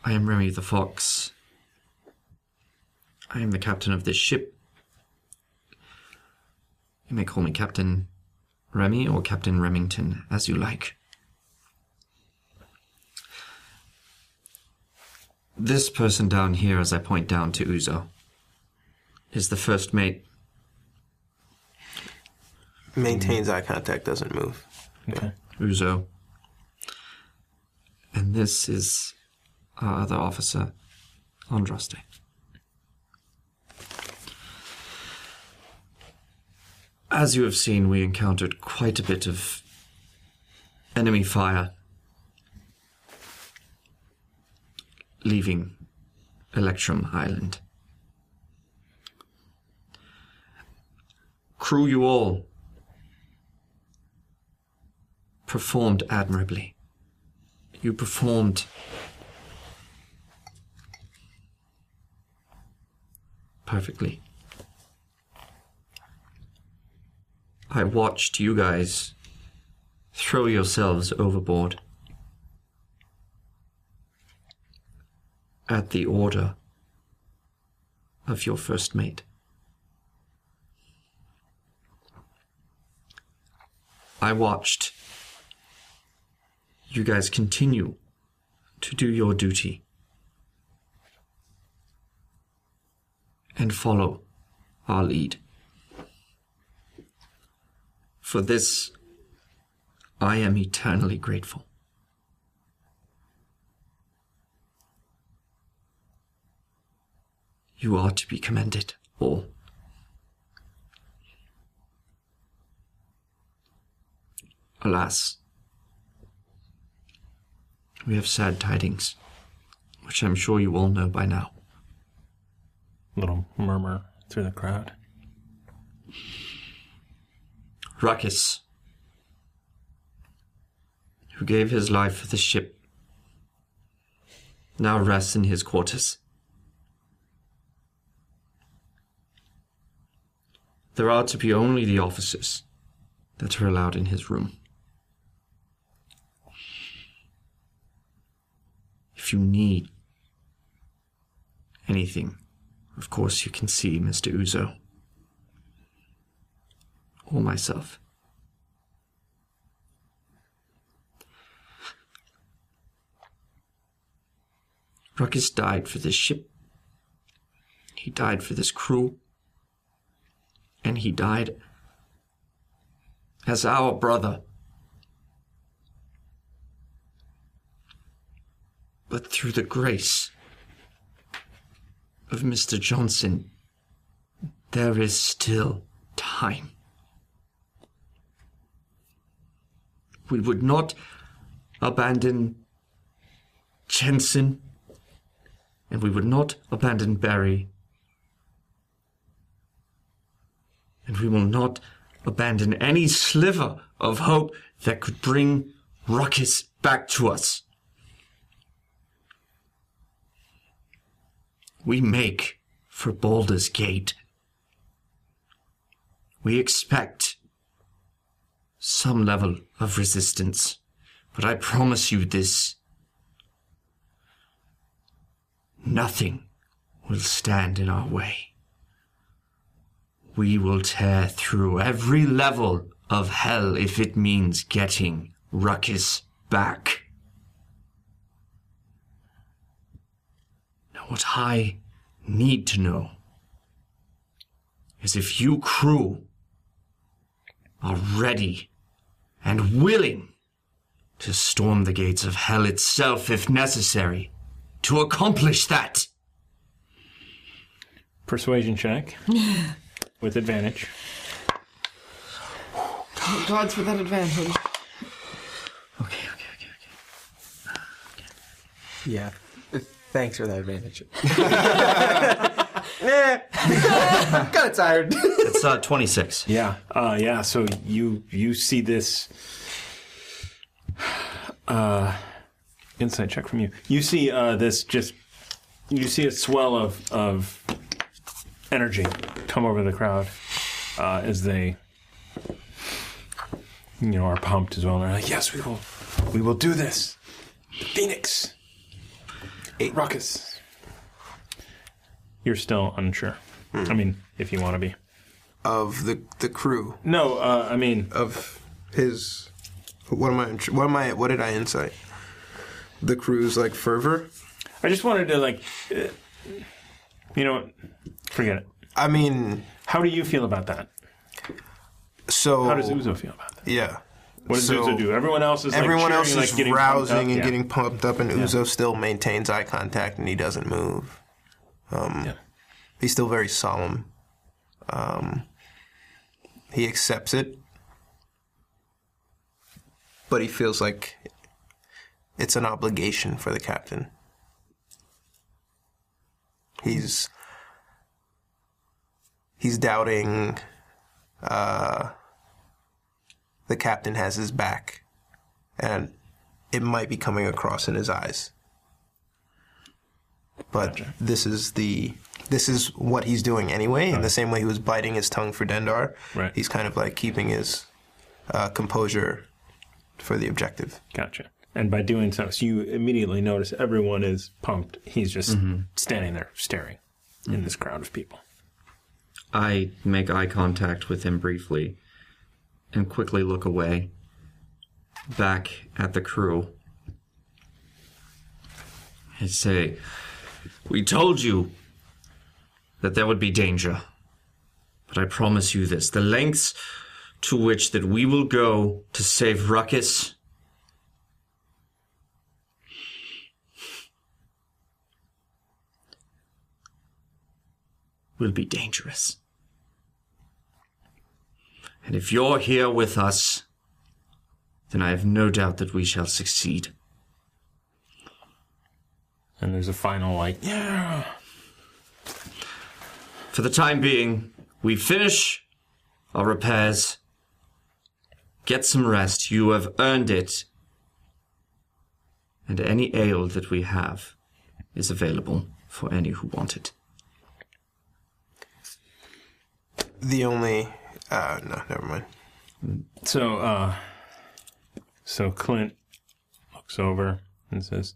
Speaker 10: I am Remy the Fox. I am the captain of this ship. You may call me Captain Remy or Captain Remington, as you like. This person down here, as I point down to Uzo, is the first mate.
Speaker 7: Maintains eye contact, doesn't move.
Speaker 1: Okay.
Speaker 10: Uzo. And this is our other officer, Andraste. As you have seen, we encountered quite a bit of enemy fire, leaving Electrum Island. Crew, you all performed admirably. You performed perfectly. I watched you guys throw yourselves overboard at the order of your first mate. I watched you guys continue to do your duty and follow our lead. For this, I am eternally grateful. You are to be commended, all. Alas, we have sad tidings, which I'm sure you all know by now.
Speaker 1: Little murmur through the crowd.
Speaker 10: Ruckus, who gave his life for the ship, now rests in his quarters. There are to be only the officers that are allowed in his room. If you need anything, of course you can see Mr. Uzo or myself. Ruckus died for this ship. He died for this crew. And he died as our brother. But through the grace of Mr. Johnson, there is still time. We would not abandon Jensen, and we would not abandon Barry, and we will not abandon any sliver of hope that could bring Ruckus back to us. We make for Baldur's Gate. We expect some level of resistance, but I promise you this. Nothing will stand in our way. We will tear through every level of hell if it means getting Ruckus back. Now, what I need to know is if you crew are ready and willing to storm the gates of hell itself if necessary to accomplish that.
Speaker 1: Persuasion check with advantage.
Speaker 6: Thank Gods for that advantage.
Speaker 4: Yeah. Thanks for that advantage.
Speaker 29: Eh. kind of tired.
Speaker 30: It's uh, 26.
Speaker 1: Yeah. Uh, yeah. So you you see this uh, insight check from you. You see uh, this just you see a swell of of energy come over the crowd uh, as they you know are pumped as well. And they're like, yes, we will we will do this. Phoenix. Ruckus. You're still unsure. I mean, if you want to be.
Speaker 7: Of the the crew.
Speaker 1: No, uh, I mean
Speaker 7: of his. What am I? What am I? What did I insight? The crew's like fervor.
Speaker 1: I just wanted to like, uh, you know, what? forget it.
Speaker 7: I mean,
Speaker 1: how do you feel about that?
Speaker 7: So
Speaker 1: how does Uzo feel about that?
Speaker 7: Yeah.
Speaker 1: What does Uzo do? Everyone else is, like,
Speaker 7: everyone
Speaker 1: cheering,
Speaker 7: else
Speaker 1: like,
Speaker 7: is
Speaker 1: getting pumped
Speaker 7: rousing
Speaker 1: up,
Speaker 7: and
Speaker 1: yeah.
Speaker 7: getting pumped up, and Uzo still maintains eye contact and he doesn't move. Um, He's still very solemn. Um, he accepts it, but he feels like it's an obligation for the captain. He's he's doubting. Uh, the captain has his back, and it might be coming across in his eyes. But this is the this is what he's doing anyway. In the same way he was biting his tongue for Dendar,
Speaker 1: Right.
Speaker 7: he's kind of like keeping his uh, composure for the objective.
Speaker 1: Gotcha. And by doing so, so you immediately notice everyone is pumped. He's just
Speaker 7: Mm-hmm.
Speaker 1: standing there staring in this crowd of people.
Speaker 10: I make eye contact with him briefly and quickly look away, back at the crew.
Speaker 30: I say, we told you that there would be danger. But I promise you this the lengths to which that we will go to save Ruckus. Will be dangerous. And if you're here with us,
Speaker 10: then I have no doubt that we shall succeed.
Speaker 1: And there's a final, like, yeah.
Speaker 10: For the time being, we finish our repairs. Get some rest. You have earned it. And any ale that we have is available for any who want it.
Speaker 7: The only. Uh, no, never mind.
Speaker 1: So, uh, so Clint looks over and says,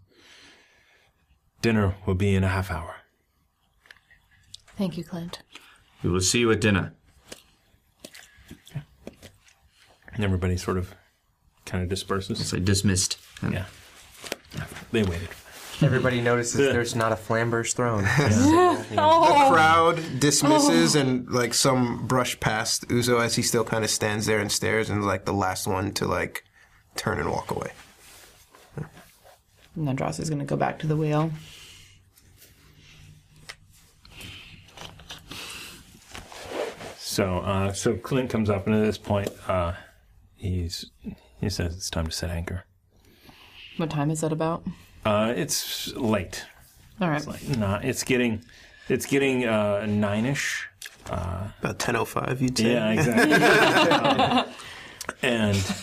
Speaker 1: "Dinner will be in a half hour."
Speaker 2: Thank you, Clint.
Speaker 10: We will see you at dinner.
Speaker 1: And everybody sort of, kind of disperses.
Speaker 10: It's like dismissed.
Speaker 1: Yeah, they waited.
Speaker 4: Everybody notices there's not a Flamber's throne.
Speaker 7: The crowd dismisses and like some brush past Uzo as he still kind of stands there and stares and is, like the last one to like turn and walk away.
Speaker 6: And then Dross is going to go back to the wheel.
Speaker 1: So, uh, so Clint comes up, and at this point, uh, he's he says it's time to set anchor.
Speaker 6: What time is that about?
Speaker 1: Uh, it's late.
Speaker 6: All right.
Speaker 1: It's like nah, it's getting it's getting uh, nine ish. Uh,
Speaker 7: About ten oh five, you'd say.
Speaker 1: Yeah, exactly. Um, [LAUGHS] and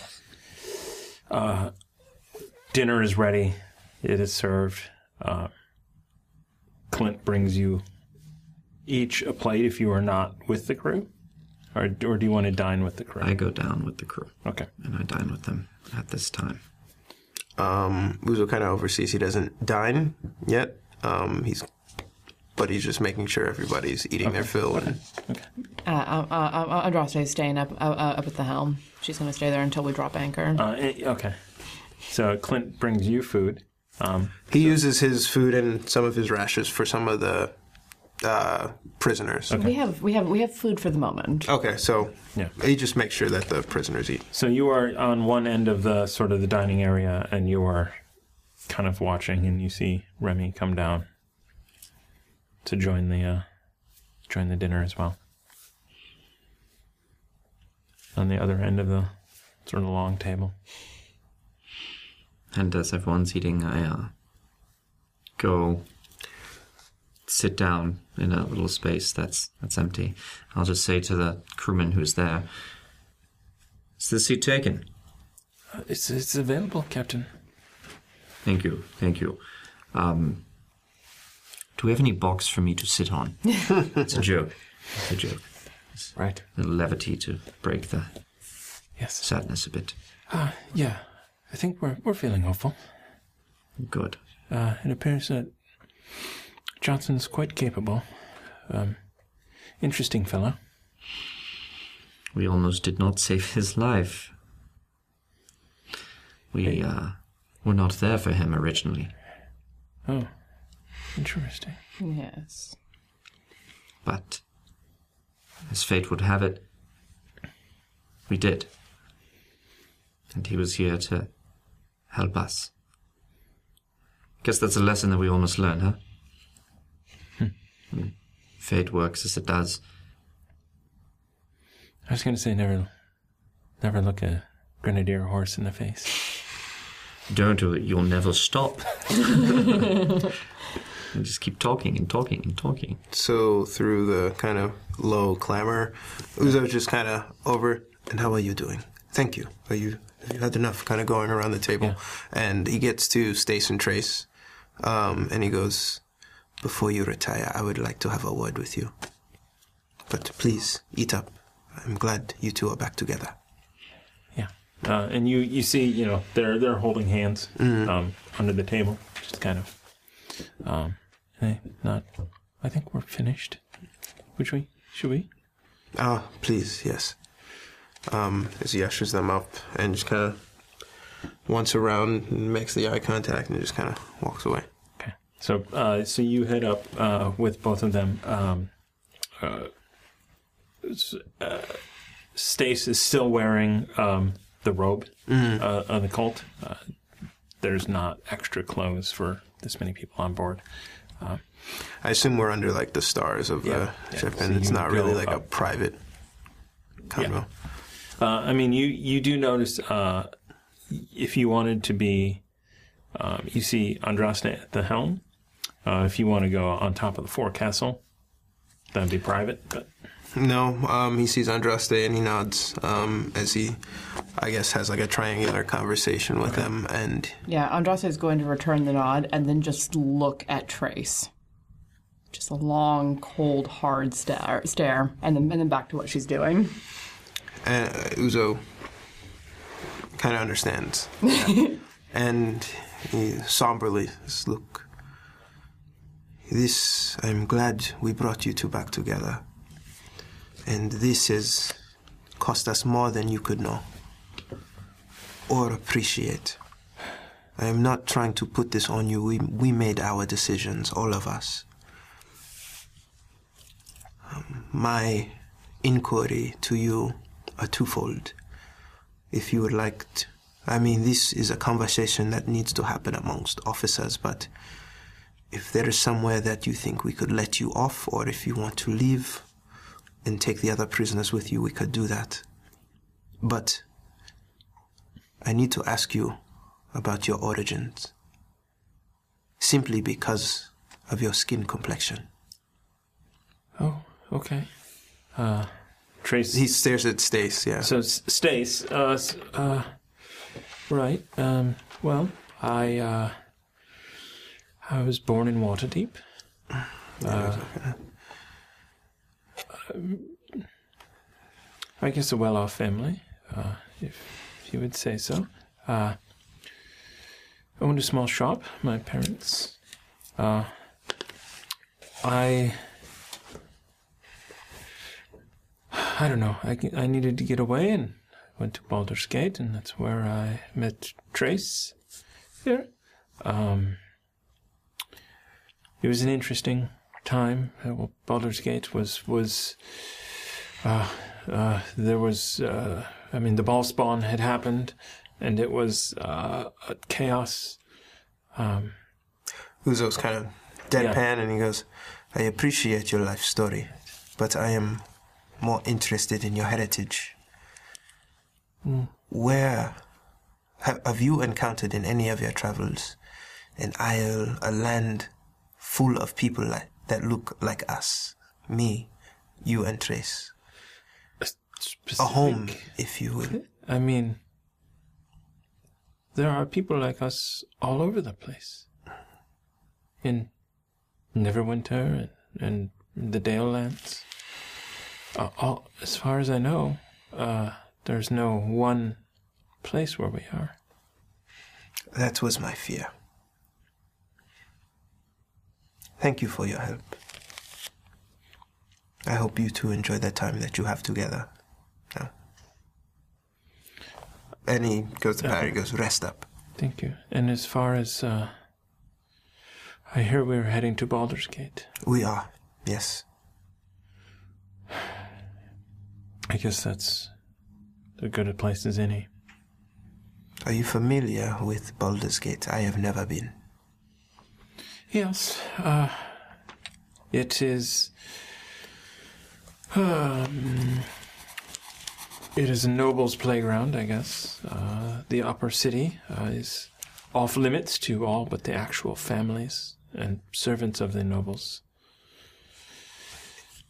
Speaker 1: uh, dinner is ready. It is served. Uh, Clint brings you each a plate if you are not with the crew, or or do you want to dine with the crew?
Speaker 10: I go down with the crew.
Speaker 1: Okay.
Speaker 10: And I dine with them at this time.
Speaker 7: Um, Uzo kind of oversees he doesn't dine yet. Um, he's, but he's just making sure everybody's eating their fill. And
Speaker 6: Uh, uh, uh, uh, Andraste is staying up uh, uh, up at the helm. She's going to stay there until we drop anchor.
Speaker 1: Uh, eh, okay. So Clint brings you food. Um,
Speaker 7: he uses his food and some of his rashes for some of the uh, prisoners.
Speaker 6: We have we have we have food for the moment.
Speaker 7: Okay, so
Speaker 1: yeah.
Speaker 7: he just makes sure that the prisoners eat.
Speaker 1: So you are on one end of the sort of the dining area, and you are kind of watching, and you see Remy come down to join the uh, join the dinner as well. On the other end of the sort of long table.
Speaker 10: And as everyone's eating, I uh, go sit down in a little space that's that's empty. I'll just say to the crewman who's there, "Is this seat taken?"
Speaker 1: It's it's available, Captain.
Speaker 10: Thank you, thank you. Um, do we have any box for me to sit on? it's a joke. It's a joke.
Speaker 1: Right.
Speaker 10: The levity to break the
Speaker 1: yes.
Speaker 10: sadness a bit.
Speaker 1: Uh, yeah, I think we're we're feeling hopeful.
Speaker 10: Good.
Speaker 1: Uh, it appears that Johnson's quite capable. Um, interesting fellow.
Speaker 10: We almost did not save his life. We uh, were not there for him originally.
Speaker 1: Oh, interesting.
Speaker 6: Yes.
Speaker 10: But, as fate would have it, we did. And he was here to help us. Guess that's a lesson that we all must learn, huh? Hmm. Fate works as it does.
Speaker 1: I was going to say never, never look a grenadier horse in the face.
Speaker 10: Don't do it, you'll never stop. [LAUGHS] and just keep talking and talking and talking.
Speaker 7: So through the kind of low clamor, Uzo just kind of over. And how are you doing? Thank you. Are you have you had enough? Kind of going around the table, and he gets to Stace and Trace, um, and he goes, "Before you retire, I would like to have a word with you. But please eat up. I'm glad you two are back together."
Speaker 1: Uh, and you, you see, you know, they're they're holding hands um, under the table, just kind of. Um, hey, not. I think we're finished. Which we should we?
Speaker 7: Ah, please, yes. Um, as he ushers them up and just kind of once around and makes the eye contact and just kind of walks away.
Speaker 1: So, uh, so you head up uh, with both of them. Um, uh, s- uh, Stace is still wearing um, the robe
Speaker 7: Mhm.
Speaker 1: uh, of the cult. Uh, there's not extra clothes for this many people on board. Uh,
Speaker 7: I assume we're under like the stars of
Speaker 1: Yeah,
Speaker 7: the
Speaker 1: yeah.
Speaker 7: ship,
Speaker 1: So
Speaker 7: and it's
Speaker 1: you
Speaker 7: not really
Speaker 1: go
Speaker 7: like a
Speaker 1: up.
Speaker 7: private convo.
Speaker 1: Uh, I mean, you you do notice uh, if you wanted to be, um, you see Andrasne at the helm. Uh, if you want to go on top of the forecastle, that'd be private. But
Speaker 7: No, um, he sees Andraste and he nods um, as he, I guess, has like a triangular conversation with him. And
Speaker 6: Yeah, Andraste is going to return the nod and then just look at Trace. Just a long, cold, hard stare, stare, and then and then back to what she's doing.
Speaker 7: and uh, Uzo kind of understands. and he somberly says, Look, this, I'm glad we brought you two back together. And this has cost us more than you could know or appreciate. I am not trying to put this on you. We, we made our decisions, all of us. Um, my inquiry to you are twofold. If you would like, t- I mean, this is a conversation that needs to happen amongst officers, but if there is somewhere that you think we could let you off, or if you want to leave and take the other prisoners with you, we could do that. But I need to ask you about your origins, simply because of your skin complexion.
Speaker 1: oh, okay. Uh, Trace.
Speaker 7: He stares at Stace. Yeah.
Speaker 1: So S- Stace. Uh, s- uh, right. Um, well, I uh, I was born in Waterdeep. Uh, um, I guess a well-off family, uh, if you would say so. Uh, owned a small shop. My parents. Uh, I I don't know. I, I needed to get away and I went to Baldur's Gate, and that's where I met Trace here. Um, it was an interesting time. Uh, well, Baldur's Gate was. was uh, uh, there was. Uh, I mean, the ball spawn had happened, and it was uh, a chaos. Um,
Speaker 7: Uzo's kind of deadpan, and he goes, I appreciate your life story, but I am more interested in your heritage.
Speaker 31: Mm.
Speaker 7: Where have, have you encountered in any of your travels an isle, a land full of people like, that look like us? Me, you, and Trace. A home, if you will.
Speaker 1: I mean, there are people like us all over the place. In Neverwinter and, and the Dale lands. Uh, all, as far as I know, uh, there's no one place where we are.
Speaker 7: That was my fear. Thank you for your help. I hope you two enjoy the time that you have together. Now. And he goes to Pat, he goes, rest up.
Speaker 1: Thank you. And as far as uh, I hear, we're heading to Baldur's Gate.
Speaker 7: We are, yes.
Speaker 1: I guess that's as good a place as any.
Speaker 7: Are you familiar with Baldur's Gate? I have never been.
Speaker 1: Yes. Uh, it is. Um, it is a noble's playground, I guess. Uh, the upper city uh, is off limits to all but the actual families and servants of the nobles.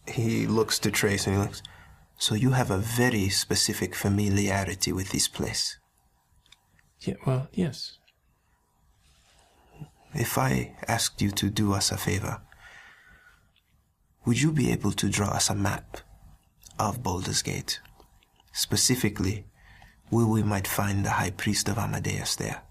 Speaker 7: He looks to Trace and he looks, so you have a very specific familiarity with this place.
Speaker 1: Yeah, well, yes.
Speaker 7: If I asked you to do us a favor, would you be able to draw us a map of Baldur's Gate? Specifically, where we might find the High Priest of Amadeus there.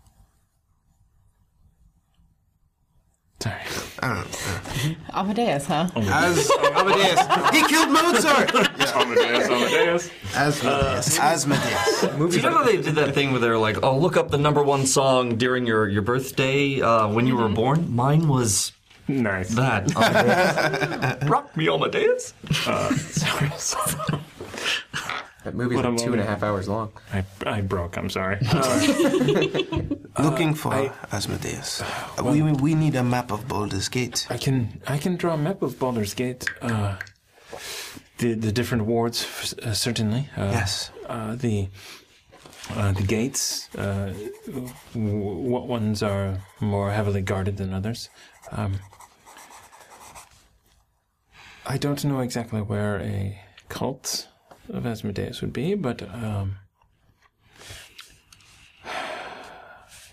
Speaker 1: Sorry.
Speaker 7: I don't know.
Speaker 6: Amadeus, huh?
Speaker 7: As Amadeus, he killed Mozart.
Speaker 1: Amadeus, Amadeus.
Speaker 7: Asmodeus.
Speaker 10: Do you know they did that thing where they're like, "Oh, look up the number one song during your your birthday uh, when you
Speaker 1: Mm-hmm.
Speaker 10: were born." Mine was
Speaker 1: [LAUGHS] [LAUGHS] nice.
Speaker 10: That Amadeus. rock me, Amadeus.
Speaker 1: Uh,
Speaker 10: sorry.
Speaker 32: That movie's
Speaker 1: What
Speaker 32: like
Speaker 1: a
Speaker 32: two and a
Speaker 1: moment.
Speaker 32: half hours long.
Speaker 1: I, I broke, I'm sorry.
Speaker 7: Looking for Asmodeus. we, we need a map of Baldur's Gate.
Speaker 1: I can I can draw a map of Baldur's Gate. Uh, the the different wards, f- uh, certainly. Uh,
Speaker 7: Yes.
Speaker 1: Uh, the Uh, the gates, uh, w- what ones are more heavily guarded than others? Um, I don't know exactly where a cult of Asmodeus would be, but um,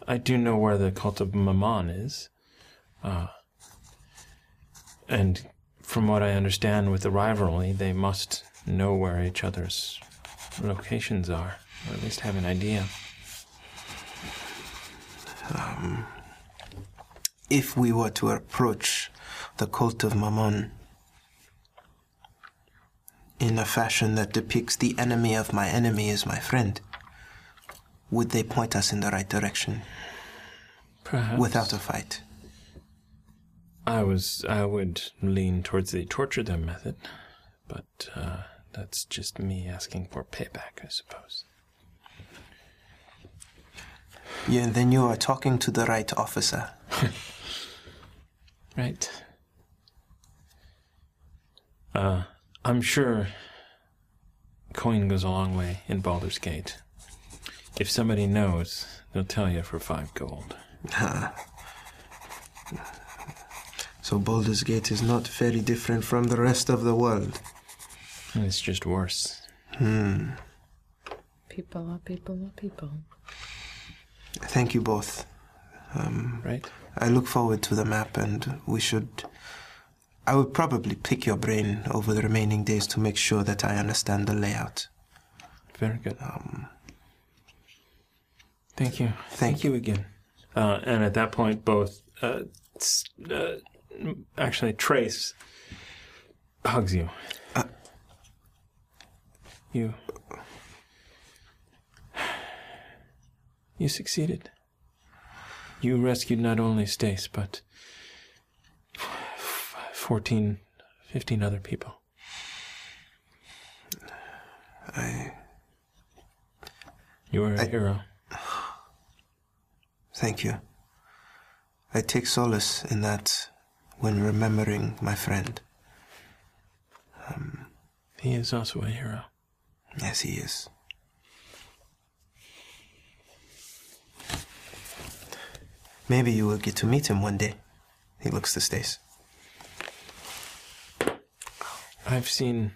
Speaker 1: I do know where the cult of Mammon is. Uh, and from what I understand with the rivalry, they must know where each other's locations are, or at least have an idea.
Speaker 7: Um, if we were to approach the cult of Mammon in a fashion that depicts the enemy of my enemy is my friend, would they point us in the right direction?
Speaker 1: Perhaps.
Speaker 7: Without a fight.
Speaker 1: I was I would lean towards the torture them method, but uh, that's just me asking for payback, I suppose.
Speaker 7: Yeah, then you are talking to the right officer.
Speaker 1: Right. Uh, I'm sure coin goes a long way in Baldur's Gate. If somebody knows, they'll tell you for five gold.
Speaker 7: So Baldur's Gate is not very different from the rest of the world.
Speaker 1: It's just worse.
Speaker 7: Hmm.
Speaker 33: People are people are people.
Speaker 7: Thank you both. Um,
Speaker 1: right.
Speaker 7: I look forward to the map, and we should. I would probably pick your brain over the remaining days to make sure that I understand the layout.
Speaker 1: Very good. Um, Thank you.
Speaker 7: Thank,
Speaker 1: you again. Uh, and at that point, both uh, s- uh, m- actually Trace hugs you. you. You succeeded. You rescued not only Stace, but f- 14, 15 other people.
Speaker 7: I.
Speaker 1: You are a hero.
Speaker 7: Thank you. I take solace in that when remembering my friend. Um,
Speaker 1: He is also a hero.
Speaker 7: yes, he is. Maybe you will get to meet him one day. He looks to Stace.
Speaker 1: I've seen.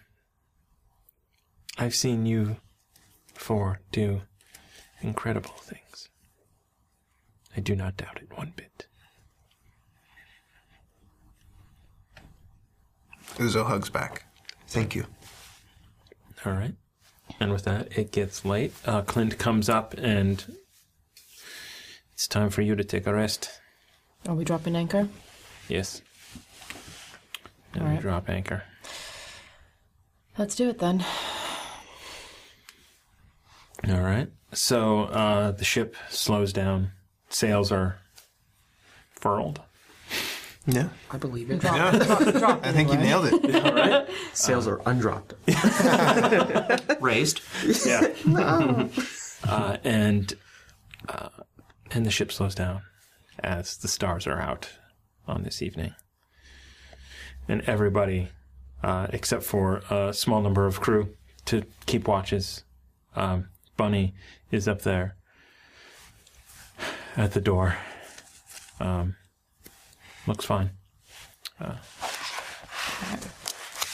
Speaker 1: I've seen you four do incredible things. I do not doubt it one bit.
Speaker 7: Uzo hugs back. Thank you.
Speaker 1: All right. And with that, it gets late. Uh, Clint comes up and it's time for you to take a rest.
Speaker 33: Are we dropping anchor?
Speaker 1: Yes. And
Speaker 33: All
Speaker 1: we
Speaker 33: right.
Speaker 1: drop anchor.
Speaker 33: Let's do it
Speaker 6: [LAUGHS]
Speaker 33: then.
Speaker 1: All right. So uh, the ship slows down. Sails are furled.
Speaker 7: Yeah.
Speaker 34: I believe it.
Speaker 1: Drop- Yeah. drop- drop I think you anyway. nailed it.
Speaker 34: All right. Sales are undropped.
Speaker 10: Raised.
Speaker 1: Yeah. uh, and uh, and the ship slows down as the stars are out on this evening, and everybody, uh, except for a small number of crew, to keep watches. Um, Bunny is up there at the door. Um, looks fine. Uh,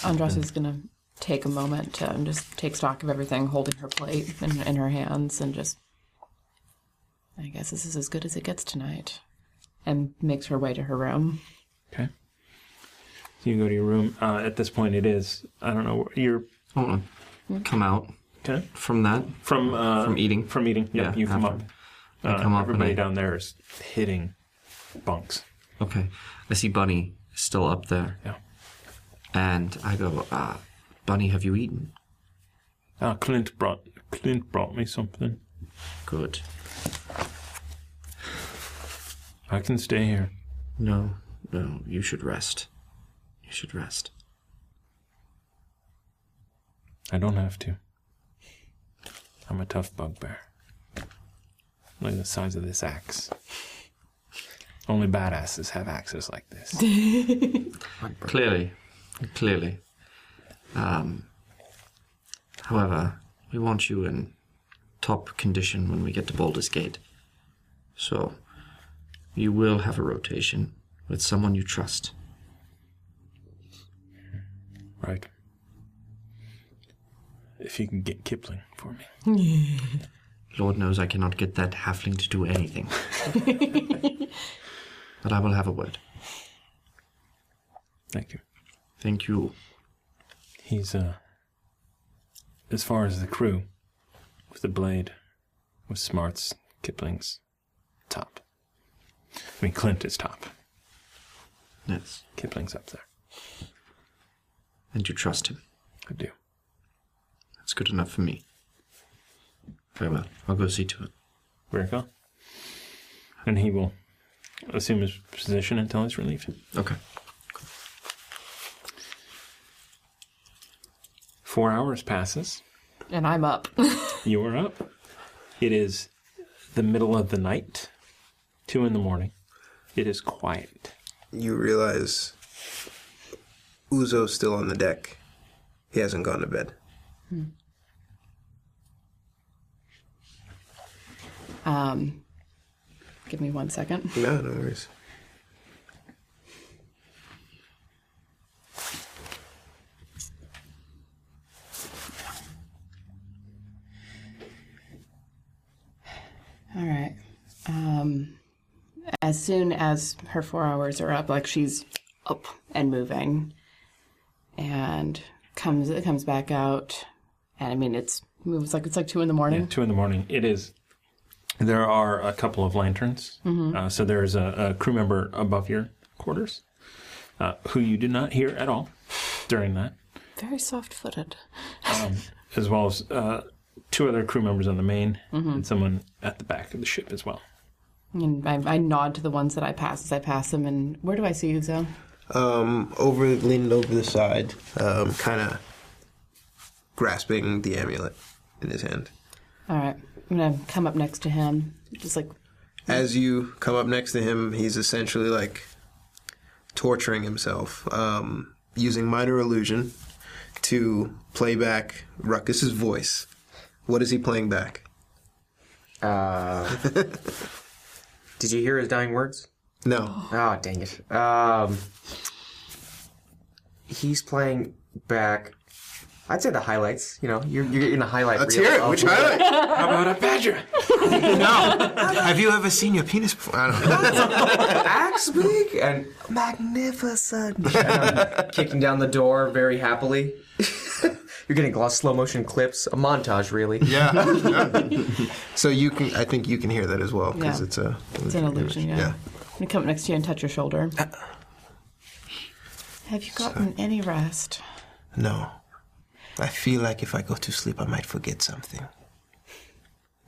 Speaker 6: Andros is gonna take a moment to um, just take stock of everything, holding her plate in, in her hands, and just. I guess this is as good as it gets tonight, and makes her way to her room.
Speaker 1: Okay. So you go to your room. Uh, at this point, it is. I don't know. You're.
Speaker 10: Come out.
Speaker 1: Okay.
Speaker 10: From that.
Speaker 1: From uh,
Speaker 10: from eating.
Speaker 1: From eating. Yep, you come
Speaker 10: after.
Speaker 1: up.
Speaker 10: I
Speaker 1: Uh,
Speaker 10: come up.
Speaker 1: everybody
Speaker 10: and I,
Speaker 1: down there is hitting bunks.
Speaker 10: Okay. I see Bunny still up there.
Speaker 1: Yeah.
Speaker 10: And I go, uh, Bunny, have you eaten?
Speaker 1: Uh, Clint brought Clint brought me something.
Speaker 10: Good.
Speaker 1: I can stay here.
Speaker 10: No, no, you should rest. You should rest.
Speaker 1: I don't have to. I'm a tough bugbear. Look at the size of this axe. Only badasses have axes like this.
Speaker 10: [LAUGHS] Clearly, clearly. Um, however, we want you in top condition when we get to Baldur's Gate. So, you will have a rotation with someone you trust.
Speaker 1: Right. If you can get Kipling for me.
Speaker 10: Lord knows I cannot get that halfling to do anything. but I will have a word.
Speaker 1: Thank you.
Speaker 10: Thank you.
Speaker 1: He's, uh, as far as the crew, with the blade, with smarts, Kipling's top. I mean, Clint is top.
Speaker 10: Yes.
Speaker 1: Kipling's up there.
Speaker 10: And you trust him.
Speaker 1: I do.
Speaker 10: That's good enough for me. Very well. I'll go see to it.
Speaker 1: Very well. And he will assume his position until he's relieved.
Speaker 10: Okay.
Speaker 1: Four hours passes.
Speaker 6: And I'm up. [LAUGHS]
Speaker 1: You are up. It is the middle of the night, two in the morning. It is quiet.
Speaker 7: [LAUGHS] You realize Uzo's still on the deck. He hasn't gone to bed.
Speaker 6: Um, give me one second.
Speaker 7: No, no worries.
Speaker 6: All right. Um, as soon as her four hours are up, like she's up and moving, and comes it comes back out, and I mean it's moves like it's like two in the morning.
Speaker 1: Two in the morning. It is. There are a couple of lanterns.
Speaker 6: Mhm.
Speaker 1: Uh, so there is a, a crew member above your quarters uh, who you did not hear at all during that,
Speaker 35: Very soft footed.
Speaker 1: um, as well as uh, two other crew members on the main
Speaker 35: Mhm.
Speaker 1: and someone at the back of the ship as well.
Speaker 6: And I, I nod to the ones that I pass as I pass them. And where do I see Uzo?
Speaker 7: Um, over, leaning over the side, um, kind of grasping the amulet in his hand.
Speaker 6: All right. I'm going to come up next to him. Just like,
Speaker 7: as you come up next to him, he's essentially like torturing himself, um, using minor illusion to play back Ruckus's voice. What is he playing back?
Speaker 4: Uh, did you hear his dying words?
Speaker 7: No.
Speaker 4: [GASPS] Oh, dang it. Um, he's playing back. I'd say the highlights. You know, you're, you're getting the highlight.
Speaker 7: Let's
Speaker 4: reel
Speaker 7: hear it.
Speaker 4: of-
Speaker 7: Which highlight?
Speaker 4: How about a
Speaker 7: [LAUGHS]
Speaker 4: badger? [LAUGHS] no.
Speaker 7: Have you ever seen your penis before? I don't know.
Speaker 4: [LAUGHS] Axe big and
Speaker 7: [LAUGHS]
Speaker 4: magnificent. And I'm kicking down the door very happily. [LAUGHS] You're getting a lot of slow motion clips, a montage, really.
Speaker 7: Yeah.
Speaker 6: [LAUGHS]
Speaker 7: so you can, I think you can hear that as well because
Speaker 6: Yeah.
Speaker 7: it's a.
Speaker 6: it's an illusion, yeah. I'm going to come up next to you and touch your shoulder. Have you gotten any rest?
Speaker 7: No. I feel like if I go to sleep, I might forget something.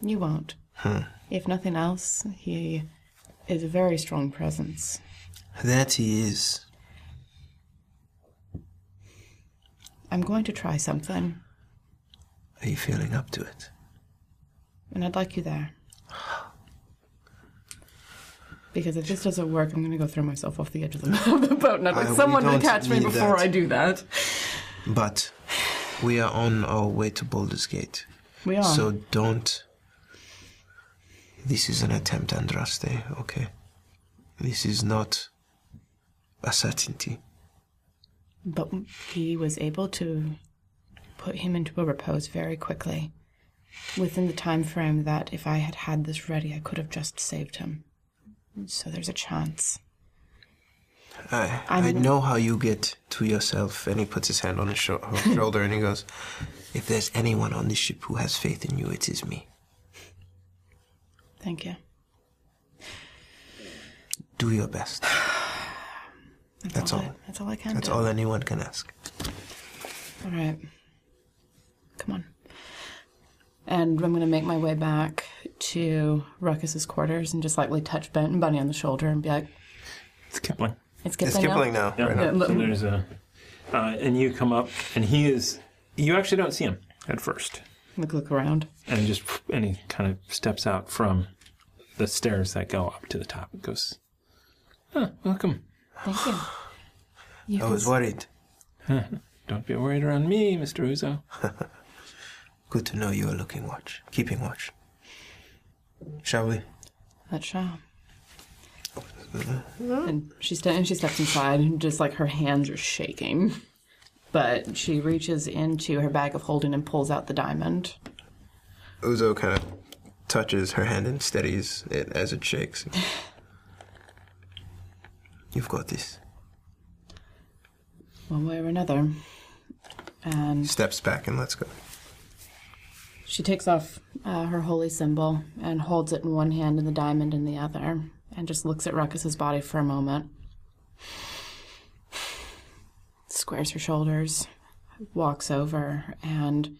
Speaker 6: You won't.
Speaker 7: Hmm.
Speaker 6: If nothing else, he is a very strong presence.
Speaker 7: That he is.
Speaker 6: I'm going to try something,
Speaker 7: Are you feeling up to it?
Speaker 6: and I'd like you there. Because if this doesn't work, I'm going to go throw myself off the [LAUGHS] edge of the, of the boat. And I'd like
Speaker 7: I- we
Speaker 6: someone to
Speaker 7: don't
Speaker 6: catch me
Speaker 7: need
Speaker 6: before
Speaker 7: that.
Speaker 6: I do that.
Speaker 7: But we are on our way to Baldur's Gate.
Speaker 6: We are.
Speaker 7: So don't. This is an attempt, Andraste, okay? This is not a certainty.
Speaker 6: But he was able to put him into a repose very quickly, within the time frame that if I had had this ready, I could have just saved him. So there's a chance.
Speaker 7: I,
Speaker 6: I'm
Speaker 7: I
Speaker 6: gonna-
Speaker 7: know how you get to yourself. And he puts his hand on his sho- [LAUGHS] her shoulder and he goes, If there's anyone on this ship who has faith in you, it is me.
Speaker 6: Thank you.
Speaker 7: Do your [SIGHS] best.
Speaker 6: That's,
Speaker 7: That's
Speaker 6: all.
Speaker 7: all.
Speaker 6: I, that's all I can
Speaker 7: That's
Speaker 6: do.
Speaker 7: all anyone can ask.
Speaker 6: All right. Come on. And I'm going to make my way back to Ruckus's quarters and just lightly touch Benton Bunny on the shoulder and be like,
Speaker 1: It's Kipling.
Speaker 6: It's Kipling It's Kipling now? now,
Speaker 1: Yeah.
Speaker 6: right now.
Speaker 1: So there's a, uh, and you come up, and he is. You actually don't see him at first,
Speaker 6: look, look around.
Speaker 1: and just and he kind of steps out from the stairs that go up to the top. It goes. Huh, welcome.
Speaker 6: Thank you.
Speaker 1: I was
Speaker 7: worried.
Speaker 1: Don't be worried around me, Mister Uzo.
Speaker 36: Good to know you are looking watch, keeping watch. Shall we?
Speaker 6: That shall. uh, And she sta- and she steps inside, and just like her hands are shaking, but she reaches into her bag of holding and pulls out the diamond.
Speaker 36: Uzo kind of touches her hand and steadies it as it shakes. You've got this.
Speaker 6: one way or another. And
Speaker 36: Steps back and let's go.
Speaker 6: she takes off uh, her holy symbol and holds it in one hand and the diamond in the other, and just looks at Ruckus's body for a moment. Squares her shoulders, walks over, and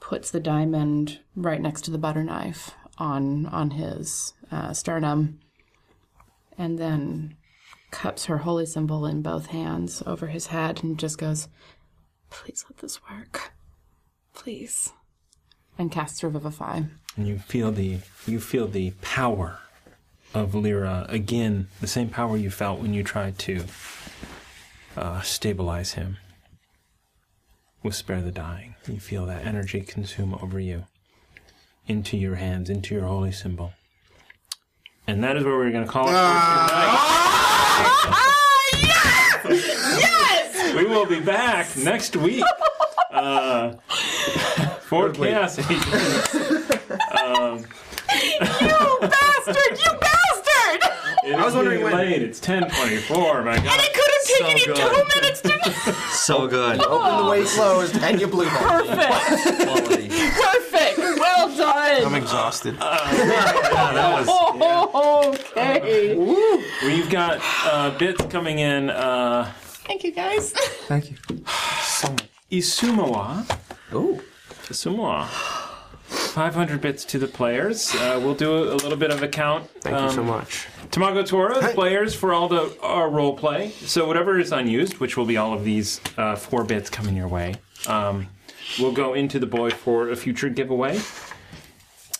Speaker 6: puts the diamond right next to the butter knife on on his uh, sternum, and then cups her holy symbol in both hands over his head and just goes, Please let this work. Please. And casts Revivify.
Speaker 1: And you feel the you feel the power of Lyra again, the same power you felt when you tried to uh, stabilize him with spare the dying. You feel that energy consume over you, into your hands, into your holy symbol, and that is where we're going to call it. for
Speaker 6: [LAUGHS]
Speaker 1: Ah.
Speaker 6: yes!
Speaker 1: We will be back next week uh, for Chaos Agents. Um,
Speaker 6: you bastard! You bastard!
Speaker 1: I was wondering when. Late. It's ten twenty-four. My God. And it
Speaker 6: could have taken you two minutes to.
Speaker 10: So good.
Speaker 8: Open the way
Speaker 7: [LAUGHS]
Speaker 8: closed, and you blew that.
Speaker 6: Perfect. Perfect. Well done.
Speaker 36: I'm exhausted.
Speaker 1: that was.
Speaker 6: Oh, okay.
Speaker 1: We've got uh, bits coming in. Uh,
Speaker 6: Thank you guys.
Speaker 1: Thank you. Isumawa. Oh. Isumawa. 500 bits to the players. Uh, we'll do a, a little bit of a count. Um,
Speaker 36: Thank you so much.
Speaker 1: Tamago Tora, the players for all the uh, role play. So whatever is unused, which will be all of these uh, four bits coming your way, um, will go into the boy for a future giveaway.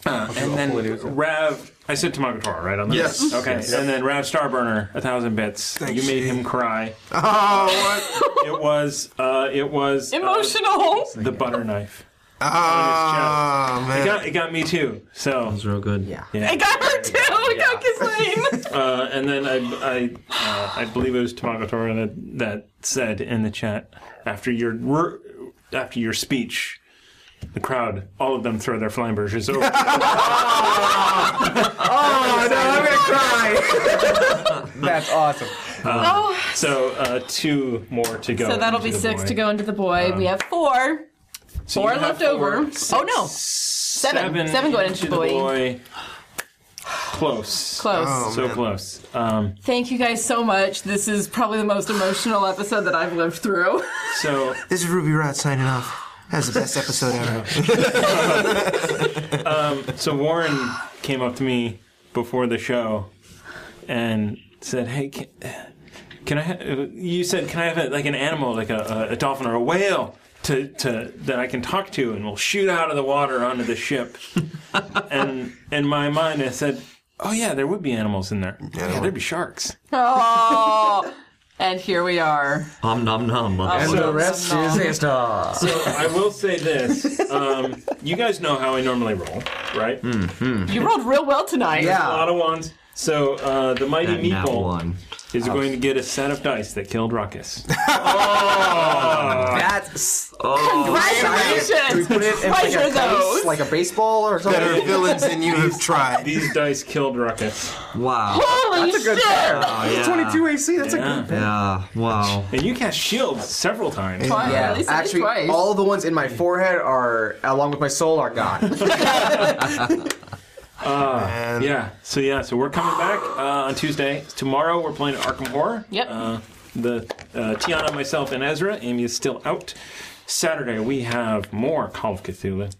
Speaker 1: Uh, and then Rav, I said Tamago Tora, right? On the
Speaker 37: Yes.
Speaker 1: list? Okay.
Speaker 37: Yes.
Speaker 1: And then Rav Starburner, a thousand bits. you made him cry.
Speaker 37: Oh,
Speaker 1: what? it was. Uh, it was uh,
Speaker 6: Emotional.
Speaker 1: the butter knife.
Speaker 36: Ah,
Speaker 1: It got, it got me too. So that was real good. Yeah.
Speaker 6: I got her too. I got [LAUGHS] Ghislaine.
Speaker 1: Uh, and then I, I, uh, I believe it was Tamagotora that, that said in the chat after your wor- after your speech, the crowd, all of them throw their
Speaker 37: [LAUGHS]
Speaker 1: flamberges over. [LAUGHS]
Speaker 37: oh no, I'm gonna cry.
Speaker 1: That's awesome.
Speaker 6: Oh.
Speaker 1: So uh, two more to go.
Speaker 6: So that'll
Speaker 1: into
Speaker 6: be
Speaker 1: the
Speaker 6: six
Speaker 1: void.
Speaker 6: to go into the boy. we have four.
Speaker 1: So
Speaker 6: four
Speaker 1: you have
Speaker 6: left over.
Speaker 1: four,
Speaker 6: oh no. Seven. Seven, going into the boy.
Speaker 1: Close.
Speaker 6: Close. Oh,
Speaker 1: so
Speaker 6: man.
Speaker 1: close. Um,
Speaker 6: Thank you guys so much. This is probably the most emotional episode that I've lived [LAUGHS] through.
Speaker 1: so
Speaker 36: this is Ruby Rod signing off. That was the best episode
Speaker 1: [LAUGHS]
Speaker 36: ever.
Speaker 1: um, so Warren came up to me before the show and said, "Hey, can, can I? Ha- you said can I have a, like an animal, like a, a a dolphin or a whale, to, to that I can talk to, and we'll shoot out of the water onto the [LAUGHS] ship." and in my mind, I said, "Oh yeah, there would be animals in there. Yeah, there'd be sharks."
Speaker 6: oh. And here we are.
Speaker 10: Om nom nom.
Speaker 6: And the
Speaker 1: rest is So I will say this: um, you guys know how I normally roll, right?
Speaker 10: Mm-hmm.
Speaker 6: You rolled real well tonight.
Speaker 1: There's a lot of ones. So uh, the mighty
Speaker 10: That nat
Speaker 1: meeple
Speaker 10: one.
Speaker 1: is
Speaker 10: Oh.
Speaker 1: going to get a set of dice that killed Ruckus.
Speaker 8: That's
Speaker 6: Congratulations!
Speaker 8: Do we put it in like
Speaker 6: Treasure
Speaker 8: a
Speaker 6: those.
Speaker 8: case, like a baseball or something?
Speaker 1: you have tried.
Speaker 10: [LAUGHS]
Speaker 1: These dice killed Ruckus.
Speaker 10: Wow.
Speaker 6: Holy
Speaker 8: That's a good shit. pair.
Speaker 10: Oh, yeah.
Speaker 8: 22 AC, that's a good pair.
Speaker 10: Yeah. Wow.
Speaker 1: And you cast shield several times.
Speaker 8: Yeah, actually, all the ones in my forehead are, along with my soul,
Speaker 16: [LAUGHS]
Speaker 8: are gone.
Speaker 1: Uh, yeah. So yeah. So we're coming back uh, on Tuesday. Tomorrow we're playing Arkham Horror.
Speaker 6: Yep.
Speaker 1: Uh, the uh, Tiana, myself, and Ezra. Amy is still out. Saturday we have more Call of Cthulhu.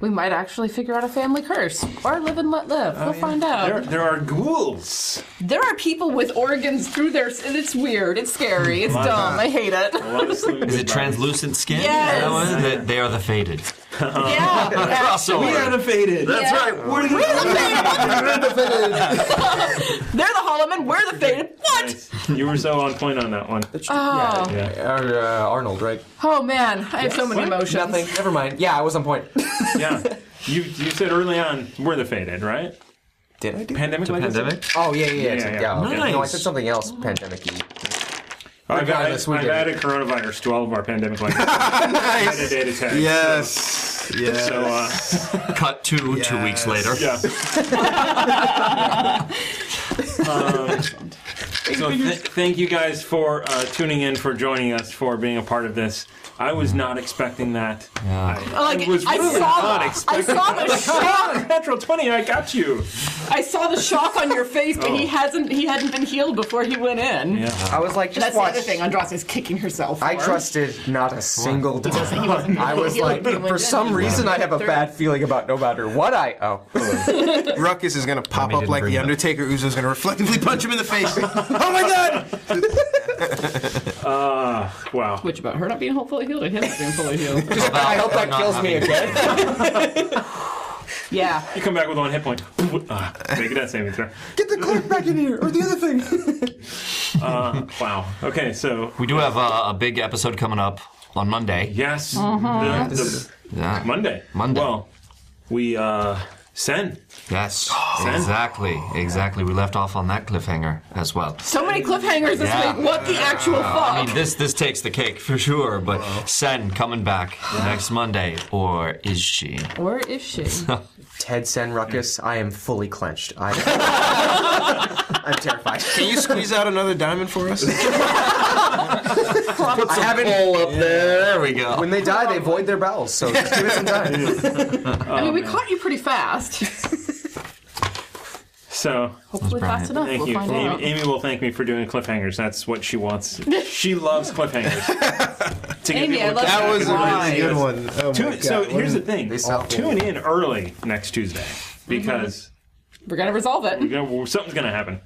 Speaker 6: We might actually figure out a family curse or live and let live. we'll find out.
Speaker 1: There, there are ghouls.
Speaker 6: There are people with organs through their. And it's weird. It's scary. It's
Speaker 10: Love
Speaker 6: dumb.
Speaker 10: that.
Speaker 6: I hate it.
Speaker 10: [LAUGHS] Is it translucent skin?
Speaker 6: Yes.
Speaker 10: That one? They, they are the faded.
Speaker 6: Yeah.
Speaker 10: Crossover.
Speaker 6: We are
Speaker 1: the faded.
Speaker 10: That's
Speaker 6: Yeah.
Speaker 10: right. We're
Speaker 6: We're the faded.
Speaker 10: the
Speaker 6: They're the Solomon. We're the fated. What?
Speaker 1: You were so on point on that one.
Speaker 6: Oh.
Speaker 1: yeah.
Speaker 16: uh, Arnold, right?
Speaker 6: Oh man, I have so many emotions.
Speaker 16: Nothing. Never mind. Yeah, I was on point.
Speaker 1: yeah. You you said early on we're the fated, right?
Speaker 16: Did I do
Speaker 1: pandemic? like I said?
Speaker 16: Oh yeah, yeah, yeah. yeah, okay. No, I
Speaker 1: Nice.
Speaker 16: said something else. Pandemic-y.
Speaker 1: I've, added-
Speaker 16: Regardless, we
Speaker 1: I've
Speaker 16: did it.
Speaker 1: added coronavirus to all of our
Speaker 16: [LAUGHS]
Speaker 1: pandemic like
Speaker 16: Nice.
Speaker 1: metadata tags.
Speaker 7: Yes.
Speaker 1: Yes. So, uh,
Speaker 10: Cut to two weeks later.
Speaker 16: [LAUGHS]
Speaker 1: Yeah. Um, so th- thank you guys for uh, tuning in, for joining us, for being a part of this. I was not expecting that. I,
Speaker 6: Oh, Like,
Speaker 1: I was
Speaker 6: I
Speaker 1: really
Speaker 6: saw-
Speaker 1: not
Speaker 6: I
Speaker 1: expecting
Speaker 6: saw
Speaker 1: that. [LAUGHS]
Speaker 6: the
Speaker 1: shock. Natural twenty, I got you.
Speaker 6: I saw the shock on your face, but he
Speaker 1: Oh.
Speaker 6: hasn't. He hadn't been healed before he went in.
Speaker 1: Yeah.
Speaker 16: I was like, just
Speaker 6: That's
Speaker 16: watch.
Speaker 6: the other thing. Andraste's kicking herself.
Speaker 16: I
Speaker 6: for.
Speaker 16: trusted not a single time. I was
Speaker 6: He
Speaker 16: like,
Speaker 6: wasn't- he
Speaker 16: for
Speaker 6: wasn't-
Speaker 16: some
Speaker 6: he
Speaker 16: reason, I
Speaker 6: wasn't
Speaker 16: have a
Speaker 6: third.
Speaker 16: bad feeling about no matter what I. Oh,
Speaker 7: Ruckus is gonna pop up like the Undertaker. Uzo's gonna reflectively punch him in the face. oh my god!
Speaker 1: Uh, wow.
Speaker 6: Which about her not being fully healed or him not being fully
Speaker 10: [LAUGHS]
Speaker 6: healed?
Speaker 16: I hope that kills me again.
Speaker 6: [LAUGHS] yeah.
Speaker 1: You come back with one hit [LAUGHS] point. Uh, make that saving throw.
Speaker 16: Get the clerk back in here, or the other thing.
Speaker 1: [LAUGHS] Uh, wow. Okay, so
Speaker 10: we do have uh, a big episode coming up on Monday.
Speaker 1: Yes.
Speaker 6: Uh-huh.
Speaker 10: Mhm.
Speaker 1: The- the-
Speaker 10: Yeah.
Speaker 1: Monday.
Speaker 10: Monday.
Speaker 1: Well, we uh, send.
Speaker 10: [GASPS] Yes.
Speaker 1: Send.
Speaker 10: Exactly. Exactly. We left off on that cliffhanger as well.
Speaker 6: So many cliffhangers this
Speaker 10: Yeah.
Speaker 6: week. What the actual fuck?
Speaker 10: I mean, this this takes the cake for sure. But Sen coming back next Monday, or is she?
Speaker 6: or is
Speaker 10: [LAUGHS]
Speaker 6: she?
Speaker 16: Ted Sen Ruckus, I am fully clenched.
Speaker 6: [LAUGHS]
Speaker 16: I, I'm terrified.
Speaker 36: Can you squeeze out another diamond
Speaker 16: [LAUGHS]
Speaker 36: for us?
Speaker 16: Put some
Speaker 10: hole up there. There we go.
Speaker 16: When they die, they void their bowels,
Speaker 6: [LAUGHS]
Speaker 16: so just give it some time.
Speaker 6: I mean, we
Speaker 10: Oh,
Speaker 6: caught you pretty fast.
Speaker 1: So
Speaker 6: Hopefully fast enough.
Speaker 1: Thank
Speaker 6: we'll
Speaker 1: you.
Speaker 6: find out.
Speaker 1: Amy, Amy will thank me for doing cliffhangers. That's what she
Speaker 6: [LAUGHS]
Speaker 1: wants. She loves cliffhangers. To get
Speaker 6: Amy,
Speaker 1: people
Speaker 6: I love
Speaker 1: to-
Speaker 6: That was a really good
Speaker 7: one. Oh my
Speaker 1: Tune- so
Speaker 7: God, what
Speaker 1: here's
Speaker 7: is-
Speaker 1: the thing:
Speaker 7: They sell-
Speaker 1: tune in early next Tuesday
Speaker 6: Mm-hmm.
Speaker 1: because
Speaker 6: We're gonna resolve it.
Speaker 1: we're gonna- something's going to happen.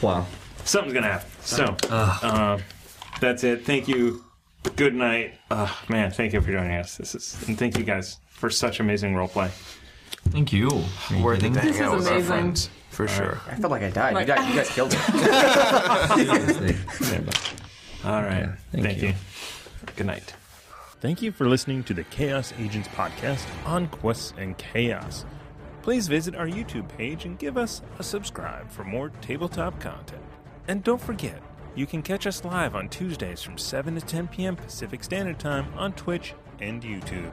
Speaker 10: Wow.
Speaker 1: Something's going to happen. So uh, that's it. Thank you. Good night, uh, man. Thank you for joining us. This is and thank you guys for such amazing role play.
Speaker 10: Thank you.
Speaker 1: Worthy to
Speaker 6: This is amazing.
Speaker 1: for sure.
Speaker 16: I felt like I died.
Speaker 6: Like-
Speaker 16: you, guys, you guys killed me.
Speaker 1: All right. thank you. Good night. Thank you for listening to the Chaos Agents podcast on Quests and Chaos. Please visit our YouTube page and give us a subscribe for more tabletop content. And don't forget, you can catch us live on Tuesdays from 7 to 10 p.m. Pacific Standard Time on Twitch and YouTube.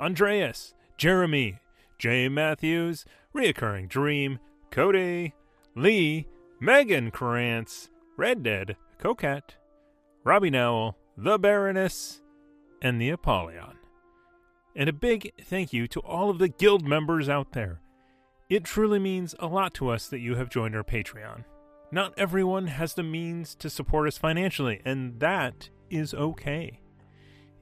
Speaker 1: Andreas, Jeremy, Jay Matthews, Reoccurring Dream, Cody, Lee, Megan Krantz, Red Dead, Coquette, Robbie Nowell, The Baroness, and the Apollyon. And a big thank you to all of the guild members out there. It truly means a lot to us that you have joined our Patreon. Not everyone has the means to support us financially, and that is okay.